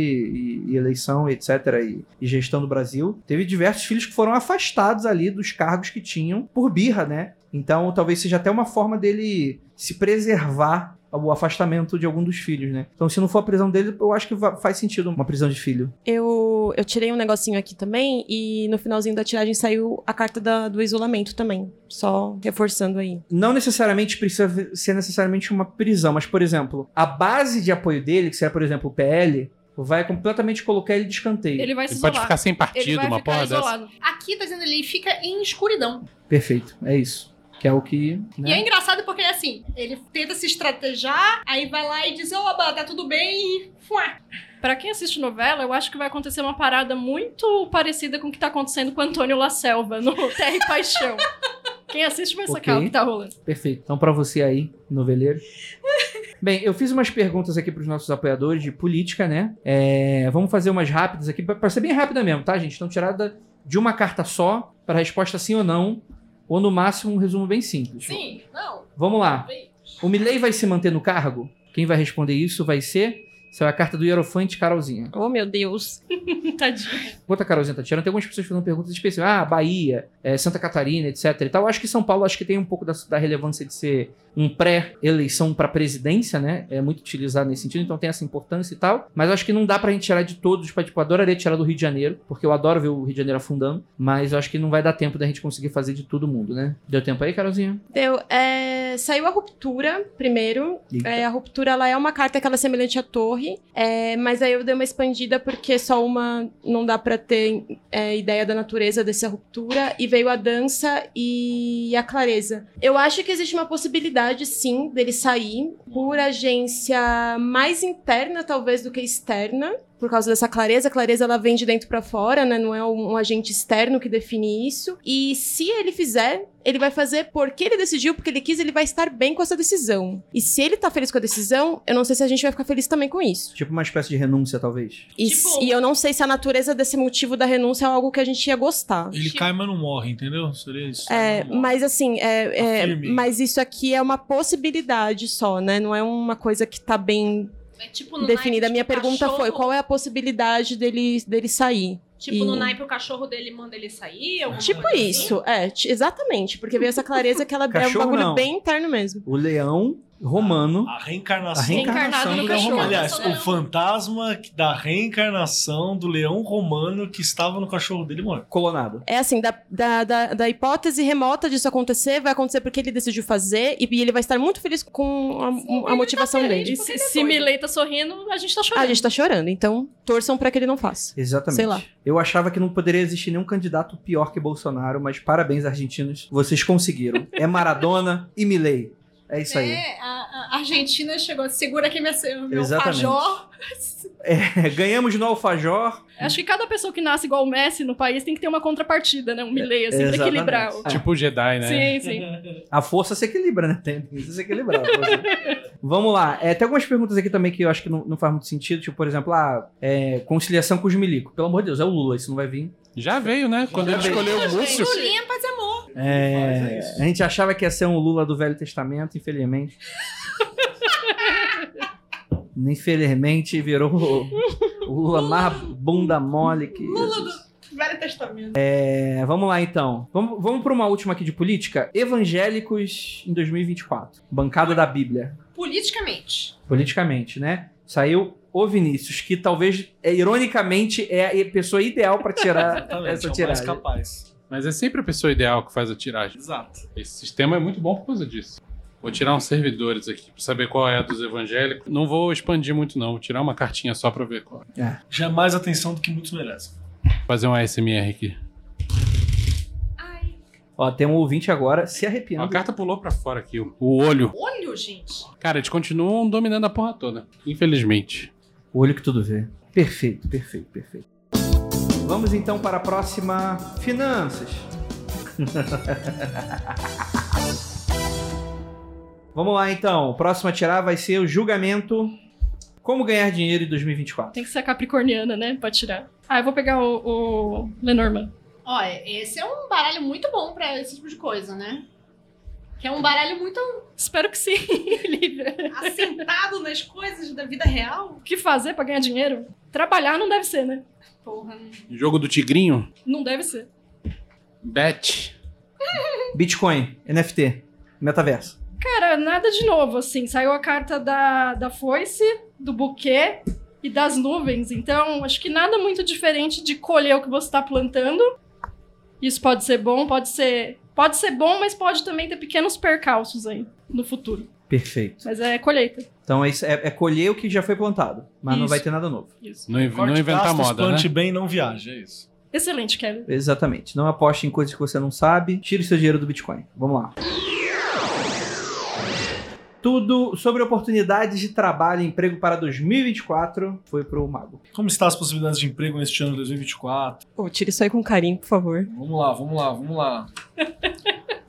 e, e eleição, etc., e, e gestão do Brasil, teve diversos filhos que foram afastados ali dos cargos que tinham por birra, né? Então, talvez seja até uma forma dele se preservar o afastamento de algum dos filhos, né? Então, se não for a prisão dele, eu acho que va- faz sentido uma prisão de filho.
Eu, eu tirei um negocinho aqui também e no finalzinho da tiragem saiu a carta da- do isolamento também. Só reforçando aí.
não necessariamente precisa ser necessariamente uma prisão, mas, por exemplo, a base de apoio dele, que será, por exemplo, o PL, vai completamente colocar ele de escanteio.
Ele vai se
Ele
isolar.
pode ficar sem
ele
partido,
vai
uma
ficar
porra dessa.
isolado.
Aqui tá dizendo ele fica em escuridão.
Perfeito, é isso. Que é o que. né?
E é engraçado porque, assim, ele tenta se estratejar, aí vai lá e diz, oba, tá tudo bem, e... fuá.
Pra quem assiste novela, eu acho que vai acontecer uma parada muito parecida com o que tá acontecendo com Antônio La Selva no Terra e Paixão. Quem assiste vai
Ok.
sacar o que tá rolando.
Perfeito. Então, pra você aí, noveleiro. Bem, eu fiz umas perguntas aqui pros nossos apoiadores de política, né? É, vamos fazer umas rápidas aqui, pra- pra ser bem rápida mesmo, tá, gente? Então, tirada de uma carta só, para resposta sim ou não, ou no máximo um resumo bem simples.
Sim, não,
Vamos lá.
bem.
O Milley vai se manter no cargo? Quem vai responder isso vai ser. Isso é a carta do Hierofante Carolzinha.
Oh, meu Deus.
Tadinho.
Outra Carolzinha tá tirando. Tem algumas pessoas fazendo perguntas específicas. Ah, Bahia, eh, Santa Catarina, etc. E tal. Acho que São Paulo acho que tem um pouco da, da relevância de ser um pré-eleição para presidência, né? É muito utilizado nesse sentido, então tem essa importância e tal. Mas acho que não dá pra gente tirar de todos. Tipo, eu adoraria tirar do Rio de Janeiro, porque eu adoro ver o Rio de Janeiro afundando. Mas eu acho que não vai dar tempo da gente conseguir fazer de todo mundo, né? Deu tempo aí, Carolzinha?
Deu. é, saiu a ruptura primeiro. É, a ruptura ela é uma carta que ela é semelhante à torre, é, mas aí eu dei uma expandida porque só uma não dá pra ter é, ideia da natureza dessa ruptura e veio a dança e a clareza. Eu acho que existe uma possibilidade sim dele sair por agência mais interna talvez do que externa. Por causa dessa clareza, a clareza ela vem de dentro pra fora, né? Não é um, um agente externo que define isso. E se ele fizer, ele vai fazer porque ele decidiu, porque ele quis, ele vai estar bem com essa decisão. E se ele tá feliz com a decisão, eu não sei se a gente vai ficar feliz também com isso.
Tipo uma espécie de renúncia, talvez.
E,
Tipo-
se- e eu não sei se a natureza desse motivo da renúncia é algo que a gente ia gostar.
Ele cai, mas não morre, entendeu? Seria isso.
É,
Não morre.
mas assim, é- é-
Afirme.
mas isso aqui é uma possibilidade só, né? Não é uma coisa que tá bem
É tipo no
definida. A
naipe
minha
de
pergunta
cachorro,
foi: qual é a possibilidade dele, dele sair?
Tipo,
e-
no naipe o cachorro dele manda ele sair, alguma
Tipo
coisa assim?
isso, é, t- exatamente, porque veio essa clareza que ela é um
Cachorro
bagulho
não.
bem interno mesmo.
O leão romano.
A reencarnação.
A reencarnação
Reencarnado no
do
cachorro.
Romano.
Aliás,
Não.
o fantasma da reencarnação do leão romano que estava no cachorro dele morreu.
Colonado.
É assim, da, da, da, da hipótese remota disso acontecer, vai acontecer porque ele decidiu fazer e, e ele vai estar muito feliz com a,
Sim,
a
ele
motivação
tá feliz,
dele.
tipo-
Se,
ele é
se
doido.
Milei tá sorrindo, a gente tá
Ah,
chorando.
a gente tá chorando, então torçam pra que ele não faça.
Exatamente.
Sei lá.
Eu achava que não poderia existir nenhum candidato pior que Bolsonaro, mas parabéns, argentinos. Vocês conseguiram. É Maradona e Milley. É isso aí.
É, a, a Argentina chegou, segura aqui minha, meu
Exatamente.
pajó.
É, ganhamos no Alfajor.
Acho que cada pessoa que nasce igual o Messi no país tem que ter uma contrapartida, né? Um Milei, assim, pra
Exatamente.
equilibrar. o-
É.
Tipo Jedi, né?
Sim, sim.
A força se equilibra, né? Tem que se equilibrar. a força. Vamos lá. É, tem algumas perguntas aqui também que eu acho que não, não faz muito sentido. Tipo, por exemplo, ah, é, conciliação com os milico. Pelo amor de Deus, é o Lula, isso não vai vir.
Já veio, né? Quando ele
veio.
escolheu o Múcio.
Julinha, paz e amor.
É,
Mas é isso.
a gente achava que ia ser um Lula do Velho Testamento, infelizmente. infelizmente virou o Lula mais bunda mole que.
Lula do Velho Testamento.
É, vamos lá então. Vamos, vamos para uma última aqui de política. Evangélicos em 2024. Bancada da Bíblia.
Politicamente.
Politicamente, né? Saiu o Vinícius, que talvez, é, ironicamente, é a pessoa ideal para tirar
Exatamente,
essa
é o mais
tiragem.
capaz.
Mas é sempre a pessoa ideal que faz a tiragem.
Exato.
Esse sistema é muito bom por causa disso. Vou tirar uns servidores aqui pra saber qual é a dos evangélicos. Não vou expandir muito, não. Vou tirar uma cartinha só pra ver qual.
Já é mais atenção do que muitos merecem.
Fazer um ASMR aqui.
Ai,
Ó, tem um ouvinte agora se
Ó, A
arrepiando.
carta pulou pra fora aqui. ó. O olho.
olho, gente.
Cara, eles continuam dominando a porra toda. Infelizmente.
O olho que tudo vê. Perfeito, perfeito, perfeito. Vamos então para a próxima finanças. Vamos lá então. Próxima tirar vai ser o julgamento como ganhar dinheiro em 2024.
Tem que ser a capricorniana, né? Pra tirar. Ah, eu vou pegar o, o Lenormand.
Olha, esse é um baralho muito bom pra esse tipo de coisa, né? Que é um baralho muito
Espero que sim, Lívia.
assentado nas coisas da vida real.
O que fazer pra ganhar dinheiro? Trabalhar não deve ser, né?
Porra, não
Jogo do Tigrinho?
Não deve ser.
Bet.
Bitcoin, NFT, metaverso.
Cara, nada de novo, assim. Saiu a carta da, da foice, do buquê e das nuvens. Então, acho que nada muito diferente de colher o que você tá plantando. Isso pode ser bom, pode ser. Pode ser bom, mas pode também ter pequenos percalços aí no futuro.
Perfeito.
Mas é colheita.
Então é, isso, é- é colher o que já foi plantado, mas não
Isso.
vai ter nada novo.
Isso.
Não, inv- não
Corte
inventar
gastos,
moda, né?
plante bem, não viaja, é isso.
Excelente, Kelly.
Exatamente. Não aposte em coisas que você não sabe. Tire seu dinheiro do Bitcoin. Vamos lá. tudo sobre oportunidades de trabalho e emprego para 2024 foi pro Mago.
Como estão as possibilidades de emprego neste ano de 2024?
Pô, tira isso aí com carinho, por favor.
Vamos lá, vamos lá, vamos lá.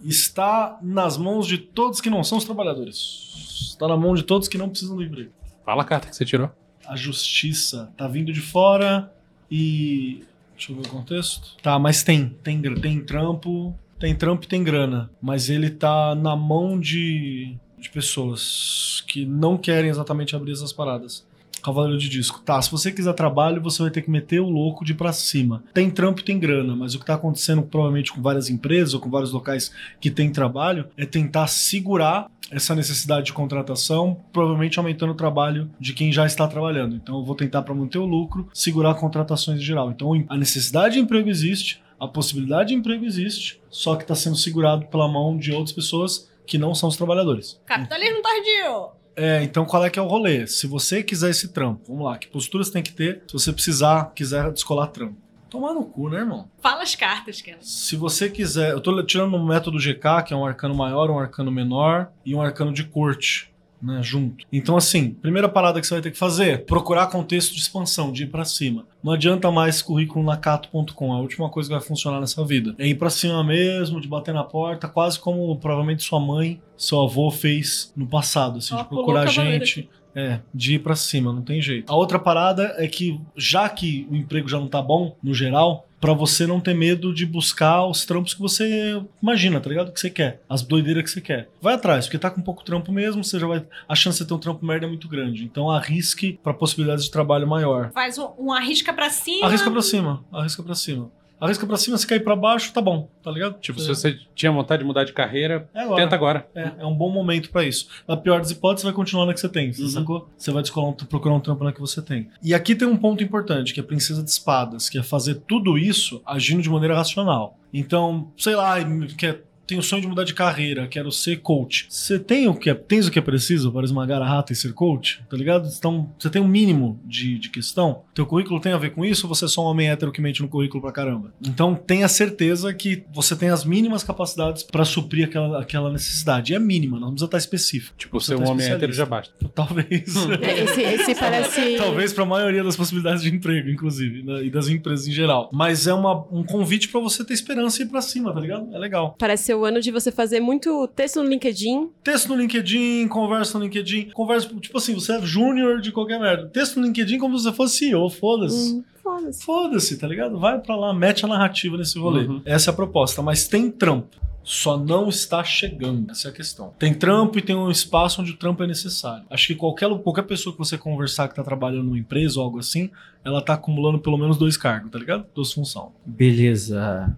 Está nas mãos de todos que não são os trabalhadores. Está na mão de todos que não precisam do emprego.
Fala a carta que você tirou.
A justiça tá vindo de fora e. Deixa eu ver o contexto. Tá, mas tem. Tem, gr- tem trampo. Tem trampo e tem grana. Mas ele tá na mão de, de pessoas que não querem exatamente abrir essas paradas. Cavaleiro de disco. Tá, se você quiser trabalho, você vai ter que meter o louco de ir pra cima. Tem trampo e tem grana, mas o que tá acontecendo provavelmente com várias empresas ou com vários locais que tem trabalho é tentar segurar essa necessidade de contratação, provavelmente aumentando o trabalho de quem já está trabalhando. Então eu vou tentar para manter o lucro, segurar contratações em geral. Então a necessidade de emprego existe, a possibilidade de emprego existe, só que está sendo segurado pela mão de outras pessoas que não são os trabalhadores.
Capitalismo tardio.
É, então qual é que é o rolê? Se você quiser esse trampo, vamos lá, que postura você tem que ter se você precisar, quiser descolar trampo. Tomar no cu, né, irmão?
Fala as cartas, Kenan.
Se você quiser, eu tô tirando um método GK, que é um arcano maior, um arcano menor e um arcano de corte. Né, junto. Então, assim, primeira parada que você vai ter que fazer, procurar contexto de expansão, de ir pra cima. Não adianta mais currículo na cato.com, é a última coisa que vai funcionar nessa vida. É ir pra cima mesmo, de bater na porta, quase como provavelmente sua mãe, seu avô fez no passado, assim,
Ela
de
pulou
procurar
o cavaleiro
gente. É, de ir pra cima, não tem jeito. A outra parada é que, já que o emprego já não tá bom, no geral, pra você não ter medo de buscar os trampos que você imagina, tá ligado? Que você quer, as doideiras que você quer. Vai atrás, porque tá com pouco trampo mesmo, você já vai. A chance de ter um trampo merda é muito grande. Então arrisque pra possibilidades de trabalho maior.
Faz um, um arrisca pra cima.
Arrisca pra cima, arrisca pra cima. Arrisca pra cima, se cair pra baixo, tá bom, tá ligado?
Tipo, se você tinha vontade de mudar de carreira,
É agora.
tenta agora.
É, é um bom momento pra isso. Na pior das hipóteses, você vai continuar na que você tem, você
Uhum.
sacou? Você vai descolar um- procurar um trampo na que você tem. E aqui tem um ponto importante, que é a princesa de espadas, que é fazer tudo isso agindo de maneira racional. Então, sei lá, quer, tenho o sonho de mudar de carreira, quero ser coach. Você tem o que é, tens o que é preciso para esmagar a rata e ser coach? Tá ligado? Então, você tem um mínimo de, de questão. Teu currículo tem a ver com isso ou você é só um homem hétero que mente no currículo pra caramba? Então, tenha certeza que você tem as mínimas capacidades pra suprir aquela, aquela necessidade. E é mínima, não precisa estar específico.
Tipo,
Você
ser
tá
um homem
especialista.
hétero já Hum. basta.
Talvez.
É, Esse, esse parece.
Talvez para a maioria das possibilidades de emprego, inclusive, né, e das empresas em geral. Mas é uma- um convite pra você ter esperança e ir pra cima, tá ligado? É legal.
Parece ser o ano de você fazer muito texto no LinkedIn.
Texto no LinkedIn, conversa no LinkedIn, conversa, tipo assim, você é júnior de qualquer merda. Texto no LinkedIn como se você fosse CEO, foda-se.
Hum, Foda-se.
Foda-se, tá ligado? Vai pra lá, mete a narrativa nesse rolê.
Uhum.
Essa é a proposta, mas tem trampo. Só não está chegando. Essa é a questão. Tem trampo e tem um espaço onde o trampo é necessário. Acho que qualquer, qualquer pessoa que você conversar que tá trabalhando numa empresa ou algo assim, ela tá acumulando pelo menos dois cargos, tá ligado? Duas funções.
Beleza.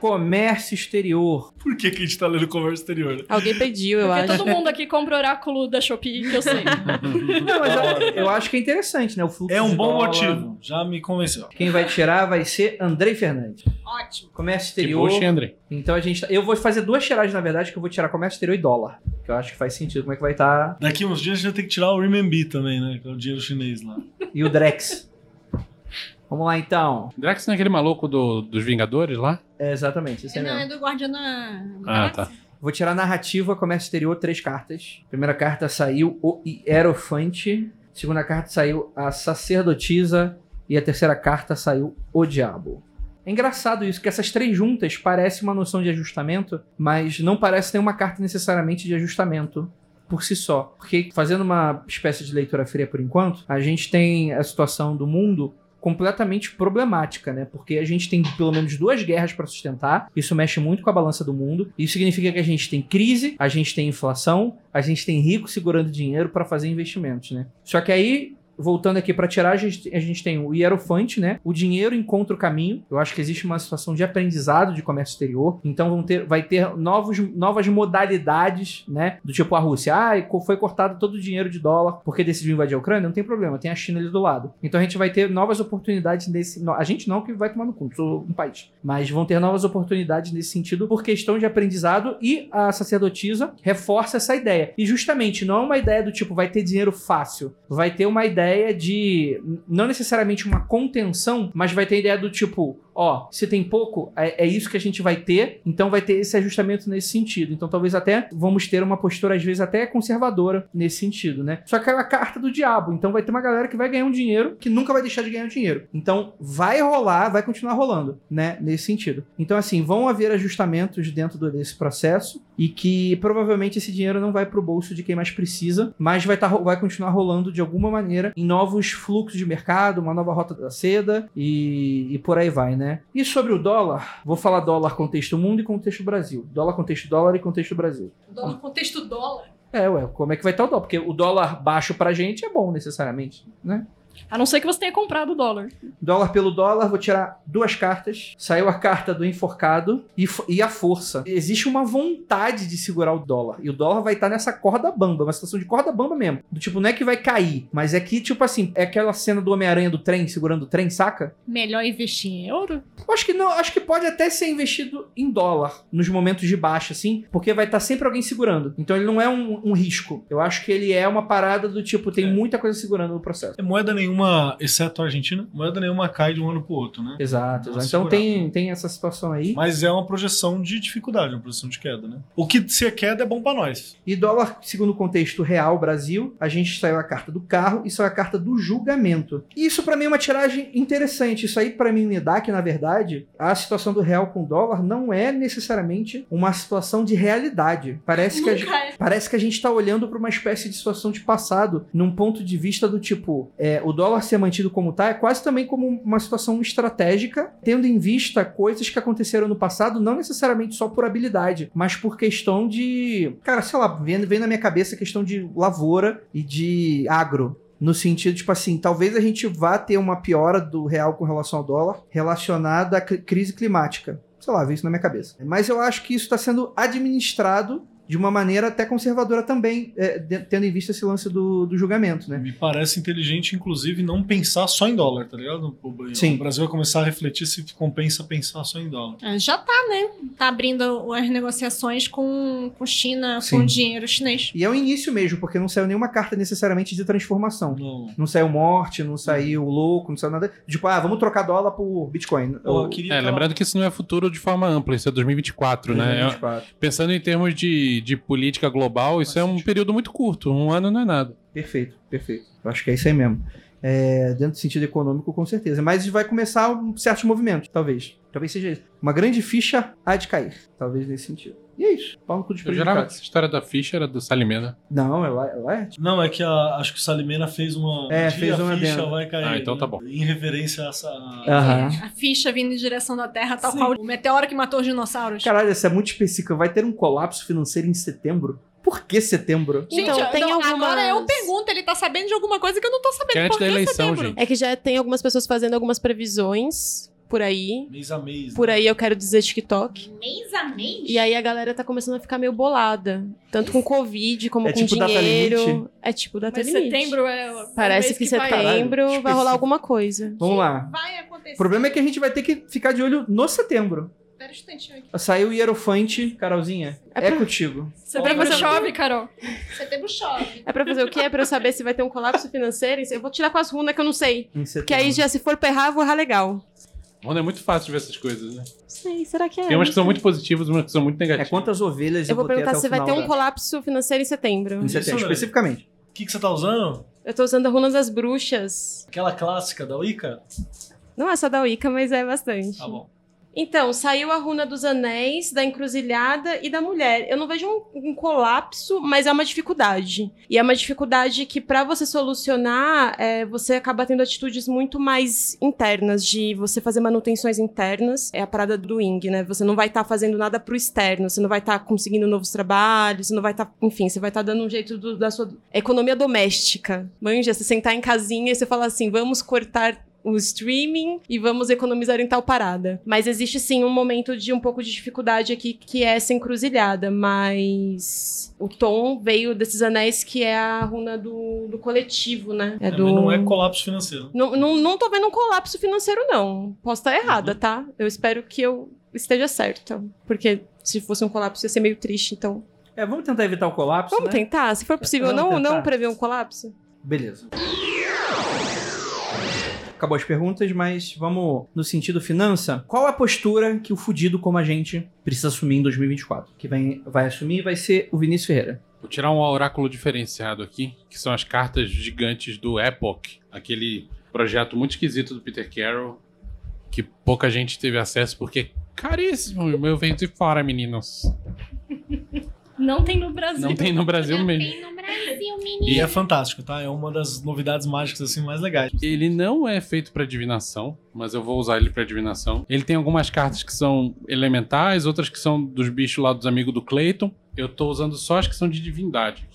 Comércio exterior.
Por que, que a gente tá lendo conversa exterior, né?
Alguém pediu, eu
Porque
acho.
todo mundo aqui compra oráculo da Shopee, que eu sei.
Não, mas eu, eu acho que é interessante, né? O fluxo
É um
de
bom
dólar.
motivo. Já me convenceu.
Quem vai tirar vai ser Andrei Fernandes.
Ótimo.
Comércio
Que
exterior.
poxa, André.
Então a gente. tá- Eu vou fazer duas tiragens, na verdade, que eu vou tirar comércio exterior e dólar. Que eu acho que faz sentido. Como é que vai estar.
Daqui uns dias a gente vai ter que tirar o Remembi também, né? Que é o dinheiro chinês lá.
E o Drex. Vamos lá então.
Drax não é aquele maluco do- dos Vingadores lá?
É, exatamente, isso é
Não,
mesmo.
é assim. do Guardião na.
Ah, tá.
Vou tirar narrativa, comércio exterior, três cartas. Primeira carta saiu o Hierofante. Segunda carta saiu a Sacerdotisa. E a terceira carta saiu o Diabo. É engraçado isso, que essas três juntas parecem uma noção de ajustamento, mas não parece nenhuma carta necessariamente de ajustamento por si só. Porque fazendo uma espécie de leitura fria por enquanto, a gente tem a situação do mundo completamente problemática, né? Porque a gente tem pelo menos duas guerras para sustentar, isso mexe muito com a balança do mundo. Isso significa que a gente tem crise, a gente tem inflação, a gente tem rico segurando dinheiro para fazer investimentos, né? Só que aí Voltando aqui para tirar, a gente, a gente tem o hierofante, né? O dinheiro encontra o caminho. Eu acho que existe uma situação de aprendizado de comércio exterior. Então vão ter, vai ter novos, novas modalidades, né? Do tipo a Rússia. Ah, e co- foi cortado todo o dinheiro de dólar porque decidiu invadir a Ucrânia. Não tem problema, tem a China ali do lado. Então a gente vai ter novas oportunidades nesse. no- A gente não, que vai tomar no cu, sou um país. Mas vão ter novas oportunidades nesse sentido por questão de aprendizado e a sacerdotisa reforça essa ideia. E justamente não é uma ideia do tipo vai ter dinheiro fácil, vai ter uma ideia de não necessariamente uma contenção, mas vai ter ideia do tipo, ó, se tem pouco, é, é isso que a gente vai ter, então vai ter esse ajustamento nesse sentido. Então talvez até vamos ter uma postura, às vezes, até conservadora nesse sentido, né? Só que é a carta do diabo, então vai ter uma galera que vai ganhar um dinheiro que nunca vai deixar de ganhar um dinheiro. Então vai rolar, vai continuar rolando, né? Nesse sentido. Então, assim, vão haver ajustamentos dentro do- desse processo e que provavelmente esse dinheiro não vai pro bolso de quem mais precisa, mas vai, tá, ro- vai continuar rolando de alguma maneira em novos fluxos de mercado, uma nova rota da seda e, e por aí vai, né? E sobre o dólar, vou falar dólar contexto mundo e contexto Brasil. Dólar contexto dólar e contexto Brasil.
No contexto dólar.
É, ué, como é que vai estar o dólar? Porque o dólar baixo pra gente é bom necessariamente, né?
A não ser que você tenha comprado o dólar.
Dólar pelo dólar, vou tirar duas cartas. Saiu a carta do enforcado e, fo- e a força. Existe uma vontade de segurar o dólar. E o dólar vai estar nessa corda bamba, uma situação de corda bamba mesmo. Do tipo, não é que vai cair, mas é que, tipo assim, é aquela cena do Homem-Aranha do trem segurando o trem, saca?
Melhor investir em euro?
Eu Acho que não, acho que pode até ser investido em dólar nos momentos de baixa, assim, porque vai estar sempre alguém segurando. Então ele não é um, um risco. Eu acho que ele é uma parada do tipo, tem
É.
muita coisa segurando no processo.
Moeda nenhuma, exceto a Argentina, moeda nenhuma cai de um ano pro outro, né?
Exato, exato. Então
Segurar.
tem, tem essa situação aí.
Mas é uma projeção de dificuldade, uma projeção de queda, né? O que se é queda é bom pra nós.
E dólar, segundo o contexto real Brasil, a gente saiu a carta do carro e saiu a carta do julgamento. E isso pra mim é uma tiragem interessante. Isso aí pra mim me dá que na verdade a situação do real com o dólar não é necessariamente uma situação de realidade. Parece que a gente,
Nunca é.
parece que a gente tá olhando pra uma espécie de situação de passado, num ponto de vista do tipo, é, o dólar ser mantido como tá é quase também como uma situação estratégica, tendo em vista coisas que aconteceram no passado, não necessariamente só por habilidade, mas por questão de. Cara, sei lá, vem, vem na minha cabeça a questão de lavoura e de agro. No sentido, tipo assim, talvez a gente vá ter uma piora do real com relação ao dólar relacionada à cri- crise climática. Sei lá, veio isso na minha cabeça. Mas eu acho que isso está sendo administrado de uma maneira até conservadora também, é, de- tendo em vista esse lance do, do julgamento, né?
Me parece inteligente, inclusive, não pensar só em dólar, tá ligado? O,
Sim.
o Brasil vai começar a refletir se compensa pensar só em dólar.
Ah, Já tá, né? Tá abrindo as negociações com, com China, com
Sim.
dinheiro chinês.
E é o início mesmo, porque não saiu nenhuma carta necessariamente de transformação.
Não.
Não saiu morte, não saiu louco, não saiu nada. Tipo, ah, vamos trocar dólar por Bitcoin.
Eu
Ou-
queria
É,
falar-
lembrando que isso não é futuro de forma ampla, isso é 2024, né?
Uhum.
É-
2024.
Pensando em termos de, de política global, isso é um período muito curto, um ano não é nada.
Perfeito, perfeito. Eu acho que é isso aí mesmo. É, dentro do sentido econômico, com certeza. Mas vai começar um certo movimento, talvez. Talvez seja isso. Uma grande ficha há de cair. Talvez nesse sentido. E é isso. Paulo com
Eu jurava que
desprejudicados.
essa história da ficha era do Salimena.
Não, é lá, é lá.
Não, é que a- acho que o Salimena fez uma.
É,
um dia
fez uma
a ficha
adendo.
vai cair. né?
Ah, então tá bom.
Em referência a essa.
Aham.
É, A ficha vindo em direção da Terra, tal qual o meteoro que matou os dinossauros.
Caralho, isso é muito específico. Vai ter um colapso financeiro em setembro? Por que setembro?
Então,
eu-
tem
não,
algumas-
agora eu pergunto, ele tá sabendo de alguma coisa que eu não tô sabendo.
Que é antes
Por
da eleição,
setembro?
gente.
É que já tem algumas pessoas fazendo algumas previsões por aí.
É.
Mês a mês.
Por
né?
aí eu quero dizer TikTok.
Mês a mês?
E aí a galera tá começando a ficar meio bolada. Tanto com Covid, como
É
com
tipo data
dinheiro.
limite?
É tipo data
Mas
limite.
setembro é. o
Parece
mês
que, tá
vai-
setembro
Caralho,
vai rolar
específico.
alguma coisa.
Vamos lá.
Vai
O
acontecer.
problema é que a gente vai ter que ficar de olho no setembro.
Espera um instantinho aqui.
Saiu o Hierofante, Carolzinha. É, contigo.
Setembro
Olha,
chove, Carol.
Setembro chove.
É pra fazer o quê? É pra eu saber se vai ter um colapso financeiro? Eu vou tirar com as runas que eu não sei.
Em setembro.
Porque aí já se for pra errar, eu vou errar legal.
Mano, é muito fácil de ver essas coisas, né?
Não sei, será que é?
Tem umas que são
Não sei.
muito positivas, umas que são muito
É
negativas.
quantas ovelhas eu,
Eu vou
botei
perguntar
até o
se vai ter
final
um
da-
colapso financeiro em setembro.
Em setembro,
Isso, né?
especificamente.
O que, que você tá usando?
Eu tô usando a runa das bruxas.
Aquela clássica da Wicca?
Não é só da Wicca, mas é bastante.
Tá bom.
Então, saiu a runa dos anéis, da encruzilhada e da mulher. Eu não vejo um, um colapso, mas é uma dificuldade. E é uma dificuldade que, pra você solucionar, é, você acaba tendo atitudes muito mais internas, de você fazer manutenções internas. É a parada do Ing, né? Você não vai estar fazendo nada pro externo, você não vai estar conseguindo novos trabalhos, você não vai estar. enfim, você vai estar dando um jeito do- da sua economia doméstica. Manja, você sentar em casinha e você falar assim: vamos cortar o streaming e vamos economizar em tal parada. Mas existe sim um momento de um pouco de dificuldade aqui que é essa encruzilhada, mas o tom veio desses anéis que é a runa do, do coletivo, né? É
É,
do...
mas não é colapso financeiro.
não, não, não tô vendo um colapso financeiro, não. Posso estar errada, tá? Eu espero que eu esteja certa. Porque se fosse um colapso ia ser meio triste, então.
É, vamos tentar evitar o colapso,
Vamos
né?
tentar, se for possível,
Vamos
não, não
tentar.
prever um colapso.
Beleza. acabou as perguntas, mas vamos no sentido finança. Qual a postura que o fudido como a gente precisa assumir em 2024? Que vem, vai assumir vai ser o Vinícius Ferreira.
Vou tirar um oráculo diferenciado aqui, que são as cartas gigantes do Epoch, aquele projeto muito esquisito do Peter Carroll, que pouca gente teve acesso porque é caríssimo. O meu veio de fora, meninos.
Não tem no Brasil.
Não tem no
é
Brasil mesmo.
no Brasil,
E é fantástico, tá? É uma das novidades mágicas assim mais legais.
Ele não é feito pra divinação, mas eu vou usar ele pra divinação. Ele tem algumas cartas que são elementais, outras que são dos bichos lá dos amigos do Clayton. Eu tô usando só as que são de divindade.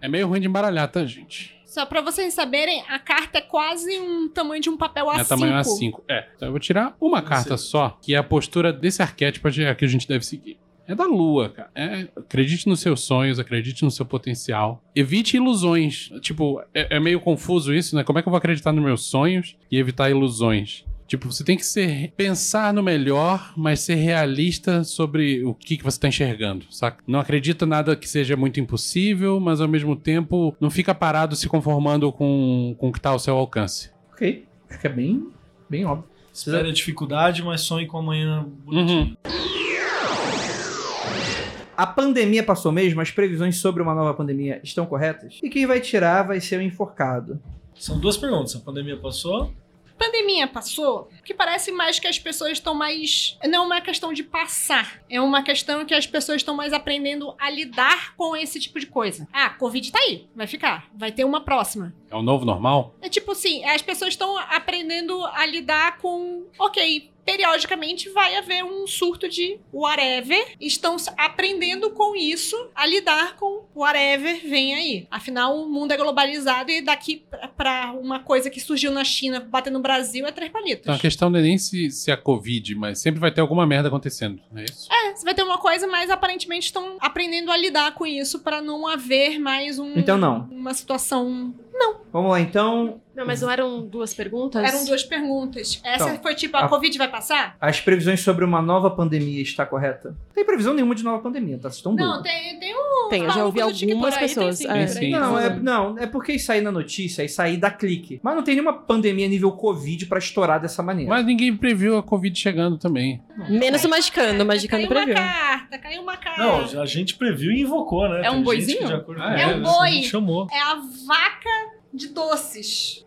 É meio ruim de embaralhar, tá, gente?
Só pra vocês saberem, a carta é quase um tamanho de um papel
É
A5.
tamanho A5. É. Então eu vou tirar uma carta só, que é a postura desse arquétipo de- que a gente deve seguir. É da lua, cara. É, acredite nos seus sonhos, acredite no seu potencial. Evite ilusões. Tipo, é, é meio confuso isso, né? Como é que eu vou acreditar nos meus sonhos e evitar ilusões? Tipo, você tem que ser, pensar no melhor, mas ser realista sobre o que, que você está enxergando, saca? Não acredita nada que seja muito impossível, mas ao mesmo tempo não fica parado se conformando com, com o que está ao seu alcance.
Ok. Acho que é bem, bem óbvio.
Espera a dificuldade, mas sonhe com amanhã bonitinho.
A pandemia passou mesmo? As previsões sobre uma nova pandemia estão corretas? E quem vai tirar vai ser o enforcado.
São duas perguntas. A pandemia passou?
pandemia passou, o que parece mais que as pessoas estão mais. Não é uma questão de passar, é uma questão que as pessoas estão mais aprendendo a lidar com esse tipo de coisa. Ah, Covid tá aí, vai ficar, vai ter uma próxima.
É o novo normal?
É tipo assim, as pessoas estão aprendendo a lidar com, ok, periodicamente vai haver um surto de whatever. Estão s- aprendendo com isso a lidar com whatever vem aí. Afinal, o mundo é globalizado e daqui pra- pra uma coisa que surgiu na China bater no Brasil é três palitos.
Então a questão não é nem se, se é a Covid, mas sempre vai ter alguma merda acontecendo, não é isso?
É, você vai ter uma coisa, mas aparentemente estão aprendendo a lidar com isso pra não haver mais um-
Então não.
uma situação.
Vamos lá, então.
Não, mas não eram duas perguntas?
Eram duas perguntas. Essa
Então,
foi tipo, a
a-
Covid vai passar?
As previsões sobre uma nova pandemia está correta? Não tem previsão nenhuma de nova pandemia, tá? Vocês estão
Não,
doidos.
tem, tem
Tem, eu já ouvi
Maluco do TikTok,
algumas
aí tem
pessoas.
sim,
é.
Tem sim.
Não, é,
Uhum.
não, é porque isso aí na notícia, isso aí dá clique. Mas não tem nenhuma pandemia nível Covid pra estourar dessa maneira.
Mas ninguém previu a Covid chegando também.
Menos o Magicando, o Magicando
caiu
previu.
É. uma carta, caiu uma carta.
Não, a gente previu e invocou, né?
É um
gente
boizinho?
que, de acordo
Ah,
com
é?
isso,
É um
a
boi.
gente chamou.
É a vaca de doces.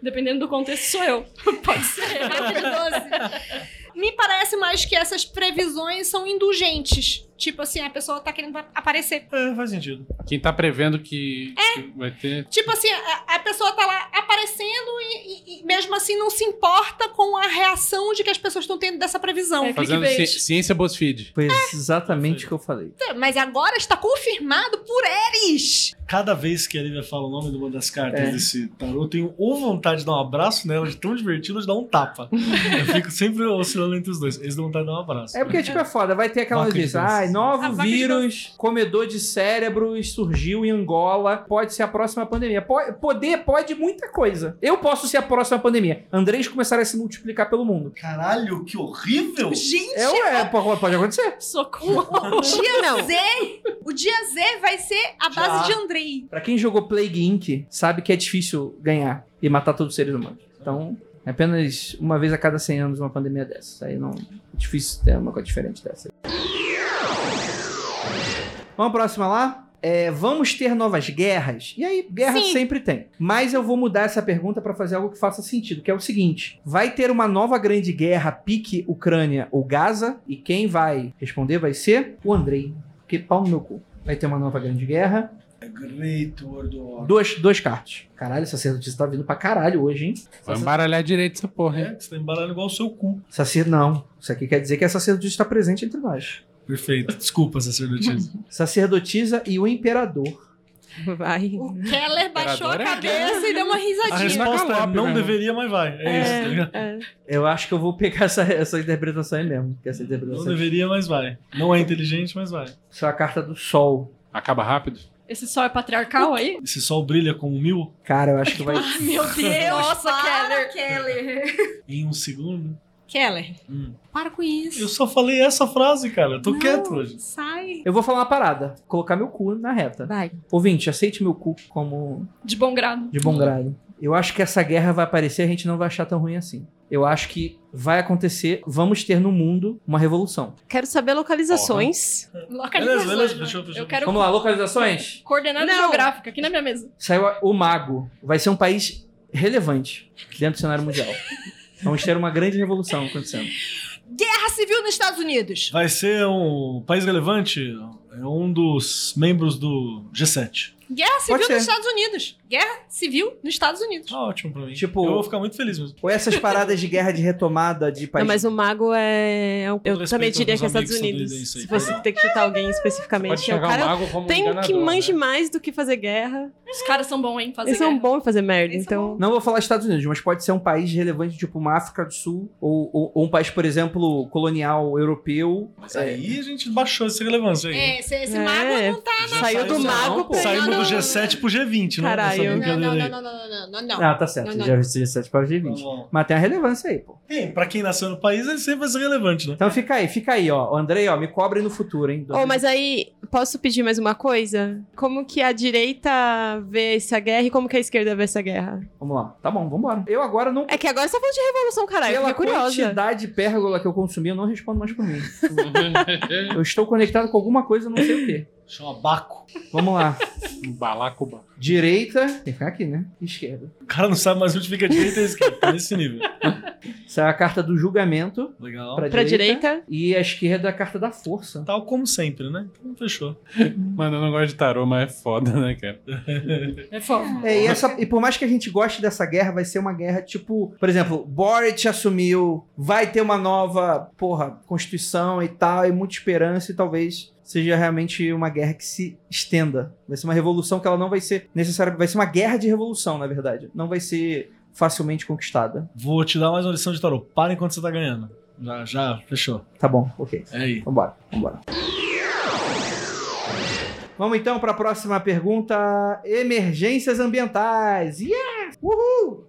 Dependendo do contexto, sou eu.
Pode ser, vaca de doces. Me parece mais que essas previsões são indulgentes. Tipo assim, a pessoa tá querendo aparecer.
É, faz sentido.
Quem tá prevendo que, que vai ter.
Tipo assim, a, a pessoa tá lá aparecendo e, e- e mesmo assim não se importa com a reação de que as pessoas estão tendo dessa previsão.
É,
Fazendo
clickbait.
ci- ciência BuzzFeed.
Foi exatamente o que eu falei.
Mas agora está confirmado por Eris.
Cada vez que a Lívia fala o nome de uma das cartas desse tarô, eu tenho ou vontade de dar um abraço nela, de tão divertido, ou de dar um tapa. eu fico sempre oscilando entre os dois. Eles dão vontade de dar um abraço.
É porque, tipo, é foda. Vai ter aquela
Vaca de
notícia.
doce.
Ai,
A
novo
vaca de
vírus, comedor de cérebros surgiu em Angola. Pode ser a próxima pandemia. Po- poder pode muita coisa. Eu posso ser a próxima pandemia. Andrés começaram a se multiplicar pelo mundo.
Caralho, que horrível!
Gente,
É, ué, po- pode acontecer.
Socorro.
o dia
Não.
Z, o dia Z vai ser a base
Já.
de Andrei.
Pra quem jogou Plague Inc., sabe que é difícil ganhar e matar todos os seres humanos. Então, é apenas uma vez a cada 100 anos uma pandemia dessa. Aí não. É difícil ter uma coisa diferente dessa. Vamos pra próxima lá? É, vamos ter novas guerras? E aí, guerra
Sim.
sempre tem. Mas eu vou mudar essa pergunta pra fazer algo que faça sentido, que é o seguinte: vai ter uma nova grande guerra pique Ucrânia ou Gaza? E quem vai responder vai ser o Andrei. Que pau no meu cu. Vai ter uma nova grande guerra.
Great World War.
Duas, duas cartas. Caralho, sacerdotisa tá vindo pra caralho hoje, hein?
Vai embaralhar direito essa porra, hein?
É, você tá embaralhando igual o seu cu.
Sacer... Não. Isso aqui quer dizer que a sacerdotisa está presente entre nós.
Perfeito. Desculpa, sacerdotisa.
Sacerdotisa e o imperador.
Vai.
O Keller baixou a
Imperador é
cabeça e deu uma
A
risadinha.
resposta-
resposta é
Galope,
não
meu
né?
irmão.
deveria, mas vai. É, isso, tá ligado?
É,
Eu acho que eu vou pegar essa, essa interpretação aí mesmo. Que essa
Não
interpretação
deveria, mas vai. Não é inteligente, mas vai.
Isso é a carta do sol.
Acaba rápido?
Esse sol é patriarcal aí?
Esse sol brilha como mil
Cara, eu acho que vai.
Meu Deus,
Nossa,
Keller.
Keller.
em um segundo.
Keller,
Hum.
para com isso.
Eu só falei essa frase, cara. Eu tô
Não,
quieto hoje.
Sai.
Eu vou falar uma parada. Colocar meu cu na reta.
Vai.
Ouvinte, aceite meu cu como
De bom grado.
de bom grado. Eu acho que essa guerra vai aparecer a gente não vai achar tão ruim assim. Eu acho que vai acontecer, vamos ter no mundo uma revolução.
Quero saber localizações.
beleza,
Localizações. né?
deixa eu- deixa eu-
eu quero
Vamos lá, localizações?
coordenada
Não.
geográfica aqui na minha mesa.
Saiu a- o Mago. Vai ser um país relevante dentro do cenário mundial. Vamos ter uma grande revolução acontecendo.
Guerra civil nos Estados Unidos.
Vai ser um país relevante, é um dos membros do G7.
Guerra civil
Pode ser.
nos Estados Unidos. Guerra civil nos Estados Unidos.
Tá ótimo pra mim.
Tipo-
Eu vou ficar muito feliz mesmo.
Ou essas paradas de guerra de retomada de
Não,
país.
mas o mago é. é o- Eu,
respeito
também diria
aos
que é Estados
amigos
Unidos.
estadunidenses aí,
Se fosse
perdão.
ter que chutar alguém
Pode
especificamente, é o
chegar o
cara.
mago como um
Tem que
enganador,
manje
né?
mais do que fazer guerra.
Os caras são bons, hein? Fazer
Eles são
guerra.
bons em fazer merda,
Eles são
então.
Não vou falar Estados Unidos, mas pode ser um país relevante, tipo uma África do Sul, ou, ou- ou um país, por exemplo, colonial europeu.
Mas aí a gente baixou essa relevância aí.
É, esse, esse
É.
mago não tá na.
É.
Saiu do
Saímos-
mago
não,
pra.
Não,
Saímos do
não,
G7 pro G20, né?
Caralho.
Nessa
Não,
brincadeira
não,
aí.
não, não, não, não, não, não.
Ah, tá certo.
Não, não.
Já vi 17 para
Tá
20.
bom.
Mas tem a relevância aí, pô.
Tem, pra quem nasceu no país, ele sempre vai ser relevante, né?
Então fica aí, fica aí, ó. O Andrei, ó, me cobre no futuro, hein?
Oh, mas aí, posso pedir mais uma coisa? Como que a direita vê essa guerra e como que a esquerda vê essa guerra?
Vamos lá. Tá bom, vambora. Eu agora não.
É que agora você tá falando de revolução, caralho. Eu
Pela
fiquei curiosa.
quantidade de pérgola que eu consumi, eu não respondo mais por mim. Eu estou conectado com alguma coisa, eu não sei o quê.
Chama Baco.
Vamos lá.
Balacuba.
Direita. Tem que ficar aqui, né? Esquerda.
O cara não sabe mais onde fica a direita e a esquerda. Tá nesse nível.
Essa é a carta do julgamento
Legal.
pra,
Pra
direita.
direita?
E a esquerda é a carta da força.
Tal como sempre, né? Então, fechou.
Mano, eu não gosto de tarô, mas é foda, né, cara?
É foda.
É, e, essa- e por mais que a gente goste dessa guerra, vai ser uma guerra tipo, por exemplo, Boric assumiu, vai ter uma nova, porra, constituição e tal, e muita esperança, e talvez seja realmente uma guerra que se estenda. Vai ser uma revolução que ela não vai ser necessária, vai ser uma guerra de revolução, na verdade. Não vai ser facilmente conquistada.
Vou te dar mais uma lição de tarô. Para enquanto você tá ganhando. Já, já, fechou.
Tá bom, ok.
É aí.
Vambora, vambora. Vamos então para a próxima pergunta: emergências ambientais. Yeah!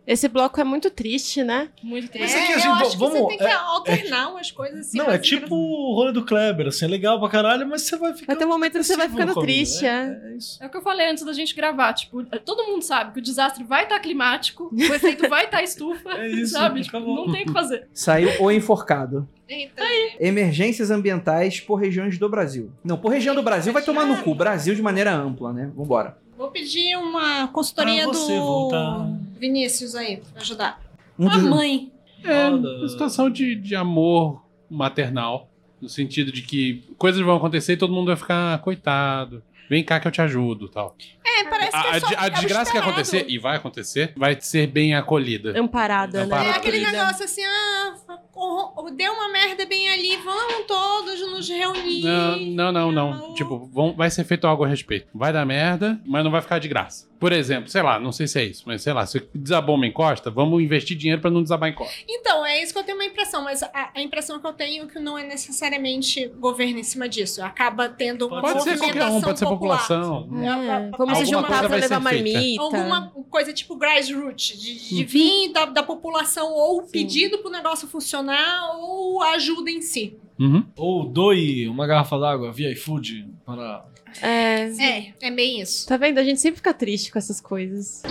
Esse bloco é muito triste, né?
Muito triste.
Mas
É,
aqui,
eu
assim,
acho que
vamos-
você tem que
é-
alternar umas coisas assim.
não, é
mas-
tipo o rolê do Kleber, assim, é legal pra caralho, mas você vai ficar.
Até o momento que você vai
depressivo
ficando
comigo,
triste, é.
É, é isso.
É o que eu falei antes da gente gravar, tipo, todo mundo sabe que o desastre vai estar climático, o efeito vai estar estufa,
É isso,
sabe? Tipo,
acabou.
não tem o que fazer.
Saiu o enforcado.
Eita.
Emergências ambientais por regiões do Brasil. Não, por região do Brasil vai tomar no cu. Brasil de maneira ampla, né? Vambora.
Vou pedir uma consultoria
Pra você
do
voltar.
Vinícius aí, pra ajudar.
Um
a
dos-
mãe.
É,
Foda.
uma situação de, de amor maternal. No sentido de que coisas vão acontecer e todo mundo vai ficar, ah, coitado. Vem cá que eu te ajudo tal.
É, parece que
A,
é
a
só
de- a
é o
desgraça que
esperado.
acontecer, e vai acontecer, vai ser bem acolhida.
Amparada, né?
É
Amparada.
aquele
Acolhida.
negócio assim, ah, o- o- deu uma merda bem ali, vamos todos nos reunir.
Não, não, não, não. Tipo, vão- vai ser feito algo a respeito. Vai dar merda, mas não vai ficar de graça. Por exemplo, sei lá, não sei se é isso, mas sei lá, se desabou uma encosta, vamos investir dinheiro pra não desabar a encosta.
Então, é isso que eu tenho uma impressão, mas a, a impressão que eu tenho é que não é necessariamente governo em cima disso. Acaba tendo uma
Pode ser qualquer um,
movimentação
pode ser
é popular.
população.
É,
Alguma
vamos se
coisa
juntar pra
vai ser
levar
feita.
marmita.
Alguma coisa tipo grassroots, de, de vir da, da população ou
Sim.
pedido pro negócio funcionar ou ajuda em si.
Uhum.
Ou doe uma garrafa d'água via iFood para.
É.
É, é bem isso.
Tá vendo? A gente sempre fica triste com essas coisas.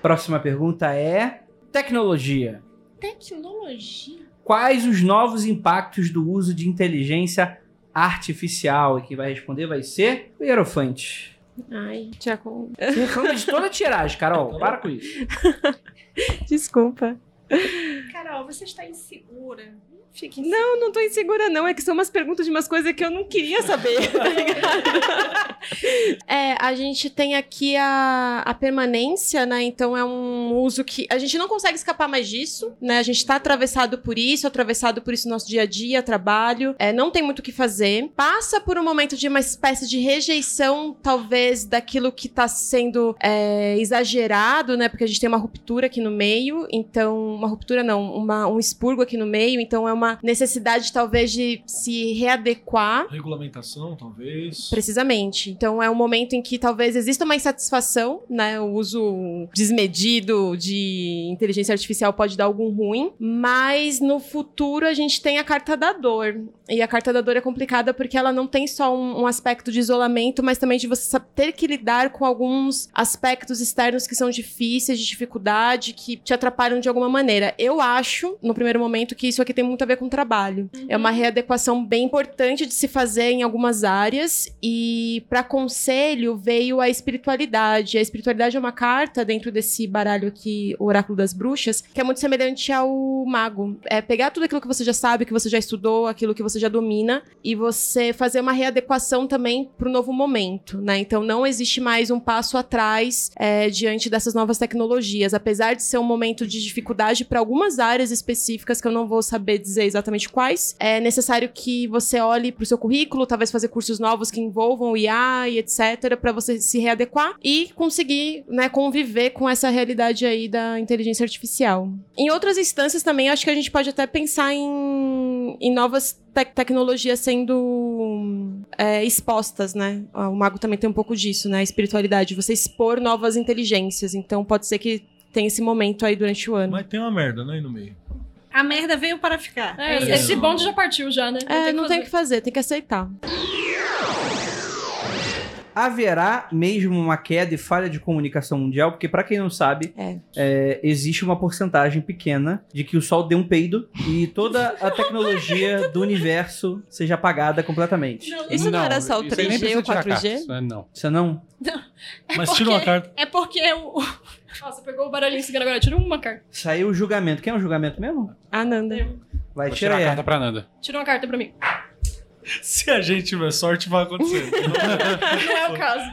Próxima pergunta é: tecnologia.
Tecnologia.
Quais os novos impactos do uso de inteligência artificial? E quem vai responder vai ser o Hierofante.
Ai, Tiago.
Você reclama de toda a tiragem, Carol. Para com isso.
Desculpa.
Carol, você está insegura. Fique
Não, Eu não tô insegura, não. É que são umas perguntas de umas coisas que eu não queria saber, tá ligado? é, a gente tem aqui a, a permanência, né? Então é um uso que. A gente não consegue escapar mais disso, né? A gente tá atravessado por isso, atravessado por isso no nosso dia a dia, trabalho. É, não tem muito o que fazer. Passa por um momento de uma espécie de rejeição, talvez, daquilo que tá sendo é, exagerado, né? Porque a gente tem uma ruptura aqui no meio, então. Uma ruptura não, uma- um expurgo aqui no meio, então é uma uma necessidade, talvez, de se readequar
Regulamentação, talvez.
Precisamente. Então é um momento em que talvez exista uma insatisfação, né? O uso desmedido de inteligência artificial pode dar algum ruim, mas no futuro a gente tem a carta da dor. E a carta da dor é complicada porque ela não tem só um, um aspecto de isolamento, mas também de você sa- ter que lidar com alguns aspectos externos que são difíceis, de dificuldade, que te atrapalham de alguma maneira. Eu acho, no primeiro momento, que isso aqui tem muito a ver com trabalho. É uma readequação bem importante de se fazer em algumas áreas. E para conselho veio a espiritualidade. A espiritualidade é uma carta dentro desse baralho aqui, o Oráculo das Bruxas, que é muito semelhante ao mago. É pegar tudo aquilo que você já sabe, que você já estudou, aquilo que você já domina, e você fazer uma readequação também para o novo momento, né? Então não existe mais um passo atrás é, diante dessas novas tecnologias, apesar de ser um momento de dificuldade para algumas áreas específicas que eu não vou saber dizer exatamente quais. É necessário que você olhe para o seu currículo, talvez fazer cursos novos que envolvam o IA e etc, para você se readequar e conseguir, né, conviver com essa realidade aí da inteligência artificial. Em outras instâncias também, acho que a gente pode até pensar em, em novas tec- tecnologias sendo é, expostas, né? Ah, O mago também tem um pouco disso, né? A espiritualidade, você expor novas inteligências. Então pode ser que tenha esse momento aí durante o ano.
Mas tem uma merda, né, aí no meio.
A merda veio para ficar.
É,
isso.
esse bonde já partiu já, né?
É,
que
não tem o
fazer.
que fazer, tem que aceitar.
Haverá mesmo uma queda e falha de comunicação mundial, porque pra quem não sabe,
É.
é, existe uma porcentagem pequena de que o sol dê um peido e toda a tecnologia do universo seja apagada completamente.
Isso não era só o
isso aí nem
3G
precisa
ou
tirar
4G?
cartas, né? Não.
Você não?
É
Mas
porque-
tira uma carta.
É porque o.
Nossa, pegou o baralhinho seguindo agora, tira uma carta.
Saiu o julgamento. Quem é o julgamento mesmo?
Ananda.
Vai,
Vou
tira
tirar a
aí.
carta pra nada.
Tira uma carta pra mim.
Se a gente tiver sorte, vai acontecer.
Não é o caso.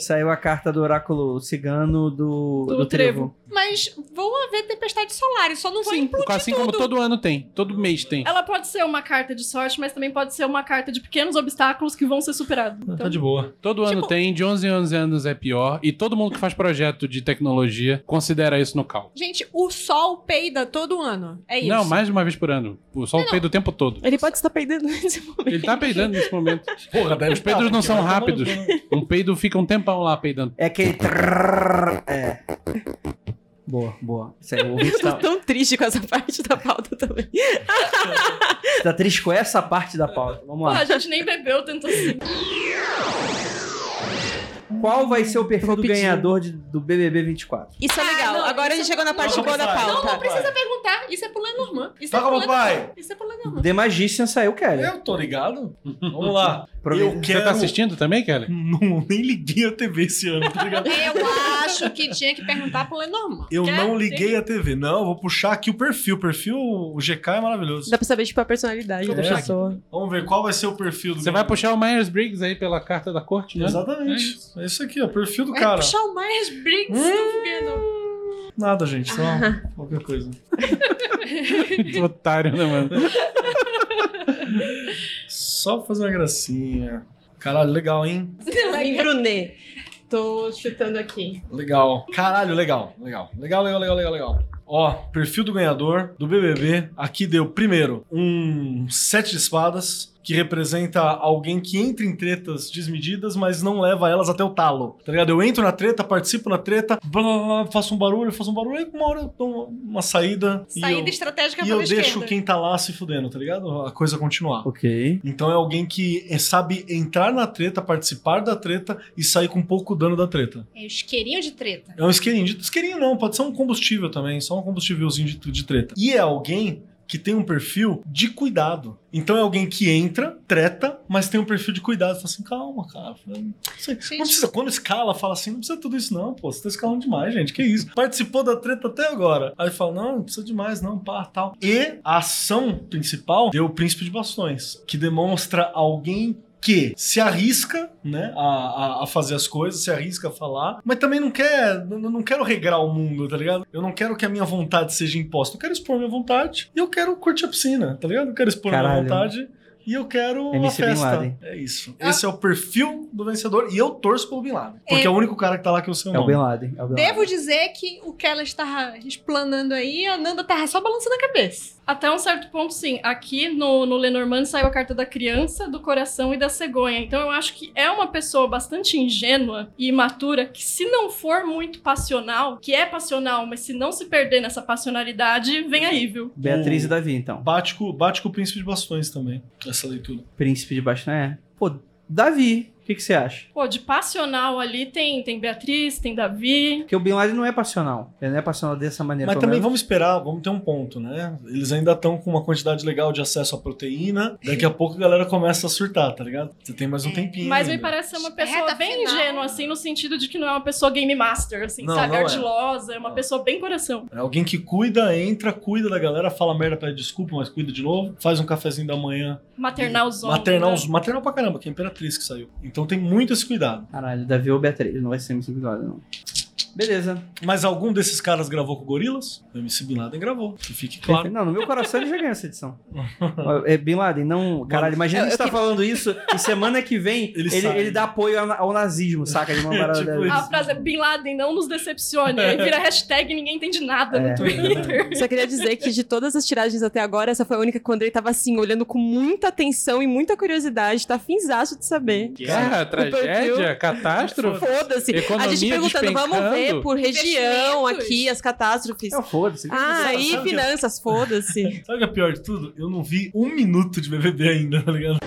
Saiu a carta do oráculo cigano do, do,
Do
trevo.
Mas vão haver tempestade solar, e só não vai implodir
Assim como
tudo.
todo ano tem. Todo mês tem.
Ela pode ser uma carta de sorte, mas também pode ser uma carta de pequenos obstáculos que vão ser superados.
tá
Então,
de boa.
Todo ano
Tipo-
tem, de 11 em 11 anos é pior. E todo mundo que faz projeto de tecnologia considera isso no cálculo.
Gente, o sol peida todo ano. É isso.
Não, mais de uma vez por ano. O sol peida o tempo todo.
Ele pode estar perdendo nesse momento.
Ele tá peidando nesse momento.
Porra, deve
Os peidos não
tá
são rápidos. Um peido fica um tempão lá peidando.
É aquele. trrr, É. Boa, boa. Isso aí, o ouvinte
Tô
tá,
tão triste com essa parte da pauta também.
tá triste com essa parte da pauta. Vamos
pô, a
lá.
gente nem bebeu tanto assim.
Qual vai ser o perfil
Vou
do
pedir.
ganhador de- do BBB 24?
Isso é
Ah,
legal.
não,
Agora a gente
isso-
chegou na parte
não,
boa da
não,
pauta.
não,
Não precisa
tá,
perguntar. Isso é pro Lenormand. Isso é
Toca,
pro
papai.
Lenormand. Isso é pro Lenormand.
The Magician saiu, Kelly.
Eu tô ligado. Vamos lá.
Provavelmente-
Eu
Você
quero...
tá assistindo também, Kelly?
é Não, nem liguei a TV esse ano, tá ligado?
Eu acho que tinha que perguntar pro Lenormand.
Eu
Quer?
não liguei a TV. Não, vou puxar aqui o perfil. O perfil, o GK é maravilhoso.
Dá pra saber, tipo, a personalidade
É.
da pessoa.
Vamos ver qual vai ser o perfil do
Você vai
ganhador.
puxar o Myers-Briggs aí pela carta da corte, né?
Exatamente. É isso aqui, ó. Perfil do
Vai
cara.
puxar o Myers Briggs do Ganondorf.
Nada, gente. Só qualquer coisa.
Que Otário, né, mano?
Só pra fazer uma gracinha. Caralho, legal, hein?
Em Brunet. Tô chutando aqui.
Legal. Caralho, legal. Legal. Legal, legal, legal, legal, legal. Ó, perfil do ganhador do BBB. Aqui deu, primeiro, um sete de espadas, que representa alguém que entra em tretas desmedidas, mas não leva elas até o talo. Tá ligado? Eu entro na treta, participo na treta, blá, blá, blá, faço um barulho, faço um barulho, aí uma hora eu dou uma, uma saída. e eu-
Saída estratégica
E
pela
eu
esquerda.
deixo quem tá lá se fudendo, tá ligado? A coisa continuar.
Ok.
Então é alguém que é- sabe entrar na treta, participar da treta e sair com pouco dano da treta.
É o isqueirinho de treta.
É um isqueirinho. De- Isqueirinho não, pode ser um combustível também, só um combustívelzinho de, de treta. E é alguém que tem um perfil de cuidado. Então é alguém que entra, treta, mas tem um perfil de cuidado. Fala assim, calma, cara. Não sei,
Gente.
não precisa, quando escala, fala assim, não precisa tudo isso não, pô. Você tá escalando demais, gente, que isso. Participou da treta até agora. Aí fala, não, não precisa demais não, pá, tal. E a ação principal deu o Príncipe de Bastões, que demonstra alguém que se arrisca, né, a, a- a fazer as coisas, se arrisca a falar, mas também não quer, não, não quero regrar o mundo, tá ligado? Eu não quero que a minha vontade seja imposta. Eu quero expor minha vontade e eu quero curtir a piscina, tá ligado? Eu quero expor minha
Caralho.
vontade e eu quero uma
MC Bin
festa.
Laden.
É isso. Esse é o perfil do vencedor e eu torço pelo Bin Laden, porque
É.
é o único cara que tá lá que eu sei o
É o
nome.
Bin Laden. É o Bin Laden.
Devo dizer que o que ela estava explanando aí, a Nanda tava só tá balançando a cabeça.
Até um certo ponto, sim. Aqui no, no Lenormand saiu a carta da criança, do coração e da cegonha. Então eu acho que é uma pessoa bastante ingênua e imatura que, se não for muito passional, que é passional, mas se não se perder nessa passionalidade, vem aí, viu?
Beatriz e Davi, então.
Bate com, bate com o príncipe de bastões também, essa leitura.
Príncipe de Bastan é. Pô, Davi, o que que você acha?
Pô, de passional ali tem, tem Beatriz, tem Davi.
Porque o Bin Laden não é passional. Ele não é passional dessa maneira.
Mas
pelo
também
menos.
vamos esperar, vamos ter um ponto, né? Eles ainda estão com uma quantidade legal de acesso à proteína. Daqui a pouco a galera começa a surtar, tá ligado? Você tem mais um tempinho.
Mas me
ainda.
parece ser uma
Reta
pessoa bem
final.
ingênua, assim, no sentido de que não é uma pessoa game master, assim,
Não,
sabe?
não é.
Ardilosa, é uma
Não.
pessoa bem coração.
É alguém que cuida, entra, cuida da galera, fala merda, pede desculpa, mas cuida de novo. Faz um cafezinho da manhã.
Maternalzona.
Maternal,
né?
maternal pra caramba, que é a Imperatriz que saiu. Então tem muito esse cuidado.
Caralho, Davi ou Beatriz. Não vai ser MC Bin Laden, não. Beleza.
Mas algum desses caras gravou com gorilas? O MC Bin Laden gravou, que fique claro.
Não, no meu coração ele já ganhou essa edição. é Bin Laden, não. Caralho, imagina
Eu-
ele
eu
estar
que-
falando isso e semana que vem
Ele
ele,
sabe.
ele dá apoio ao, ao nazismo, saca? De uma parada
Tipo
dessa.
A frase é Bin Laden, não nos decepcione. Aí vira hashtag e ninguém entende nada
É.
no Twitter.
Só queria dizer que de todas as tiragens até agora, essa foi a única que o Andrei tava assim, olhando com muita atenção e muita curiosidade, tá finzaço de saber.
Cara, tragédia, catástrofe.
Foda-se. A gente
Economia
perguntando, vamos ver
despencando.
por região
Investimentos.
aqui, as catástrofes.
Não, É, foda-se.
Ah,
Sabe-
e
sabe-
finanças, foda-se.
Sabe o que é pior de tudo? Eu não vi um minuto de BBB ainda, tá ligado?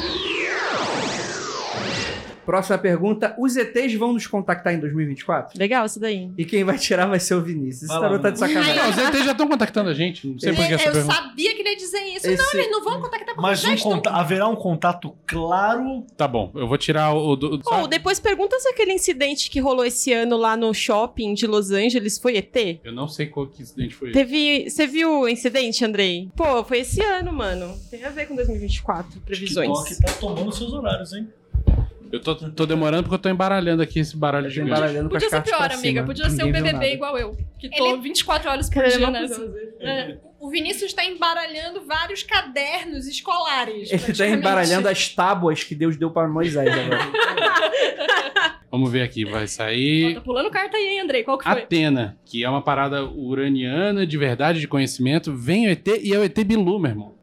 Próxima pergunta. Os ETs vão nos contactar em 2024?
Legal isso daí.
E quem vai tirar vai ser o Vinícius. Esse
Vai lá,
tarô tá de
mano.
sacanagem.
Não, os ETs já estão contactando a gente. Não sei por que essa
eu
pergunta.
sabia que ele ia dizer isso. Não,
Esse-
é
eles não vão tá contactar porque
Mas
já
um
estão
conta- haverá um contato claro.
Tá bom, eu vou tirar o. do- do-
Ou
sabe?
depois pergunta se aquele incidente que rolou esse ano lá no shopping de Los Angeles foi ET.
Eu não sei qual que incidente foi.
Teve. Você viu o incidente, Andrei? Pô, foi esse ano, mano. Tem a ver com 2024, previsões.
TikTok tá tomando seus horários, hein?
Eu tô, tô demorando porque eu tô embaralhando aqui esse baralho
Tô
gigante.
tá embaralhando com
Podia
as
ser
cartas
pior,
pra
amiga.
cima.
Podia ser um
tipo assim, né? Ninguém viu
BBB
nada.
igual eu. Que tô
Ele- é
24 horas por
Caramba, não
dia nessa. É.
né? O Vinícius está embaralhando vários cadernos escolares.
Ele tá
praticamente.
embaralhando as tábuas que Deus deu para Moisés agora.
Vamos ver aqui, vai
Ó,
sair.
tá pulando carta aí, hein, Andrei? Qual que foi?
Atena, que é uma parada uraniana de verdade, de conhecimento. Vem o ET e é o ET Bilu, meu irmão.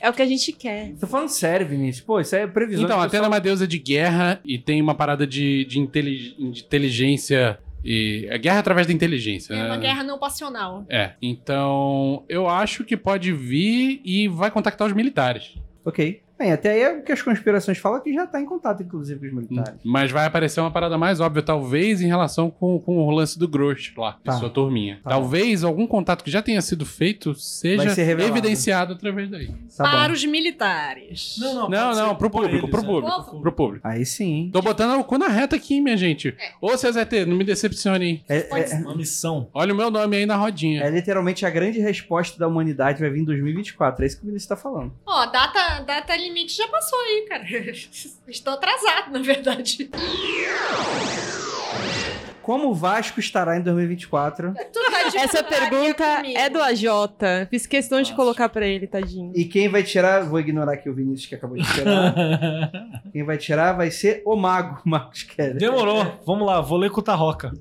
É o que a gente quer.
Tô falando sério, Vinícius. Pô, isso aí é previsão.
Então,
de
a Atena é uma deusa de guerra e tem uma parada de, de, inteli- de inteligência. E, a guerra através da inteligência,
É
né?
uma guerra não passional.
É. Então, eu acho que pode vir e vai contactar os militares.
Ok. Bem, até aí é o que as conspirações falam que já tá em contato, inclusive, com os militares.
Mas vai aparecer uma parada mais óbvia, talvez, em relação com, com o lance do Grosh lá,
Tá.
e sua turminha.
Tá.
Talvez algum contato que já tenha sido feito seja
Vai ser revelado.
evidenciado através daí.
Tá bom.
para os militares.
Não, não, pro público,
é.
pro
né?
público,
Povo.
pro público.
Aí sim.
Tô botando o cu na reta aqui, hein, minha gente.
É.
Ô, seu ZT, não me decepcione, hein.
É,
Pode
é-
Uma missão.
Olha o meu nome aí na rodinha.
é literalmente a grande resposta da humanidade vai vir em 2024. É isso que o Vinícius tá falando.
Ó, a data, data limite já passou aí, cara. Estou atrasado, na verdade.
Como o Vasco estará em 2024
Tu tá de
Essa
putaria
pergunta
comigo.
é do AJ. Fiz questão de
Nossa.
colocar pra ele, tadinho.
e quem vai tirar, vou ignorar aqui o Vinícius que acabou de tirar. quem vai tirar vai ser o Mago, Marcos Keller.
Demorou. Vamos lá, vou ler com o Tarroca.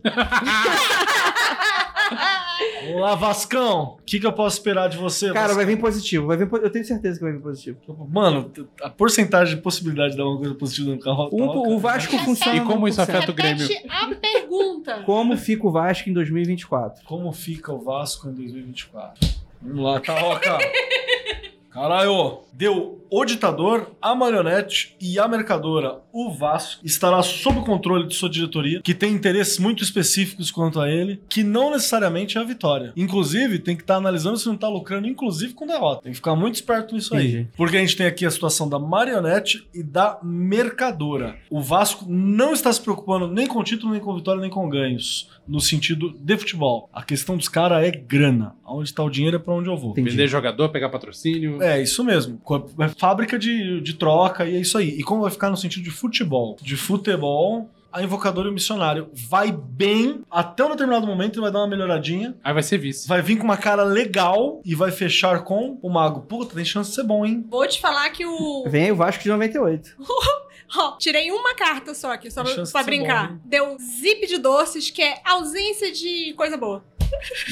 Vamos lá, Vascão. O que, que eu posso esperar de você?
Cara,
Vascão?
vai vir positivo. Vai vir, po- eu tenho certeza que vai vir positivo.
Mano, a porcentagem de possibilidade de dar uma coisa positiva no carro.
Um- o Vasco funciona.
E como isso
1%.
afeta o Grêmio?
Repete a pergunta.
Como fica o Vasco em 2024?
Como fica o Vasco em 2024? Vamos lá, tá, Tarroca. Caralho! Deu o ditador, a marionete e a mercadora. O Vasco estará sob o controle de sua diretoria, que tem interesses muito específicos quanto a ele, que não necessariamente é a vitória. Inclusive, tem que estar analisando se não está lucrando, inclusive com derrota. Tem que ficar muito esperto nisso aí.
Entendi.
Porque a gente tem aqui a situação da marionete e da mercadora. O Vasco não está se preocupando nem com título, nem com vitória, nem com ganhos. No sentido de futebol. A questão dos caras é grana. Onde está o dinheiro é para onde eu vou.
Entendi.
Vender jogador, pegar patrocínio.
É, isso mesmo. Co- É fábrica de, de troca e é isso aí. E como vai ficar no sentido de futebol? De futebol, a invocadora e o missionário vai bem até um determinado momento ele vai dar uma melhoradinha.
Aí vai ser vice.
Vai vir com uma cara legal e vai fechar com o mago. Puta, tem chance de ser bom, hein?
Vou te falar que o.
Vem aí o Vasco de 98.
Ó, tirei uma carta só aqui, só
Tem chance
pra
de ser
brincar.
bom,
Deu zip de doces, que é ausência de coisa boa.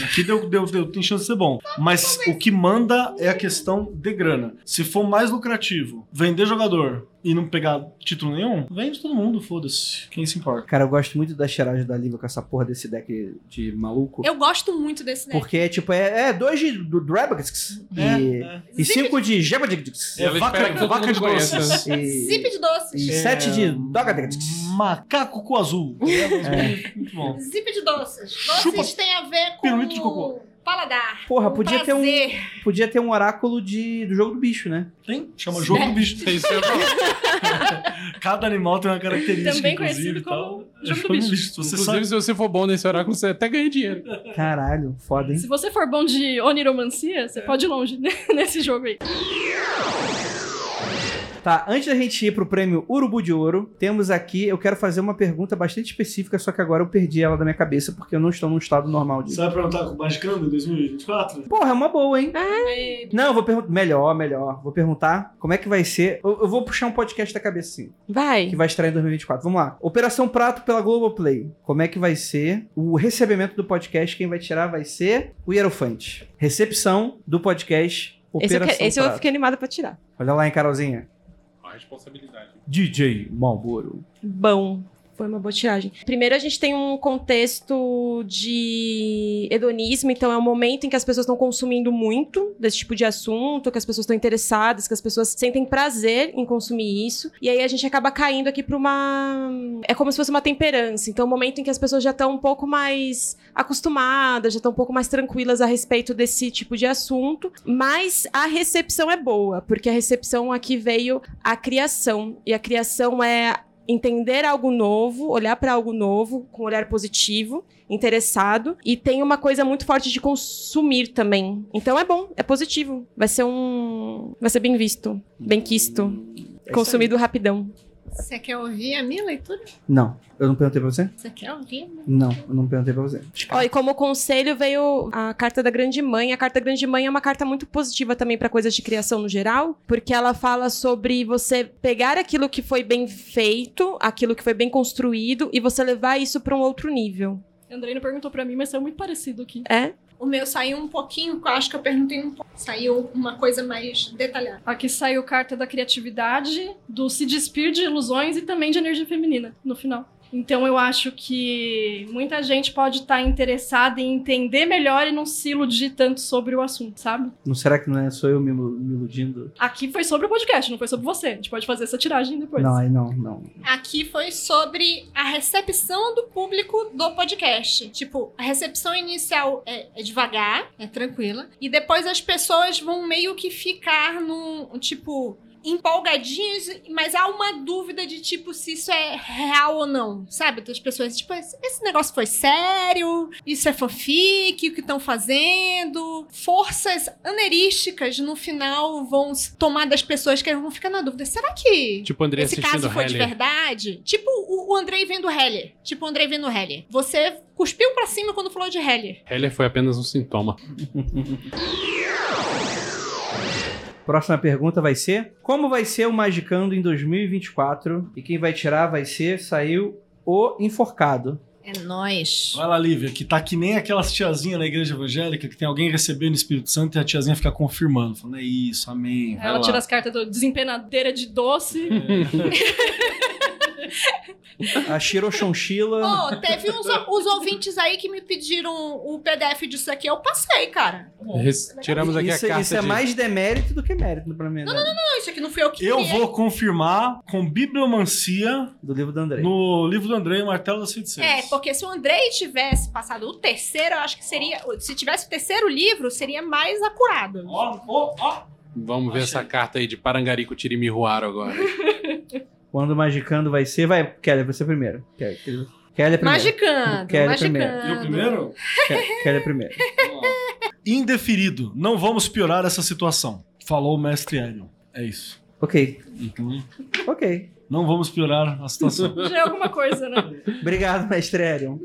Aqui deu, deu, deu, tem chance de ser bom. Mas o que manda é a questão de grana. Se for mais lucrativo vender jogador e não pegar título nenhum, vende todo mundo, foda-se. Quem se importa?
Cara, eu gosto muito da cheiragem da Liva com essa porra desse deck de maluco.
Eu gosto muito desse né? deck.
Porque, tipo, é, é dois de do Drabagx
É,
e,
é.
e cinco de Jabadix.
É
Eu espero que
vaca,
todo
vaca
mundo
de
conheça. né?
doces.
E,
Zip de doces.
e
É,
sete de Dogadix.
Hum. Macaco com azul. É, Muito bom.
Zip de doces. Doces
Chupa
tem a ver com
pirulito de cocô.
paladar.
Porra,
com
podia ter um-
prazer.
Podia ter um oráculo de, do jogo do bicho, né?
Tem? Chama jogo do bicho.
É isso que eu ia falar.
Cada animal tem uma característica.
Também
inclusive,
conhecido
e tal.
como
É
jogo do bicho.
Se Você
Inclusive,
sabe.
se você for bom nesse oráculo, você até ganha dinheiro.
Caralho, foda, hein?
Se você for bom de oniromancia,
É.
você pode ir longe nesse jogo aí.
Tá, antes da gente ir pro prêmio Urubu de Ouro, temos aqui, eu quero fazer uma pergunta bastante específica, só que agora eu perdi ela da minha cabeça porque eu não estou num estado normal de.
Você vai perguntar com o Magicando em 2024?
Porra, é uma boa, hein?
Ah.
Ai,
Não, eu vou perguntar. Melhor, melhor. Vou perguntar como é que vai ser. Eu, eu vou puxar um podcast da cabeça, sim,
Vai.
que vai estrear em 2024. Vamos lá. Operação Prato pela Globoplay. Como é que vai ser o recebimento do podcast? Quem vai tirar vai ser o Hierofante. Recepção do podcast
Esse, eu,
Operação
que- esse eu
Prato.
fiquei animada pra tirar.
Olha lá, hein, Carolzinha.
A responsabilidade.
DJ Malboro.
Bom. Foi uma boa tiragem. Primeiro, a gente tem um contexto de hedonismo, então é um momento em que as pessoas estão consumindo muito desse tipo de assunto, que as pessoas estão interessadas, que as pessoas sentem prazer em consumir isso. E aí a gente acaba caindo aqui pra uma. É como se fosse uma temperança. Então, é um momento em que as pessoas já estão um pouco mais acostumadas, já estão um pouco mais tranquilas a respeito desse tipo de assunto. Mas a recepção é boa, porque a recepção aqui veio a criação. E a criação é entender algo novo, olhar para algo novo com um olhar positivo, interessado e tem uma coisa muito forte de consumir também. Então é bom, é positivo, vai ser um, vai ser bem visto, bem quisto, consumido rapidão.
Você quer ouvir a minha leitura?
Não, eu não perguntei pra você?
Você quer ouvir?
Não, eu não perguntei pra você.
Tá.
Ó, e como conselho veio a carta da Grande Mãe. A carta da Grande Mãe é uma carta muito positiva também para coisas de criação no geral, porque ela fala sobre você pegar aquilo que foi bem feito, aquilo que foi bem construído e você levar isso para um outro nível.
Andreina perguntou pra mim, mas saiu muito parecido aqui.
É?
O meu saiu um pouquinho, porque eu acho que eu perguntei um pouco. Saiu uma coisa mais detalhada.
Aqui saiu carta da criatividade, do se despir de ilusões e também de energia feminina no final. Então eu acho que muita gente pode estar interessada em entender melhor e não se iludir tanto sobre o assunto, sabe?
Não será que não é sou eu me, ilu- me iludindo?
Aqui foi sobre o podcast, não foi sobre você. A gente pode fazer essa tiragem depois.
Não, é- aí não, não.
Aqui foi sobre a recepção do público do podcast. Tipo, a recepção inicial é, é devagar, é tranquila. E depois as pessoas vão meio que ficar num, tipo, empolgadinhas, mas há uma dúvida de, tipo, se isso é real ou não. Sabe? Das pessoas, tipo, esse esse negócio foi sério? Isso é fanfic? O que estão fazendo? Forças aneurísticas no final vão se tomar das pessoas que vão ficar na dúvida. Será que
Tipo, André
esse
assistindo
caso foi de
Halle.
verdade? Tipo o, o Andrei vendo Heller. Tipo o Andrei vendo Heller. Você cuspiu pra cima quando falou de Heller.
Heller foi apenas um sintoma.
Próxima pergunta vai ser: Como vai ser o Magicando em 2024? E quem vai tirar vai ser, saiu o enforcado.
É nós.
Vai lá, Lívia, que tá que nem aquelas tiazinhas na igreja evangélica que tem alguém recebendo o Espírito Santo e a tiazinha fica confirmando, falando, é isso, amém. vai
Ela
lá."
tira as cartas do desempenadeira de doce.
A Shiroshonchila.
Ô, teve uns, os ouvintes aí que me pediram o PDF disso aqui. Eu passei, cara.
Res- Tiramos aqui
isso
a
é-
carta
isso é
de-
mais demérito do que mérito, pra mim, né?
Não, isso aqui não foi eu que
Eu
criei.
vou confirmar com bibliomancia
do livro do André.
no livro do André, o Martelo das Feiticeiras.
É, porque se o Andrei tivesse passado o terceiro, eu acho que seria. Se tivesse o terceiro livro, seria mais acurado.
Ó, ó, ó.
Vamos ver
Achei.
essa carta aí de Parangarico Tirimiruaro agora.
Quando o Magicando vai ser, vai, Kelly, você primeiro. Kelly, Kelly é primeiro.
Magicando,
Kelly
magicando.
Eu primeiro?
Ke- Kelly é primeiro.
Vamos lá. Indeferido. Não vamos piorar essa situação. Falou o mestre Arion. É isso.
Ok,
Então,
ok.
não vamos piorar a situação.
Já é alguma coisa, né?
Obrigado, mestre Arion.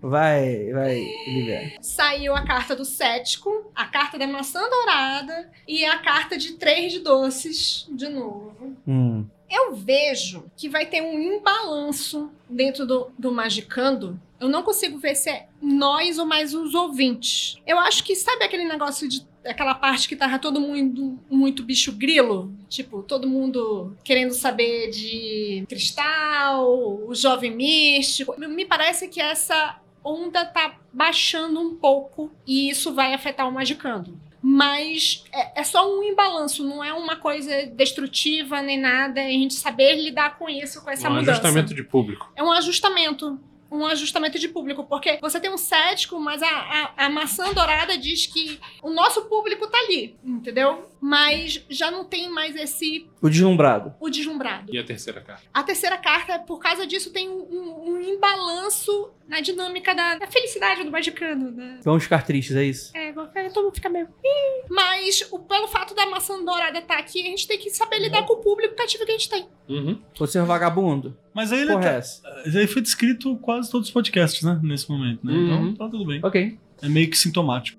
Vai, vai, Lívia.
Saiu a carta do cético, a carta da maçã dourada e a carta de três de doces de novo.
Hum.
Eu vejo que vai ter um imbalanço dentro do, do Magicando. Eu não consigo ver se é nós ou mais os ouvintes. Eu acho que, sabe aquele negócio de. Aquela parte que tava todo mundo muito bicho grilo? Tipo, todo mundo querendo saber de cristal, o jovem místico. Me parece que essa onda tá baixando um pouco e isso vai afetar o Magicando mas é, é só um imbalanço, não é uma coisa destrutiva nem nada. É a gente saber lidar com isso, com essa
um
mudança.
ajustamento de público.
É um ajustamento. Um ajustamento de público, porque você tem um cético, mas a, a, a maçã dourada diz que o nosso público tá ali, entendeu? Mas já não tem mais esse
O deslumbrado.
o deslumbrado.
E a terceira carta?
A terceira carta, por causa disso, tem um, um- um imbalanço na dinâmica da, da felicidade do magicano, né?
Vamos ficar tristes, é isso?
É, cara, todo mundo fica meio. "Ih". Mas o- pelo fato da maçã dourada estar aqui, a gente tem que saber lidar com o público cativo que a gente tem.
Uhum.
Você é um vagabundo.
Mas aí ele
Porra, é
tá,
essa?
aí foi descrito quase todos os podcasts, né? Nesse momento, né?
Uhum.
Então tá tudo bem.
Ok.
É meio que sintomático.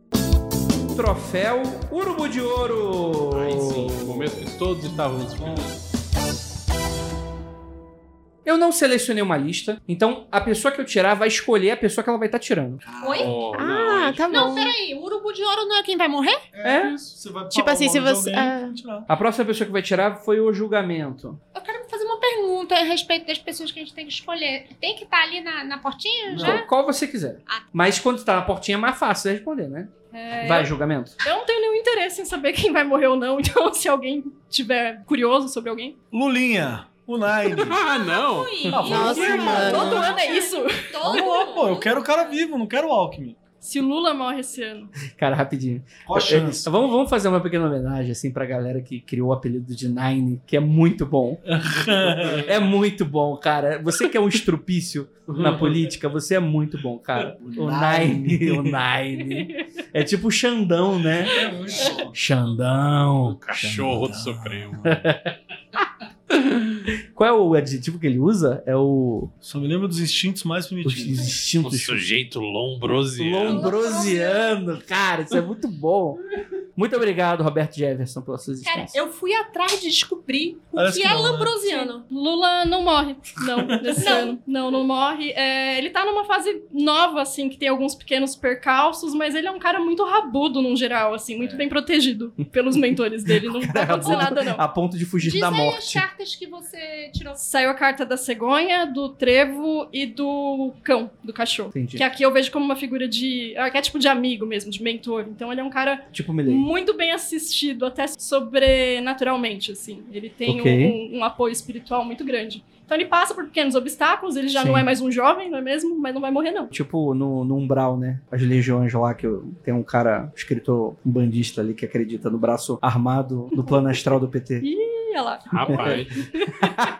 Troféu Urubu de Ouro.
Aí sim, o momento que todos estávamos felizes.
Eu não selecionei uma lista, então a pessoa que eu tirar vai escolher a pessoa que ela vai estar tirando.
Oi?
Oh, não,
Ah,
acho-
tá bom.
Não, peraí, o urubu de ouro não é quem vai morrer?
É?
Isso, Você vai
Tipo
falar o
assim, se
nome de
você-
alguém,
ah.
tirar.
A próxima pessoa que vai tirar foi o julgamento.
Eu quero fazer uma pergunta a respeito das pessoas que a gente tem que escolher. Tem que estar ali na, na portinha já?
Então, Qual você quiser.
É? Ah.
Mas quando tá na portinha é mais fácil de responder, né? vai, julgamento.
Eu não tenho nenhum interesse em saber quem vai morrer ou não, então se alguém tiver curioso sobre alguém.
Lulinha, o Nine.
Ah, não!
Ui,
Nossa,
isso,
mano.
Todo ano é isso.
Todo
Vamos lá, pô. Eu quero o cara vivo, não quero o Alckmin.
Se Lula morre esse ano.
Cara, rapidinho.
Qual a chance?
Vamos, vamos fazer uma pequena homenagem, assim, pra galera que criou o apelido de Nine, que é muito bom. é muito bom, cara. Você que é um estrupício na política, você é muito bom, cara. Uhum. O Nine, o Nine. É tipo o Xandão, né? Xandão.
O cachorro do Supremo.
Qual é o adjetivo que ele usa? É o.
Só me lembro dos instintos mais
Os
primitivos.
Um
O
instintos.
sujeito lombrosiano.
Lombrosiano, cara, isso é muito bom. Muito obrigado, Roberto Jefferson, pela sua
Cara,
existência.
eu fui atrás de descobrir o
Parece
que, é
que não, né?
lambrosiano.
Lula não morre. Não, nesse ano. Não, não morre. É, ele tá numa fase nova, assim, que tem alguns pequenos percalços, mas ele é um cara muito rabudo, num geral, assim, muito bem protegido pelos mentores dele. Não vai acontecer nada, não.
A ponto de fugir
Diz
da
aí as
morte.
cartas que você tirou.
Saiu a carta da cegonha, do trevo e do cão, do cachorro.
Entendi.
Que aqui eu vejo como uma figura de. é, arquétipo tipo de amigo mesmo, de mentor. Então ele é um cara
Tipo
Hum.
Milley.
muito bem assistido, até sobrenaturalmente, assim. Ele tem
Ok.
um, um apoio espiritual muito grande. Então ele passa por pequenos obstáculos, ele já
Sim.
não é mais um jovem, não é mesmo? Mas não vai morrer, não.
Tipo no, no Umbral, né? As legiões lá, que eu- tem um cara, um escritor um bandista ali, que acredita no braço armado no plano astral do PT.
Ih, olha lá.
Rapaz.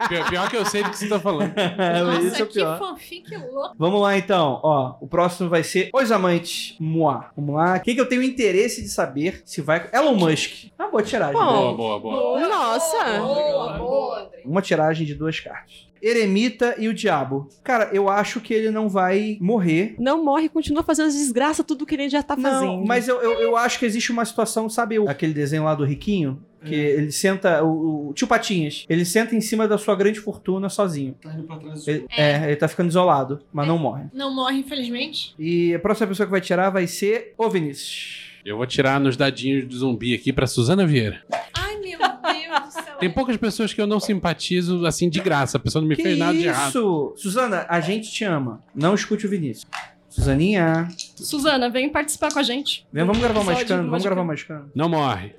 pior, pior que eu sei do que você tá falando.
Mas
Nossa,
isso é o
que
pior.
fanfic louco.
Vamos lá então, ó. O próximo vai ser Os Amantes. Moá. Vamos lá. Quem que eu tenho interesse de saber se vai. Elon Musk. Ah, boa tiragem.
Bom.
né?
Boa, boa, boa.
Nossa!
Boa, boa, André.
Uma tiragem de duas cartas. Eremita e o Diabo. Cara, eu acho que ele não vai morrer.
Não morre, continua fazendo as desgraças, tudo que ele já tá fazendo.
Não, mas eu, eu, eu acho que existe uma situação, sabe o- aquele desenho lá do Riquinho? Que ele senta, o, o tio Patinhas, ele senta em cima da sua grande fortuna sozinho.
Tá indo pra trás do
Ele- é. ele tá ficando isolado,
É.
mas não morre.
Não morre, infelizmente.
E a próxima pessoa que vai tirar vai ser o Vinícius.
Eu vou tirar nos dadinhos do zumbi aqui pra Suzana Vieira.
Ai, meu Deus do céu.
Tem poucas pessoas que eu não simpatizo assim de graça. A pessoa não me
que
fez nada de errado.
isso? Suzana, a gente te ama. Não escute o Vinícius. Suzaninha,
Suzana, vem participar com a gente.
vem, vamos gravar mais
Episódio
cano,
do
vamos
Magicano.
gravar mais cano.
Não morre.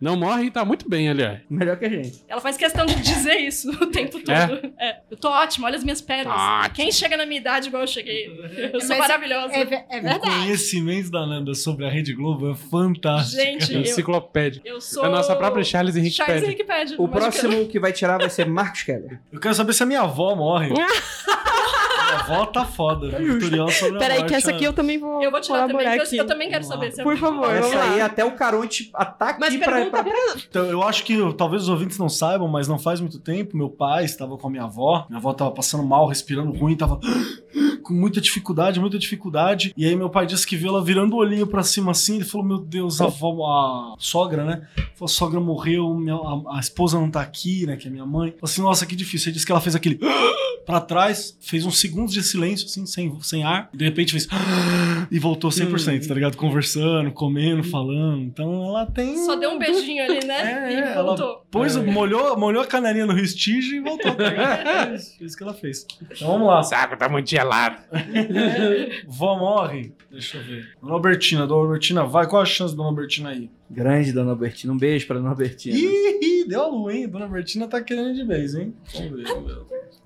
não morre e tá muito bem, aliás.
Melhor que a gente.
Ela faz questão de dizer isso o tempo todo. É, eu tô ótima, olha as minhas pernas.
Tá ótimo.
Quem chega na minha idade igual eu cheguei? Eu sou
Mas-
maravilhosa.
É, ve- é
O
verdade.
conhecimento da Nanda sobre a Rede Globo é fantástico.
gente, eu,
Enciclopédia. É
eu sou.
A nossa própria Charles Henrique
Charles
Pérez.
Henrique
O
Pérez. mas eu quero-
próximo que vai tirar vai ser Marcos Keller.
Eu quero saber se a minha avó morre. minha avó tá foda. Tutorial sobre a
Peraí,
morte,
que essa aqui eu também vou
Eu vou tirar também,
colaborar
porque
aqui.
eu, eu também quero
Vamos lá.
saber. se é-
Por favor, vamos
Essa aí
lá.
até o Caronte ataque
Mas
pra,
pergunta
pra...
Então, eu acho que talvez os ouvintes não saibam, mas não faz muito tempo, meu pai estava com a minha avó. Minha avó estava passando mal, respirando ruim, tava com muita dificuldade, muita dificuldade. E aí meu pai disse que viu ela virando o olhinho pra cima assim, ele falou: Meu Deus, a, avó, a sogra, né? Falou, a sogra morreu, minha- a, a esposa não tá aqui, né? Que é minha mãe. Falou assim, nossa, que difícil. Aí disse que ela fez aquele pra trás, fez uns segundos de silêncio, assim, sem, sem ar, e de repente fez e voltou 100%, tá ligado? Conversando, comendo, falando. Então ela tem.
Só deu um beijinho ali, né?
É,
e
é,
voltou.
ela pôs, molhou, molhou a canarinha no Rio Stige e voltou. Tá ligado? é isso, é isso que ela fez. Então vamos lá.
Saco tá muito gelado.
Vó morre. Deixa eu ver. Dona Albertina, Dona Albertina vai. Qual a chance da Dona Albertina aí?
Grande, Dona Albertina. Um beijo pra Dona Albertina.
Ih, deu a lua, hein? Dona Albertina tá querendo de vez, hein? Vamos ver. Vamos ver.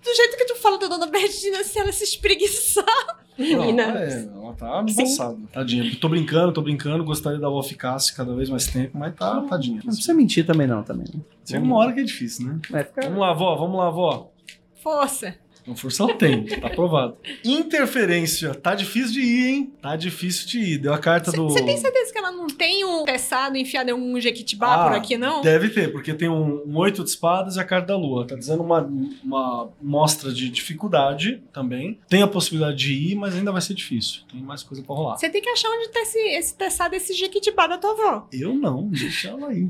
Do jeito que tu fala da dona Bertina, se ela se espreguiçar.
Menina.
Não, é, ela tá amassada. Tadinha. Tô brincando, tô brincando. Gostaria da avó ficasse cada vez mais tempo, mas tá, tadinha.
Não precisa mentir também, não. Também.
Chega uma hora que é difícil, né?
Vai ficar...
Vamos lá, avó, vamos lá, avó.
Força.
Não força não tem, tá aprovado. Interferência. Tá difícil de ir, hein? Tá difícil de ir. Deu a carta Tá do.
Você tem certeza que ela não tem um tessado enfiado em um jequitibá
Ah,
por aqui, não?
Deve ter, porque tem um, um oito de espadas e a carta da lua. Tá dizendo uma, uma mostra de dificuldade também. Tem a possibilidade de ir, mas ainda vai ser difícil. Tem mais coisa pra rolar.
Você tem que achar onde tá esse, esse teçado, esse jequitibá da tua avó.
Eu não, deixa ela aí.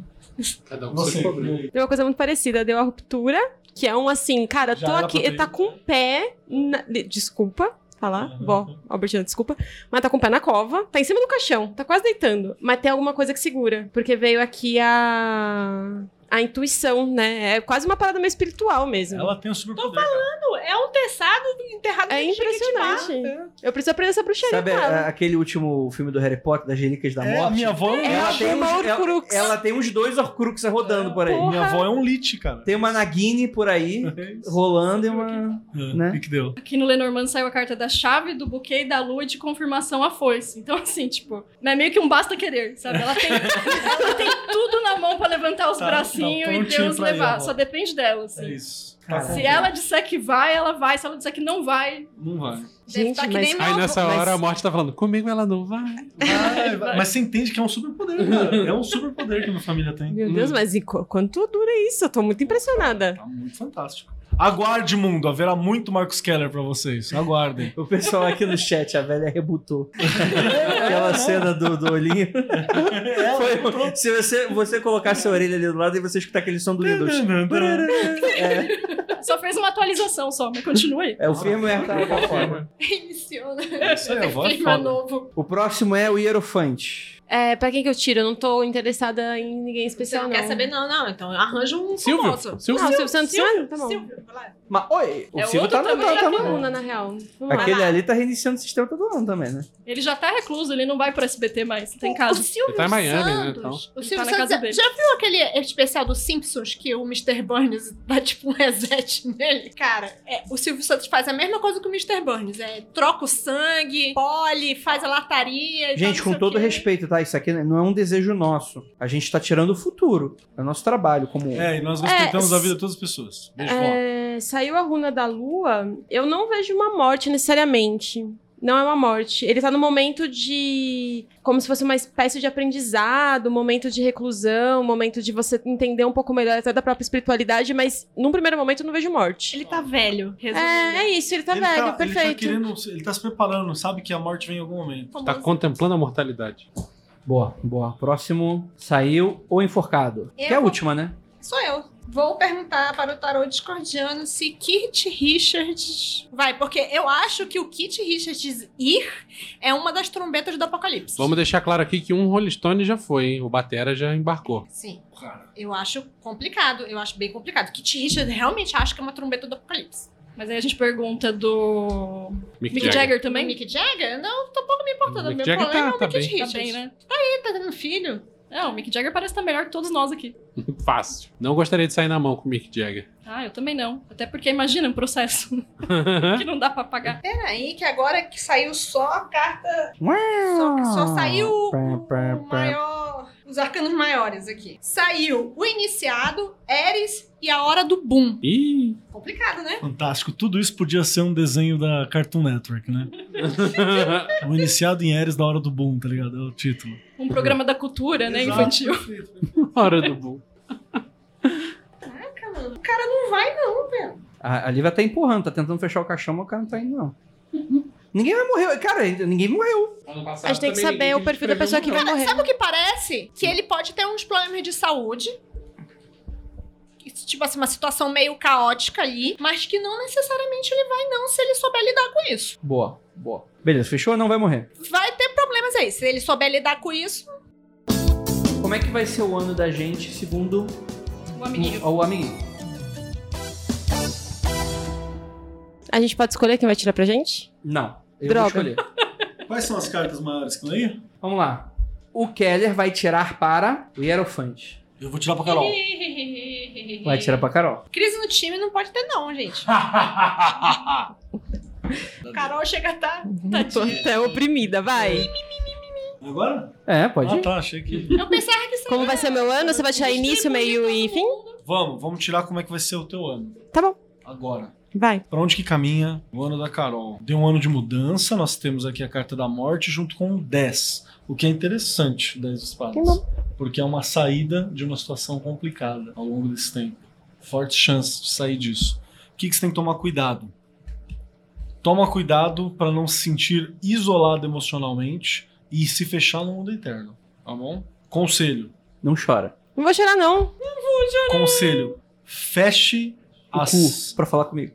Cada um com
Você,
seu problema.
Deu uma coisa muito parecida, deu a ruptura, que é um assim, cara,
Já
tô
era
aqui,
pra ter
tá
ido.
com o pé. na- de- Desculpa falar,
Uhum.
vó, Albertina, desculpa. Mas tá com o pé na cova, tá em cima do caixão, tá quase deitando. Mas tem alguma coisa que segura, porque veio aqui a. A intuição, né? É quase uma parada meio espiritual mesmo.
Ela tem um superpoder. cara.
É um teçado enterrado
É
em um jequitibá. É.
impressionante. Eu preciso aprender essa bruxaria
Sabe
com ela.
é,
a- aquele último filme do Harry Potter, das Relíquias da
É, a
Morte?
minha avó é um
Ela
lich.
tem uma Horcrux.
ela, ela tem uns dois Horcruxes rodando por aí.
Porra.
Minha avó é um lit, cara.
Tem uma Nagini por aí,
É isso.
rolando e uma...
É,
né?
O que, que deu?
Aqui no Lenormand saiu a carta da chave, do buquê e da lua e de confirmação à foice. Então, assim, tipo, não é meio que um basta querer, sabe? Ela tem, ela tem tudo na mão pra levantar os
Tá,
bracinhos
tá
e
prontinho
Deus
pra ir,
levar.
avó.
Só depende dela, assim.
É isso.
Cara,
com
Se
Deus.
ela disser que vai, ela vai. Se ela disser que não vai,
Não vai.
Gente,
tá que
mas-
nem meu
Aí
avô.
nessa
mas-
hora a morte tá falando, comigo ela não vai.
Vai, vai. Mas você entende que é um superpoder, cara. É um superpoder que a minha família tem.
Meu Deus, mas e qu- quanto dura isso? Eu tô muito impressionada.
Tá muito fantástico. Aguarde, mundo. Haverá muito Marcos Keller pra vocês. Aguardem.
O pessoal aqui no chat, a velha rebutou. Aquela cena do, do olhinho. Foi- um- se você, você colocasse a orelha ali do lado e você escutar aquele som do Windows. É,
só fez uma atualização só, mas continua aí.
é o firmware tá lá fora.
Reimiciona.
Isso aí, a voz é
né? Firma
foda.
novo.
O próximo é o Hierofante.
É, pra quem que eu tiro? Eu não tô interessada em ninguém
Você
especial,
não
não.
quer saber, não, não. Então arranja um
Silvio,
famoso.
Não,
Silvio.
Silvio Santos, ah, tá bom.
Silvio, vai lá.
Mas, oi, o
É
Silvio
outro
tá na
também,
tá,
é
tá
Tá
na
na
bom.
onda, na real. Vamos lá.
Aquele ali tá reiniciando o sistema todo ano também, né?
Ele já tá recluso, ele não vai pro SBT mais, tá em casa.
O Silvio
tá em Miami, né,
Santos.
O
Ele
Silvio
tá na casa
Santos,
dele.
já viu aquele especial dos Simpsons que o Mr. Burns dá tipo um reset nele? Cara, é, o Silvio Santos faz a mesma coisa que o Mr. Burns. É, troca o sangue, pole, faz a lataria. e tal,
tá
Gente,
não
com
sei o
todo
quê.
respeito, tá? Isso aqui não é um desejo nosso. A gente tá tirando o futuro. É o nosso trabalho como...
É, e nós respeitamos
É,
a vida de todas as pessoas. Beijo, vó.
É, saiu a runa da lua, eu não vejo uma morte necessariamente. Não é uma morte. Ele tá no momento de. Como se fosse uma espécie de aprendizado, um momento de reclusão, um momento de você entender um pouco melhor até da própria espiritualidade, mas num primeiro momento eu não vejo morte.
Ele tá velho,
É,
resumindo.
é isso, ele tá
Ele
velho,
ele
perfeito.
querendo- ele tá se preparando, sabe que a morte vem em algum
É,
momento.
Tá contemplando a mortalidade.
Boa, boa. Próximo saiu o Enforcado.
Eu
Que é a
vou-
última, né?
Sou eu. Vou perguntar para o tarô discordiano se Kit Richards vai, porque eu acho que o Kit Richards ir é uma das trombetas do apocalipse.
Vamos deixar claro aqui que um Rolling Stone já foi, hein? O Batera já embarcou.
Sim,
Cara,
eu acho complicado, eu acho bem complicado. Kit Richards realmente acho que é uma trombeta do apocalipse.
Mas aí a gente pergunta do Mick Jagger
Também
também?
Mick Jagger? Não, tô pouco me importando.
Mick
Meu
Jagger
problema
tá-
é o Mick
tá bem. Tá
Tá
Richards.
bem, né?
Ele tá tendo filho?
É, o Mick Jagger parece estar melhor que todos nós aqui.
Fácil. Não gostaria de sair na mão com o Mick Jagger.
Ah, eu também não. Até porque imagina um processo que não dá pra pagar.
Peraí, que agora que saiu só a carta. Só, só saiu o- o maior, os arcanos maiores aqui. Saiu o iniciado, Eris e a hora do boom.
Ih,
Complicado, né?
fantástico. Tudo isso podia ser um desenho da Cartoon Network, né? O iniciado em Ares da hora do boom, tá ligado? É o título.
Um programa da cultura, né,
Exato,
infantil.
perfeito.
hora do bom.
Caraca, mano. O cara não vai, não, velho.
A, a Lívia tá empurrando, tá tentando fechar o caixão, mas o cara não tá indo, não.
Ninguém vai morrer. Cara, ninguém morreu.
Ano
A
passado
gente tem que
também
saber
ninguém
o perfil da pessoa que
escreveu
vai morrer.
Sabe o que parece? Que ele pode ter uns problemas de saúde. Isso, Tipo assim, uma situação meio caótica ali, mas que não necessariamente ele vai, não, se ele souber lidar com isso.
Boa, boa. Beleza, fechou? Não vai morrer.
Vai ter problemas aí. Se ele souber lidar com isso,
Como é que vai ser o ano da gente, segundo
O amiguinho.
o, o amiguinho?
A gente pode escolher quem vai tirar pra gente?
Não. Eu
Droga.
vou escolher.
Quais são as cartas maiores que estão aí?
Vamos lá. O Keller vai tirar para o Hierofante.
Eu vou tirar pra Carol.
Vai tirar pra Carol.
crise no time não pode ter, não, gente. Carol chega a tá.
Tô até oprimida, vai.
Agora?
É, pode.
Ah,
ir.
tá, achei que.
Eu pensava que
Como vai ser meu ano? Você vai tirar início, meio e fim?
Vamos, vamos tirar como é que vai ser o teu ano.
Tá bom.
Agora.
Vai.
Pra onde que caminha o ano da Carol? Deu um ano de mudança, nós temos aqui a carta da morte junto com o 10, o que é interessante, o 10 de
Que
espadas.
bom.
Porque é uma saída de uma situação complicada ao longo desse tempo. Forte chance de sair disso. O que, que você tem que tomar cuidado? Toma cuidado pra não se sentir isolado emocionalmente e se fechar no mundo eterno, tá bom? Conselho,
Não chora.
Não vou chorar, não.
Conselho: feche
O
as,
cu pra falar comigo.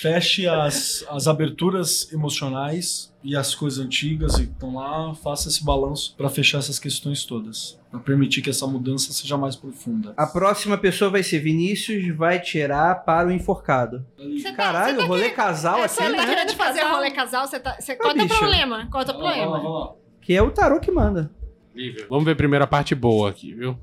feche as, as aberturas emocionais e as coisas antigas e que estão lá. Faça esse balanço para fechar essas questões todas, para permitir que essa mudança seja mais profunda.
A próxima pessoa vai ser Vinícius, vai tirar para o enforcado.
Você tá
Caralho, rolê casal assim,
Você
né?
tá querendo fazer rolê casal? Você tá... você- Qual é o teu
bicha.
problema? Qual é o teu
Vamos lá,
problema?
vamos lá, vamos lá.
Que é o tarô que manda.
Incrível. Vamos ver primeiro a parte boa aqui, viu?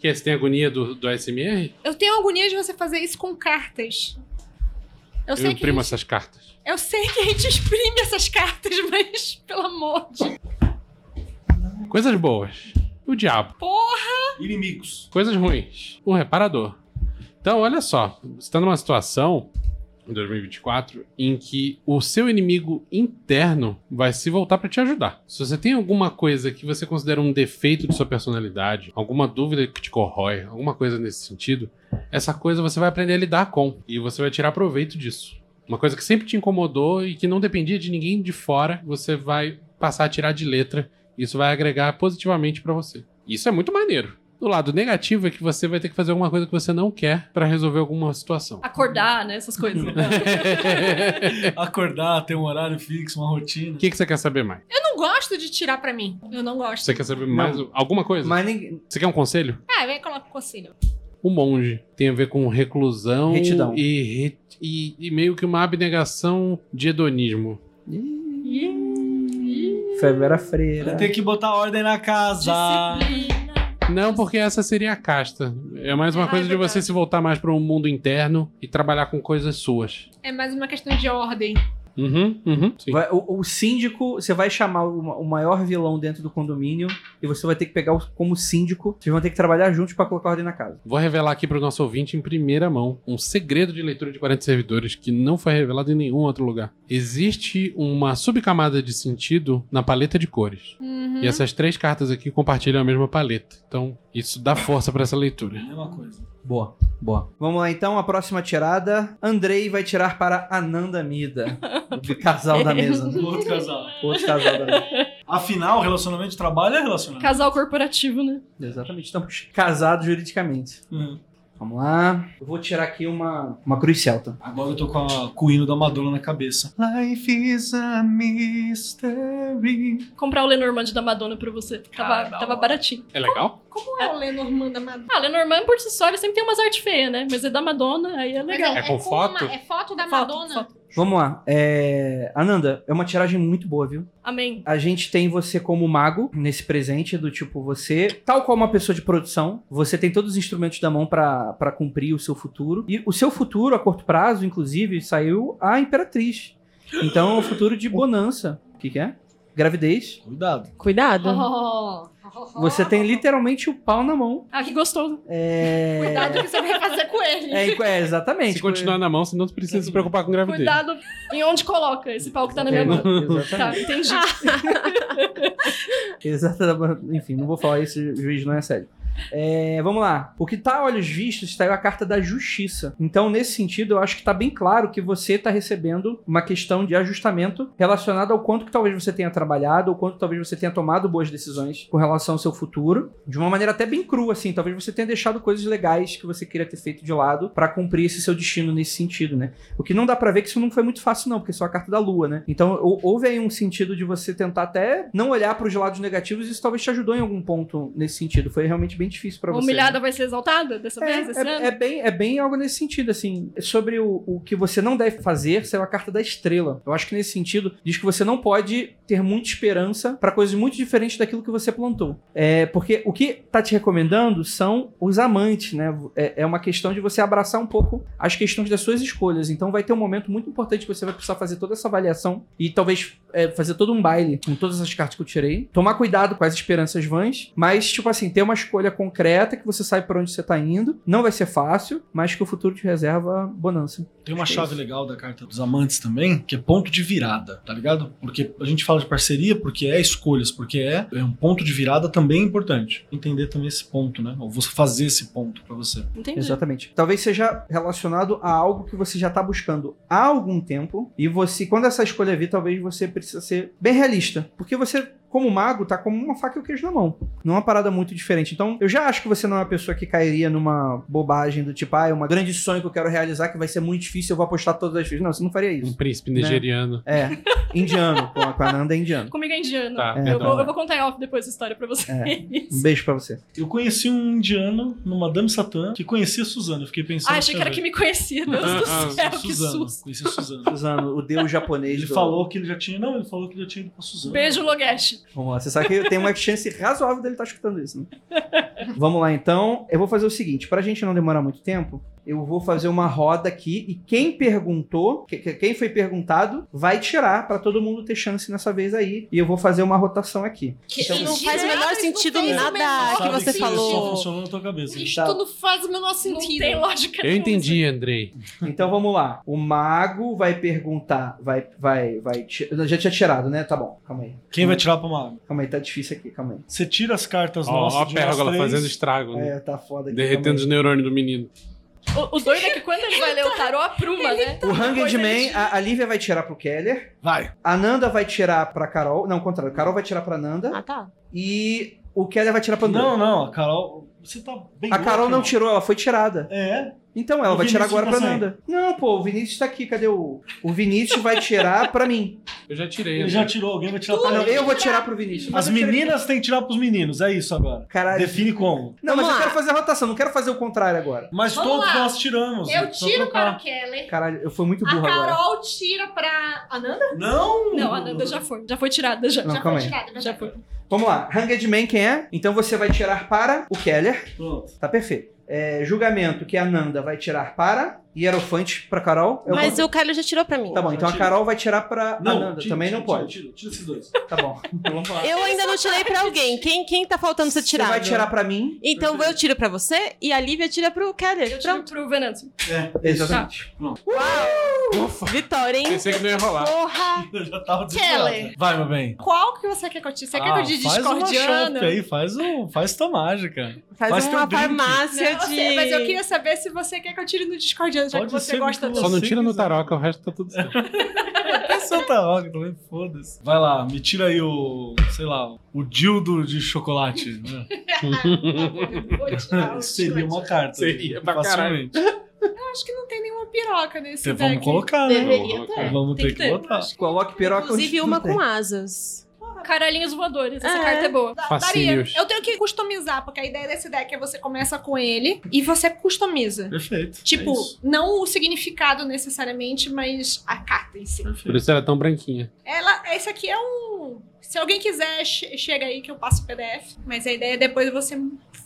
que você tem agonia do, do ASMR?
Eu tenho agonia de você fazer isso com cartas.
Eu,
Eu
é
sei, que a
imprimo
gente,
essas cartas.
eu sei que a gente exprime essas cartas, mas pelo amor de
Coisas boas. O diabo.
porra!
Inimigos.
Coisas ruins. Um reparador. Então, olha só. Você está numa situação em 2024 em que o seu inimigo interno vai se voltar para te ajudar. Se você tem alguma coisa que você considera um defeito de sua personalidade, alguma dúvida que te corrói, alguma coisa nesse sentido, essa coisa você vai aprender a lidar com e você vai tirar proveito disso. Uma coisa que sempre te incomodou e que não dependia de ninguém de fora, você vai passar a tirar de letra. Isso vai agregar positivamente para você. Isso é muito maneiro. Do lado negativo é que você vai ter que fazer alguma coisa que você não quer para resolver alguma situação.
Acordar, né? Essas coisas.
É.
Acordar, ter um horário fixo, uma
O
rotina.
que, que você quer saber mais?
Eu não gosto de tirar pra mim. Eu não gosto.
Você quer saber mais alguma coisa?
Mas ninguém.
Você quer um conselho?
Ah, vem coloca o conselho.
O monge tem a ver com reclusão
Retidão.
E, re- e- e meio que uma abnegação de hedonismo.
Febera Freira.
Tem que botar ordem na casa.
Não, porque essa seria a casta. É mais uma
Ah,
coisa
é
de
verdade.
você se voltar mais para um mundo interno e trabalhar com coisas suas.
É mais uma questão de ordem.
Uhum, uhum. Sim.
Vai- o, o síndico, você vai chamar o, ma- o maior vilão dentro do condomínio e você vai ter que pegar o- como síndico. Vocês vão ter que trabalhar juntos pra colocar ordem na casa.
Vou revelar aqui para o nosso ouvinte em primeira mão um segredo de leitura de 40 servidores que não foi revelado em nenhum outro lugar. Existe uma subcamada de sentido na paleta de cores.
Uhum.
E essas três cartas aqui compartilham a mesma paleta. Então, isso dá força para essa leitura.
É Mesma coisa.
Boa, boa. Vamos lá então, a próxima tirada. Andrei vai tirar para Ananda Mida. O casal da mesa. né?
Outro casal.
Outro casal da mesa.
Afinal, relacionamento de trabalho é relacionamento.
Casal corporativo, né?
Exatamente, estamos casados juridicamente.
Uhum.
Vamos lá. Eu vou tirar aqui uma, uma tá? cruz celta.
Agora eu tô com, a, com o hino da Madonna na cabeça. Life is a mystery.
Comprar o Lenormand da Madonna pra você.
Ah,
Tava,
Cara,
tava
ó.
baratinho.
É legal?
Como é o Lenormand da Madonna?
Ah, Lenormand por si só, ele sempre tem umas artes feias, né? Mas é da Madonna, aí é legal.
É com foto?
é foto da
Foto,
Madonna.
foto.
Vamos lá. É, Ananda, é uma tiragem muito boa, viu?
Amém.
A gente tem você como mago nesse presente, do tipo você, tal qual uma pessoa de produção, você tem todos os instrumentos da mão pra pra cumprir o seu futuro. E o seu futuro a curto prazo, inclusive, saiu a imperatriz. Então, é um futuro de bonança. O que que é? Gravidez.
Cuidado.
Cuidado.
Oh.
Você tem literalmente o pau na mão.
Ah, que gostoso.
É,
Cuidado o que você vai fazer com ele.
é, é, exatamente.
Se continuar na mão, você não precisa se preocupar com gravidez.
Cuidado em onde coloca esse pau que tá na
É, Ah.
minha mão.
exatamente.
Tá, entendi.
Exatamente. Enfim, não vou falar isso, o juiz não é sério. É, vamos lá. O que tá a olhos vistos saiu a carta da justiça. Então, nesse sentido, eu acho que tá bem claro que você tá recebendo uma questão de ajustamento relacionada ao quanto que talvez você tenha trabalhado, ou quanto talvez você tenha tomado boas decisões com relação ao seu futuro, de uma maneira até bem crua, assim. Talvez você tenha deixado coisas legais que você queria ter feito de lado pra cumprir esse seu destino nesse sentido, né? O que não dá pra ver que isso não foi muito fácil, não, porque é só a carta da lua, né? Então, hou- houve aí um sentido de você tentar até não olhar pros lados negativos, e isso talvez te ajudou em algum ponto nesse sentido. Foi realmente bem difícil pra você. né?
Humilhada vai ser exaltada dessa vez, esse
É,
ano?
é- é bem, é bem algo nesse sentido, assim. Sobre o, o que você não deve fazer, saiu a carta da estrela. Eu acho que nesse sentido, diz que você não pode ter muita esperança pra coisas muito diferentes daquilo que você plantou. É, porque o que tá te recomendando são os amantes, né? É, é uma questão de você abraçar um pouco as questões das suas escolhas. Então vai ter um momento muito importante que você vai precisar fazer toda essa avaliação e talvez é, fazer todo um baile com todas as cartas que eu tirei. Tomar cuidado com as esperanças vãs, mas, tipo assim, ter uma escolha concreta que você sabe pra onde você tá indo. Não vai ser fácil, mas que o futuro te reserva bonança.
Tem uma
Acho que é
chave
isso.
legal da carta dos amantes também, que é ponto de virada, tá ligado? Porque a gente fala de parceria porque é escolhas, porque é, é um ponto de virada também importante. Entender também esse ponto, né? Ou você fazer esse ponto pra você.
Entendi.
Exatamente. Talvez seja relacionado a algo que você já tá buscando há algum tempo e você, quando essa escolha vir, talvez você precisa ser bem realista, porque você como mago, tá como uma faca e o queijo na mão. Não é uma parada muito diferente. Então, eu já acho que você não é uma pessoa que cairia numa bobagem do tipo, ah, é um grande sonho que eu quero realizar que vai ser muito difícil, eu vou apostar todas as vezes. Não, você não faria
Um
isso.
príncipe
Né?
nigeriano.
É, indiano. Com a, com a Nanda é indiano.
Comigo é indiano.
Tá,
eu,
perdão.
então.
vou, eu vou contar em off depois a história pra vocês.
Um beijo pra você.
Eu conheci um indiano no Madame Satã que conhecia a Suzana. Eu fiquei pensando.
Ah, achei que era que me conhecia. Deus do
Ah, ah,
céu, que
Suzana.
susto.
Conheci a Suzana.
Suzano, o deus japonês.
Ele
do-
falou que ele já tinha. Não, ele falou que ele já tinha ido pra Suzana.
Beijo, Logesh.
Vamos lá, você sabe que tem uma chance razoável dele estar escutando isso, né? Vamos lá, então. Eu vou fazer o seguinte, pra gente não demorar muito tempo, eu vou fazer uma roda aqui e quem perguntou, que- que- quem foi perguntado, vai tirar pra todo mundo ter chance nessa vez aí. E eu vou fazer uma rotação aqui.
Que
Então,
não faz o
diabos
menor
não
sentido
fez o
nada
menor
que você
isso Só
falou.
funcionou na tua cabeça.
Isso não faz o menor
Não
sentido.
tem lógica
Eu
nenhuma.
entendi, Andrei.
Então vamos lá. O mago vai perguntar, vai, vai, vai. ti- Eu Já tinha tirado, né? Tá bom. Calma aí.
Quem vai tirar pra uma
Calma aí, tá difícil aqui. Calma aí.
Você tira as cartas
Ó, ó
nossas.
a
de nós
pérgola
três.
fazendo estrago, né?
É, tá foda aqui.
Derretendo os
calma aí.
neurônios do menino.
O, o doido é que quando ele vai ler o tarô, apruma, né?
O Hanged
Depois
Man,
ele-
a, a Lívia vai tirar pro Keller.
Vai.
A Nanda vai tirar pra Carol. Não, ao contrário. Carol vai tirar pra Nanda.
Ah, tá.
E o Keller vai tirar pra Nanda.
Não, não, a Carol. Você tá bem.
a
louca,
Carol não
irmão.
tirou, ela foi tirada.
É.
Então ela
O
vai tirar
Vinícius
agora pra
tá
Nanda. Não, pô, o Vinícius tá aqui, cadê o. O Vinícius vai tirar pra mim.
Eu já tirei.
Ele
Andrei.
já tirou, alguém vai tirar
Ah,
pra
não,
ele.
eu vou tirar pro Vinícius. Mas
As
eu tirei-
meninas têm que tirar pros meninos, é isso agora.
Caralho.
Define como.
Não, mas
Vamos
eu
lá.
quero fazer a rotação, não quero fazer o contrário agora.
Mas
Vamos
todos
lá.
nós tiramos.
Então,
né?
Eu
só
tiro para o
trocar.
Keller.
Caralho, eu fui muito
A
burro agora.
Carol tira pra. Ananda?
Não!
Não, a Nanda já foi. Já foi tirada, já.
Não,
já
calma
foi
aí.
Tirada,
tirada, já foi.
Vamos lá. Hanged Man, quem é? Então você vai tirar para o Keller.
Pronto.
Tá perfeito. É, julgamento que a Nanda vai tirar para. Hierofante pra Carol. É o
Mas
contrário.
o Caio já tirou pra mim.
Tá bom, então a Carol vai tirar pra
Não,
Ananda.
tira,
Também
tira,
não pode.
Tira, tira, tira esses dois.
Tá bom. Então vamos lá.
Eu ainda não tirei pra alguém. Quem, quem tá faltando ser
Você
tirado?
vai tirar pra mim?
Então eu tiro pra você e a Lívia tira pro
Eu
Keller.
tiro
Pronto.
pro Venâncio.
Tá.
É,
Exatamente.
Ufa,
Vitória, hein?
pensei que não ia rolar.
Porra!
eu já tava desesperado.
Keller.
Vai, meu bem.
Qual que você quer que eu tire? Você quer que eu de
Ah, faz uma
discordiana?
chope aí, faz, um, faz tua mágica.
Faz,
Faz teu
uma
drink.
farmácia
Não, eu
de.
sei, mas eu queria saber se você quer que eu tire no discordiano, já
Pode
que você
ser
gosta
muito
do.
Só não
Você
tira no
quiser.
taroca,
né?
o resto tá tudo certo.
É Santa Roca também, foda-se. Vai lá, me tira aí o, sei lá, o dildo de chocolate. né?
Vou tirar o
Seria
discordiano.
uma carta.
Seria pra
facilmente.
Acho que não tem nenhuma piroca nesse
Então,
deck.
Vamos colocar, né?
Deveria ter.
É,
Tá,
Vamos
Tem
ter
que
que
ter,
Tá.
botar.
Coloque piroca onde
Inclusive
não
uma
tem.
com asas.
Caralhinhos voadores, essa
É.
carta é boa.
Da- Daria.
Facinhos.
Eu tenho que customizar, porque a ideia desse deck é você começa com ele e você customiza.
Perfeito.
Tipo,
é isso.
não o significado necessariamente, mas a carta em si.
Por
Perfeito.
isso era tão branquinha.
Ela, esse aqui é um. Se alguém quiser, che- chega aí que eu passo o PDF. Mas a ideia é depois você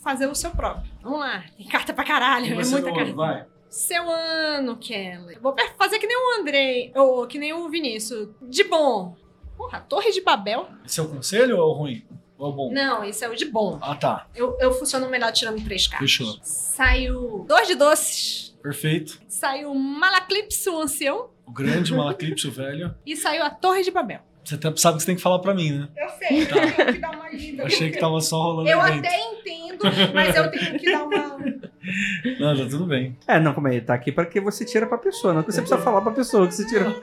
fazer o seu próprio. Vamos lá. Tem carta pra caralho. É
Você
muita
não,
carta.
Então Vai.
Seu ano, Kelly. Vou pe- fazer que nem o Andrei, ou que nem o Vinícius. De bom. Porra, Torre de Babel?
Esse é o conselho ou é o ruim? Ou é o bom?
Não, esse é o de bom.
Ah, tá.
Eu, eu funciono melhor tirando três cartas.
Fechou.
Saiu dois de doces.
Perfeito.
Saiu Malaclipse, o ancião.
O grande Malaclipse, o velho.
E saiu a Torre de Babel.
Você até sabe que você tem que falar pra mim, né?
Eu sei, eu tenho que dar uma lida.
Achei que tava só rolando
Eu
dentro.
até mundo, mas eu tenho que dar uma.
Não, já tudo bem.
É, não, como é? Tá aqui pra que você tira pra pessoa, não que você precisa falar pra pessoa que você tira.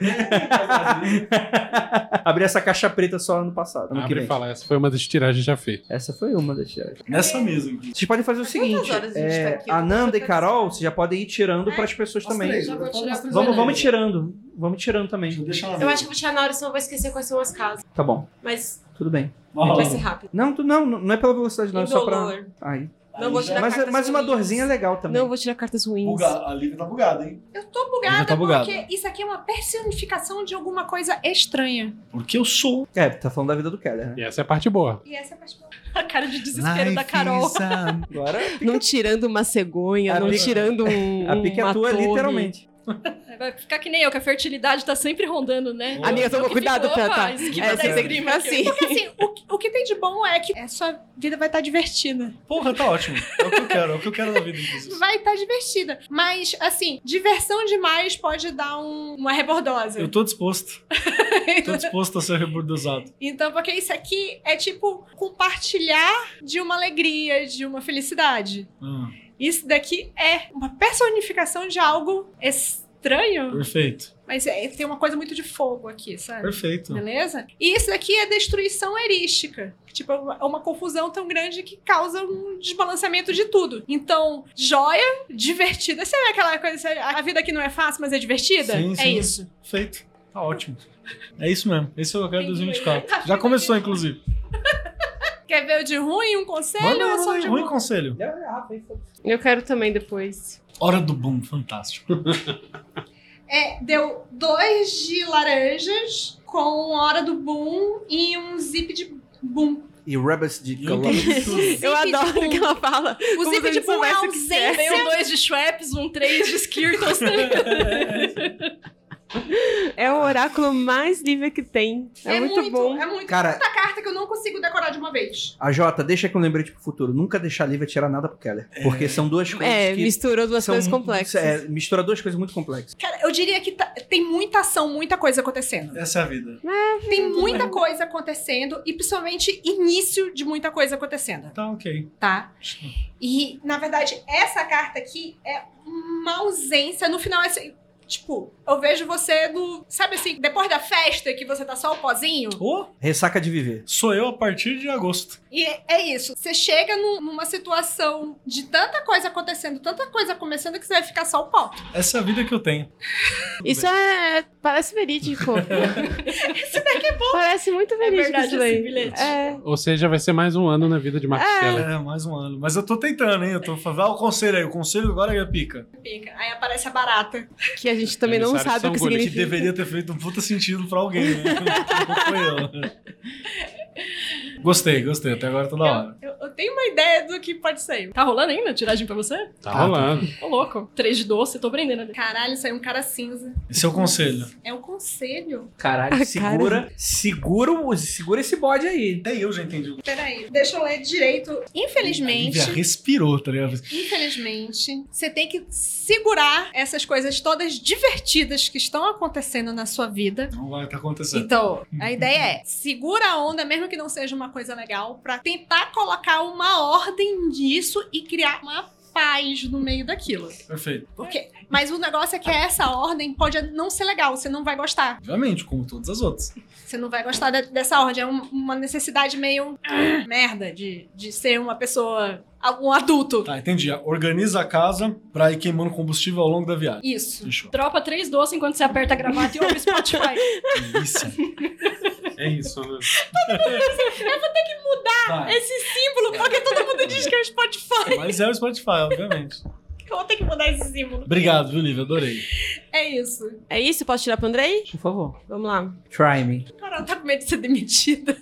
Abri essa caixa preta só ano passado. Ano que
Abre e
vem.
fala, essa foi uma das tiragens já feitas.
Essa foi uma das tiragens.
Nessa mesa, inclusive.
Vocês podem fazer o seguinte:
horas a gente
é,
tá aqui? É.
a
Eu
Nanda
tô
e Carol, vocês já podem ir tirando pras pessoas também.
já vou
tirar
tirar
Vamos, vamos tirando. Vamos tirando também.
Deixa ela
Eu acho que eu vou tirar na hora, senão eu vou esquecer quais são as casas.
Tá bom,
Mas
tudo bem.
vai ser rápido.
Não, tu, não, não é pela velocidade, não, é só pra.
Indolor.
Aí.
Não vou tirar
Mas,
cartas
mas uma
ruins.
dorzinha é legal também.
Não vou tirar cartas ruins.
Buga... A Lívia tá bugada, hein?
Eu tô bugada
Ainda tá bugado.
porque isso aqui é uma personificação de alguma coisa estranha.
Porque eu sou.
É, tá falando da vida do Keller, né?
E essa é a parte boa.
E essa é a parte- a cara de desespero da Carol.
Agora
Não tirando uma cegonha,
A
não
pica-
tirando um.
a pique
uma
é tua,
torre.
literalmente.
Vai ficar que nem eu, que a fertilidade tá sempre rondando, né?
Boa.
Amiga, toma
Eu que
cuidado
fico,
pra
opa,
tá.
esquiva
É,
da
você tem que
esgrima
ficar
aqui.
assim.
Porque assim, o, que- o que tem de bom é que a sua vida vai estar divertida.
Porra, tá ótimo. É o que eu quero, é o que eu quero na vida, inclusive.
Vai estar divertida. Mas, assim, diversão demais pode dar um- uma rebordosa.
Eu tô disposto. Tô disposto a ser rebordosado.
Então, porque isso aqui é tipo compartilhar de uma alegria, de uma felicidade.
Hum,
Isso daqui é uma personificação de algo estranho,
perfeito.
mas é- tem uma coisa muito de fogo aqui, sabe?
Perfeito.
Beleza? E isso daqui é destruição erística. Tipo, é uma- é uma confusão tão grande que causa um desbalanceamento de tudo. Então, joia, divertida. Sabe aquela coisa, a vida aqui não é fácil, mas é divertida?
Sim,
é
sim.
isso.
Feito. Tá ótimo. É isso mesmo. Esse é o que eu quero em
Entendi. Tá
2024. Já começou, inclusive.
Quer ver o de ruim, um conselho
Manda
ou só o de
um
bom?
ruim conselho.
Eu quero também depois.
Hora do boom, fantástico.
É, deu dois de laranjas com hora do boom e um zip de boom.
E Rebels de
Eu
Columbus.
entendi
Eu
tudo.
Zip de
adoro que
boom.
ela fala.
O
Como
zip
se
de
a gente
boom é
soubesse o que que é.
ausência.
Veio dois de Schweppes, um três de Skirtles.
É o oráculo mais livre que tem. É, muito, bom.
É muito.
Cara,
Muita carta que eu não consigo decorar de uma vez.
a Jota, deixa que eu lembrei pro futuro. Nunca deixar a Lívia tirar nada pro Keller. Porque são duas coisas
É,
que.
misturou duas
são-
coisas complexas.
É, mistura duas coisas muito complexas.
Cara, eu diria que tá- tem muita ação, muita coisa acontecendo.
Essa é a vida.
Tem muita coisa acontecendo e principalmente início de muita coisa acontecendo,
Tá, ok.
tá? E, na verdade, essa carta aqui é uma ausência. No final, é assim, tipo, eu vejo você do. Sabe assim, depois da festa que você tá só o pozinho?
Ô,
Ressaca de viver.
sou eu a partir de agosto.
E é isso. Você chega num- numa situação de tanta coisa acontecendo, tanta coisa começando, que você vai ficar só o pó.
Essa é a vida que eu tenho.
Isso é. Parece verídico.
Isso daqui é bom.
parece muito
É
verídico
verdade
isso
esse
daí.
bilhete.
É.
Ou seja, vai ser mais um ano na vida de Marcos Keller.
É, mais um ano. Mas eu tô tentando, hein? Eu tô falando. Dá o conselho aí. O conselho agora é pica.
Pica. Aí aparece a barata.
Que a gente também não
Emissário
sabe o que
São Gulli,
Que
significa.
deveria ter feito um puta sentido pra alguém, né? Não foi eu. Gostei, gostei. Até agora tá da hora.
Eu, eu tenho uma ideia do que pode sair.
Tá rolando ainda a tiragem pra você?
Tá rolando.
Ô, louco. Três de doce, tô aprendendo ali.
Caralho, saiu um cara cinza.
Esse é o conselho.
É um conselho.
Caralho,
Ah,
segura. Segura, o- segura esse bode aí.
Até eu já entendi.
Peraí, deixa eu ler direito. Infelizmente,
Lívia respirou, tá ligado?
infelizmente, você tem que segurar essas coisas todas divertidas que estão acontecendo na sua vida.
Não vai tá acontecendo.
Então, a ideia é segura a onda, mesmo que não seja uma coisa legal, pra tentar colocar uma ordem nisso e criar uma paz no meio daquilo.
Perfeito.
Porque, mas o negócio é que essa ordem pode não ser legal, você não vai gostar.
Obviamente, como todas as outras.
Você não vai gostar de- dessa ordem. É um- uma necessidade meio ah, merda de, de ser uma pessoa, um adulto.
Tá, entendi. Organiza a casa pra ir queimando combustível ao longo da viagem.
Isso.
Fechou.
Dropa três doces enquanto você aperta a gravata e ouve Spotify.
Delícia.
É isso, né?
Vai.
Esse símbolo, porque todo mundo diz que é o Spotify.
Mas é o Spotify, obviamente.
Eu vou ter que mudar esse símbolo.
Obrigado, viu, Lívia? Adorei.
É isso.
É isso? Posso tirar pro Andrei?
Por favor.
Vamos lá.
Try me.
Carol tá com medo de ser demitida.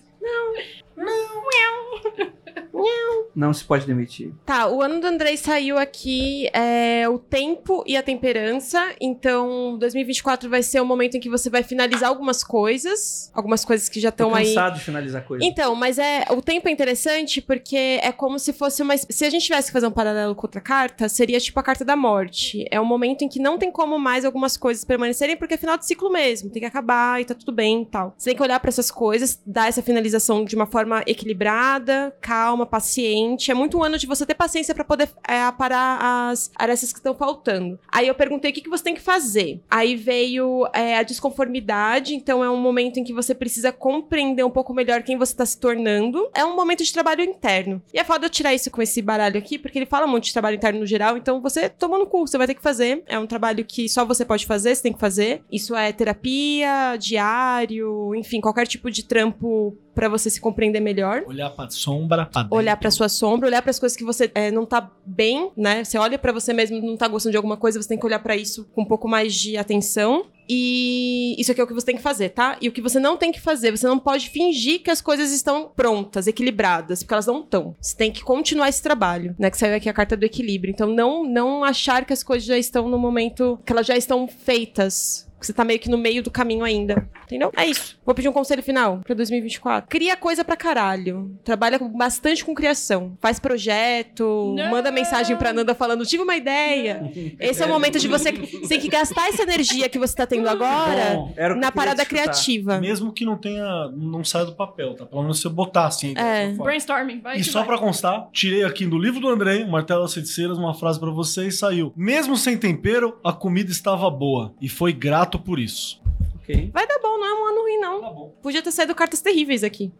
Não se pode demitir.
Tá, o ano do Andrei saiu aqui é, o tempo e a temperança. Então, 2024 vai ser o momento em que você vai finalizar algumas coisas. Algumas coisas que já
Tô
estão Então aí.
cansado de finalizar coisa.
Então, mas é o tempo é interessante porque é como se fosse uma. Se a gente tivesse que fazer um paralelo com outra carta, seria tipo a carta da morte. É um momento em que não tem como mais algumas coisas permanecerem, porque é final de ciclo mesmo, tem que acabar e tá tudo bem e tal. Você tem que olhar pra essas coisas, dar essa finalização de uma forma equilibrada, calma, paciente 2020. É muito um ano de você ter paciência para poder é, aparar as arestas que estão faltando. Aí eu perguntei o que, que você tem que fazer. Aí veio é, a desconformidade, então é um momento em que você precisa compreender um pouco melhor quem você está se tornando. É um momento de trabalho interno. E é foda eu tirar isso com esse baralho aqui, porque ele fala muito de trabalho interno no geral, então você toma no cu, você vai ter que fazer. É um trabalho que só você pode fazer, você tem que fazer. Isso é terapia, diário, enfim, qualquer tipo de trampo para você se compreender melhor
Olhar pra sombra, pra dentro.
olhar pra sua sombra, olhar para as coisas que você é, não tá bem, né? Você olha pra você mesmo, não tá gostando de alguma coisa, você tem que olhar pra isso com um pouco mais de atenção. E isso aqui é o que você tem que fazer, tá? E o que você não tem que fazer, você não pode fingir que as coisas estão prontas, equilibradas, porque elas não estão. Você tem que continuar esse trabalho, né? Que saiu aqui a carta do equilíbrio. Então não não achar que as coisas já estão no momento que elas já estão feitas. que Você tá meio que no meio do caminho ainda. Entendeu? É isso. Vou pedir um conselho final pra 2024. Cria coisa pra caralho. Trabalha com- bastante com criação. Faz projeto,
Não.
manda mensagem pra Nanda falando: tive uma ideia. Esse é o momento de você você tem que gastar essa energia que você tá tendo agora
Bom,
Era o que
na
eu queria
parada
te escutar.
criativa.
Mesmo que não tenha. não saia do papel, tá? Pelo menos você botar assim.
É.
fora.
Brainstorming, vai.
E
que
só
vai.
pra constar, tirei aqui do livro do André, Martelo das Feiticeiras, uma frase pra você e saiu. Mesmo sem tempero, a comida estava boa. E foi grato por isso.
Ok.
Vai dar bom, não é um ano ruim, não.
Tá bom.
Podia ter saído cartas terríveis aqui.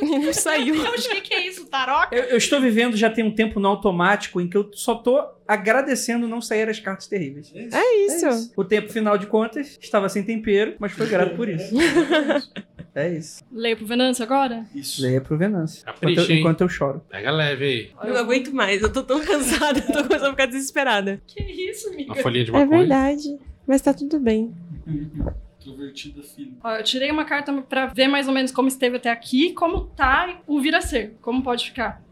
e não saiu.
Deus, o que, que é isso, taroca?
Eu, eu estou vivendo já tem um tempo no automático em que eu só tô agradecendo não sair as cartas terríveis.
É
É
isso.
O tempo, final de contas, estava sem tempero, mas foi grato por isso. É isso.
Leio pro Venâncio agora?
Isso.
Leia pro Venâncio.
Capricha,
Enquanto eu,
hein?
enquanto eu choro.
Pega leve aí.
Eu não aguento mais, eu tô tão cansada, eu tô começando a ficar desesperada.
Que isso, amiga?
Uma folhinha de maconha.
É verdade, mas tá tudo bem.
Introvertida, filho.
Ó, eu tirei uma carta pra ver mais ou menos como esteve até aqui, como tá e o vir a ser, como pode ficar.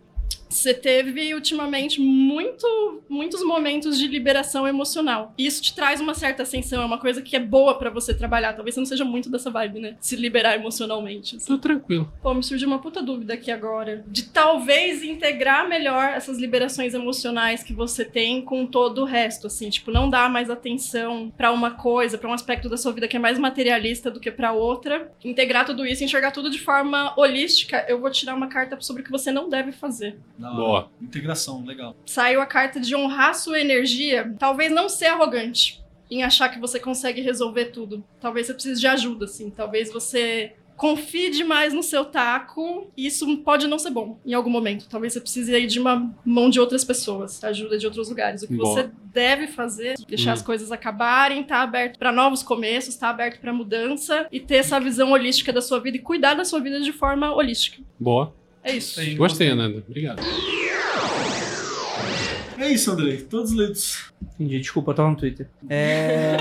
Você teve ultimamente muito, muitos momentos de liberação emocional. E Isso te traz uma certa ascensão, é uma coisa que é boa pra você trabalhar. Talvez você não seja muito dessa vibe, né? Se liberar emocionalmente. assim.
Tô tranquilo.
Pô, me surgiu uma puta dúvida aqui agora. De talvez integrar melhor essas liberações emocionais que você tem com todo o resto, assim. Tipo, não dar mais atenção pra uma coisa, pra um aspecto da sua vida que é mais materialista do que pra outra. Integrar tudo isso, enxergar tudo de forma holística. Eu vou tirar uma carta sobre o que você não deve fazer.
Da hora.
Boa.
Integração, legal.
Saiu a carta de honrar sua energia. Talvez não ser arrogante em achar que você consegue resolver tudo. Talvez você precise de ajuda, assim. Talvez você confie demais no seu taco e isso pode não ser bom em algum momento. Talvez você precise aí de uma mão de outras pessoas, ajuda de outros lugares. O que
Boa.
você deve fazer, é deixar
Hum.
as coisas acabarem, tá aberto para novos começos, tá aberto para mudança e ter essa visão holística da sua vida e cuidar da sua vida de forma holística.
Boa.
É isso.
Gostei, Nanda. Obrigado.
É isso, Andrei. Todos lidos.
Entendi, desculpa, eu tava no Twitter. É.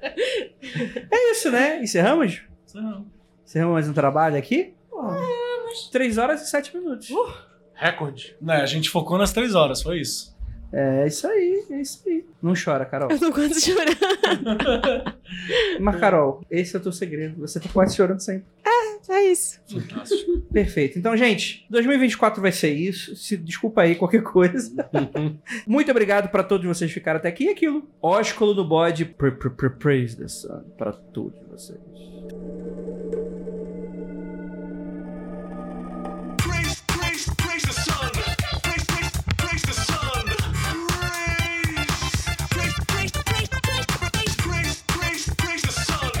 é isso, né? Encerramos?
Sei não.
Encerramos mais um trabalho aqui? Vamos. 3 horas e 7 minutos.
Recorde.
Né, a gente focou nas três horas, foi isso.
É isso aí, é isso aí. Não chora, Carol.
Eu tô quase chorando.
Mas, Carol, esse é o teu segredo. Você tá quase chorando sempre.
É isso.
Fantástico.
Perfeito. Então, gente, 2024 vai ser isso. Se desculpa aí qualquer coisa. Muito obrigado pra todos vocês que ficaram até aqui. E aquilo. Ósculo do bode. Pra- pra- pra- Praise the sun. Pra todos vocês.
Praise, praise, praise the sun. Praise, praise, praise the sun. Praise, praise, praise, praise, praise, praise, praise, praise the sun.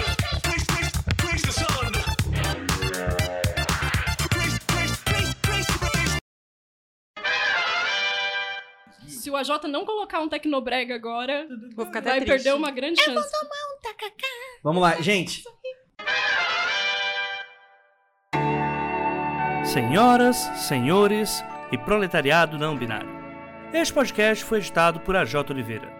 Praise, praise, praise the sun. Praise, praise, praise, praise, praise.
Se o AJ não colocar um Tecnobrega agora,
Vou ficar até
vai
triste.
perder uma grande chance.
Vamos lá, gente.
Senhoras, senhores e proletariado não binário. Este podcast foi editado por AJ Oliveira.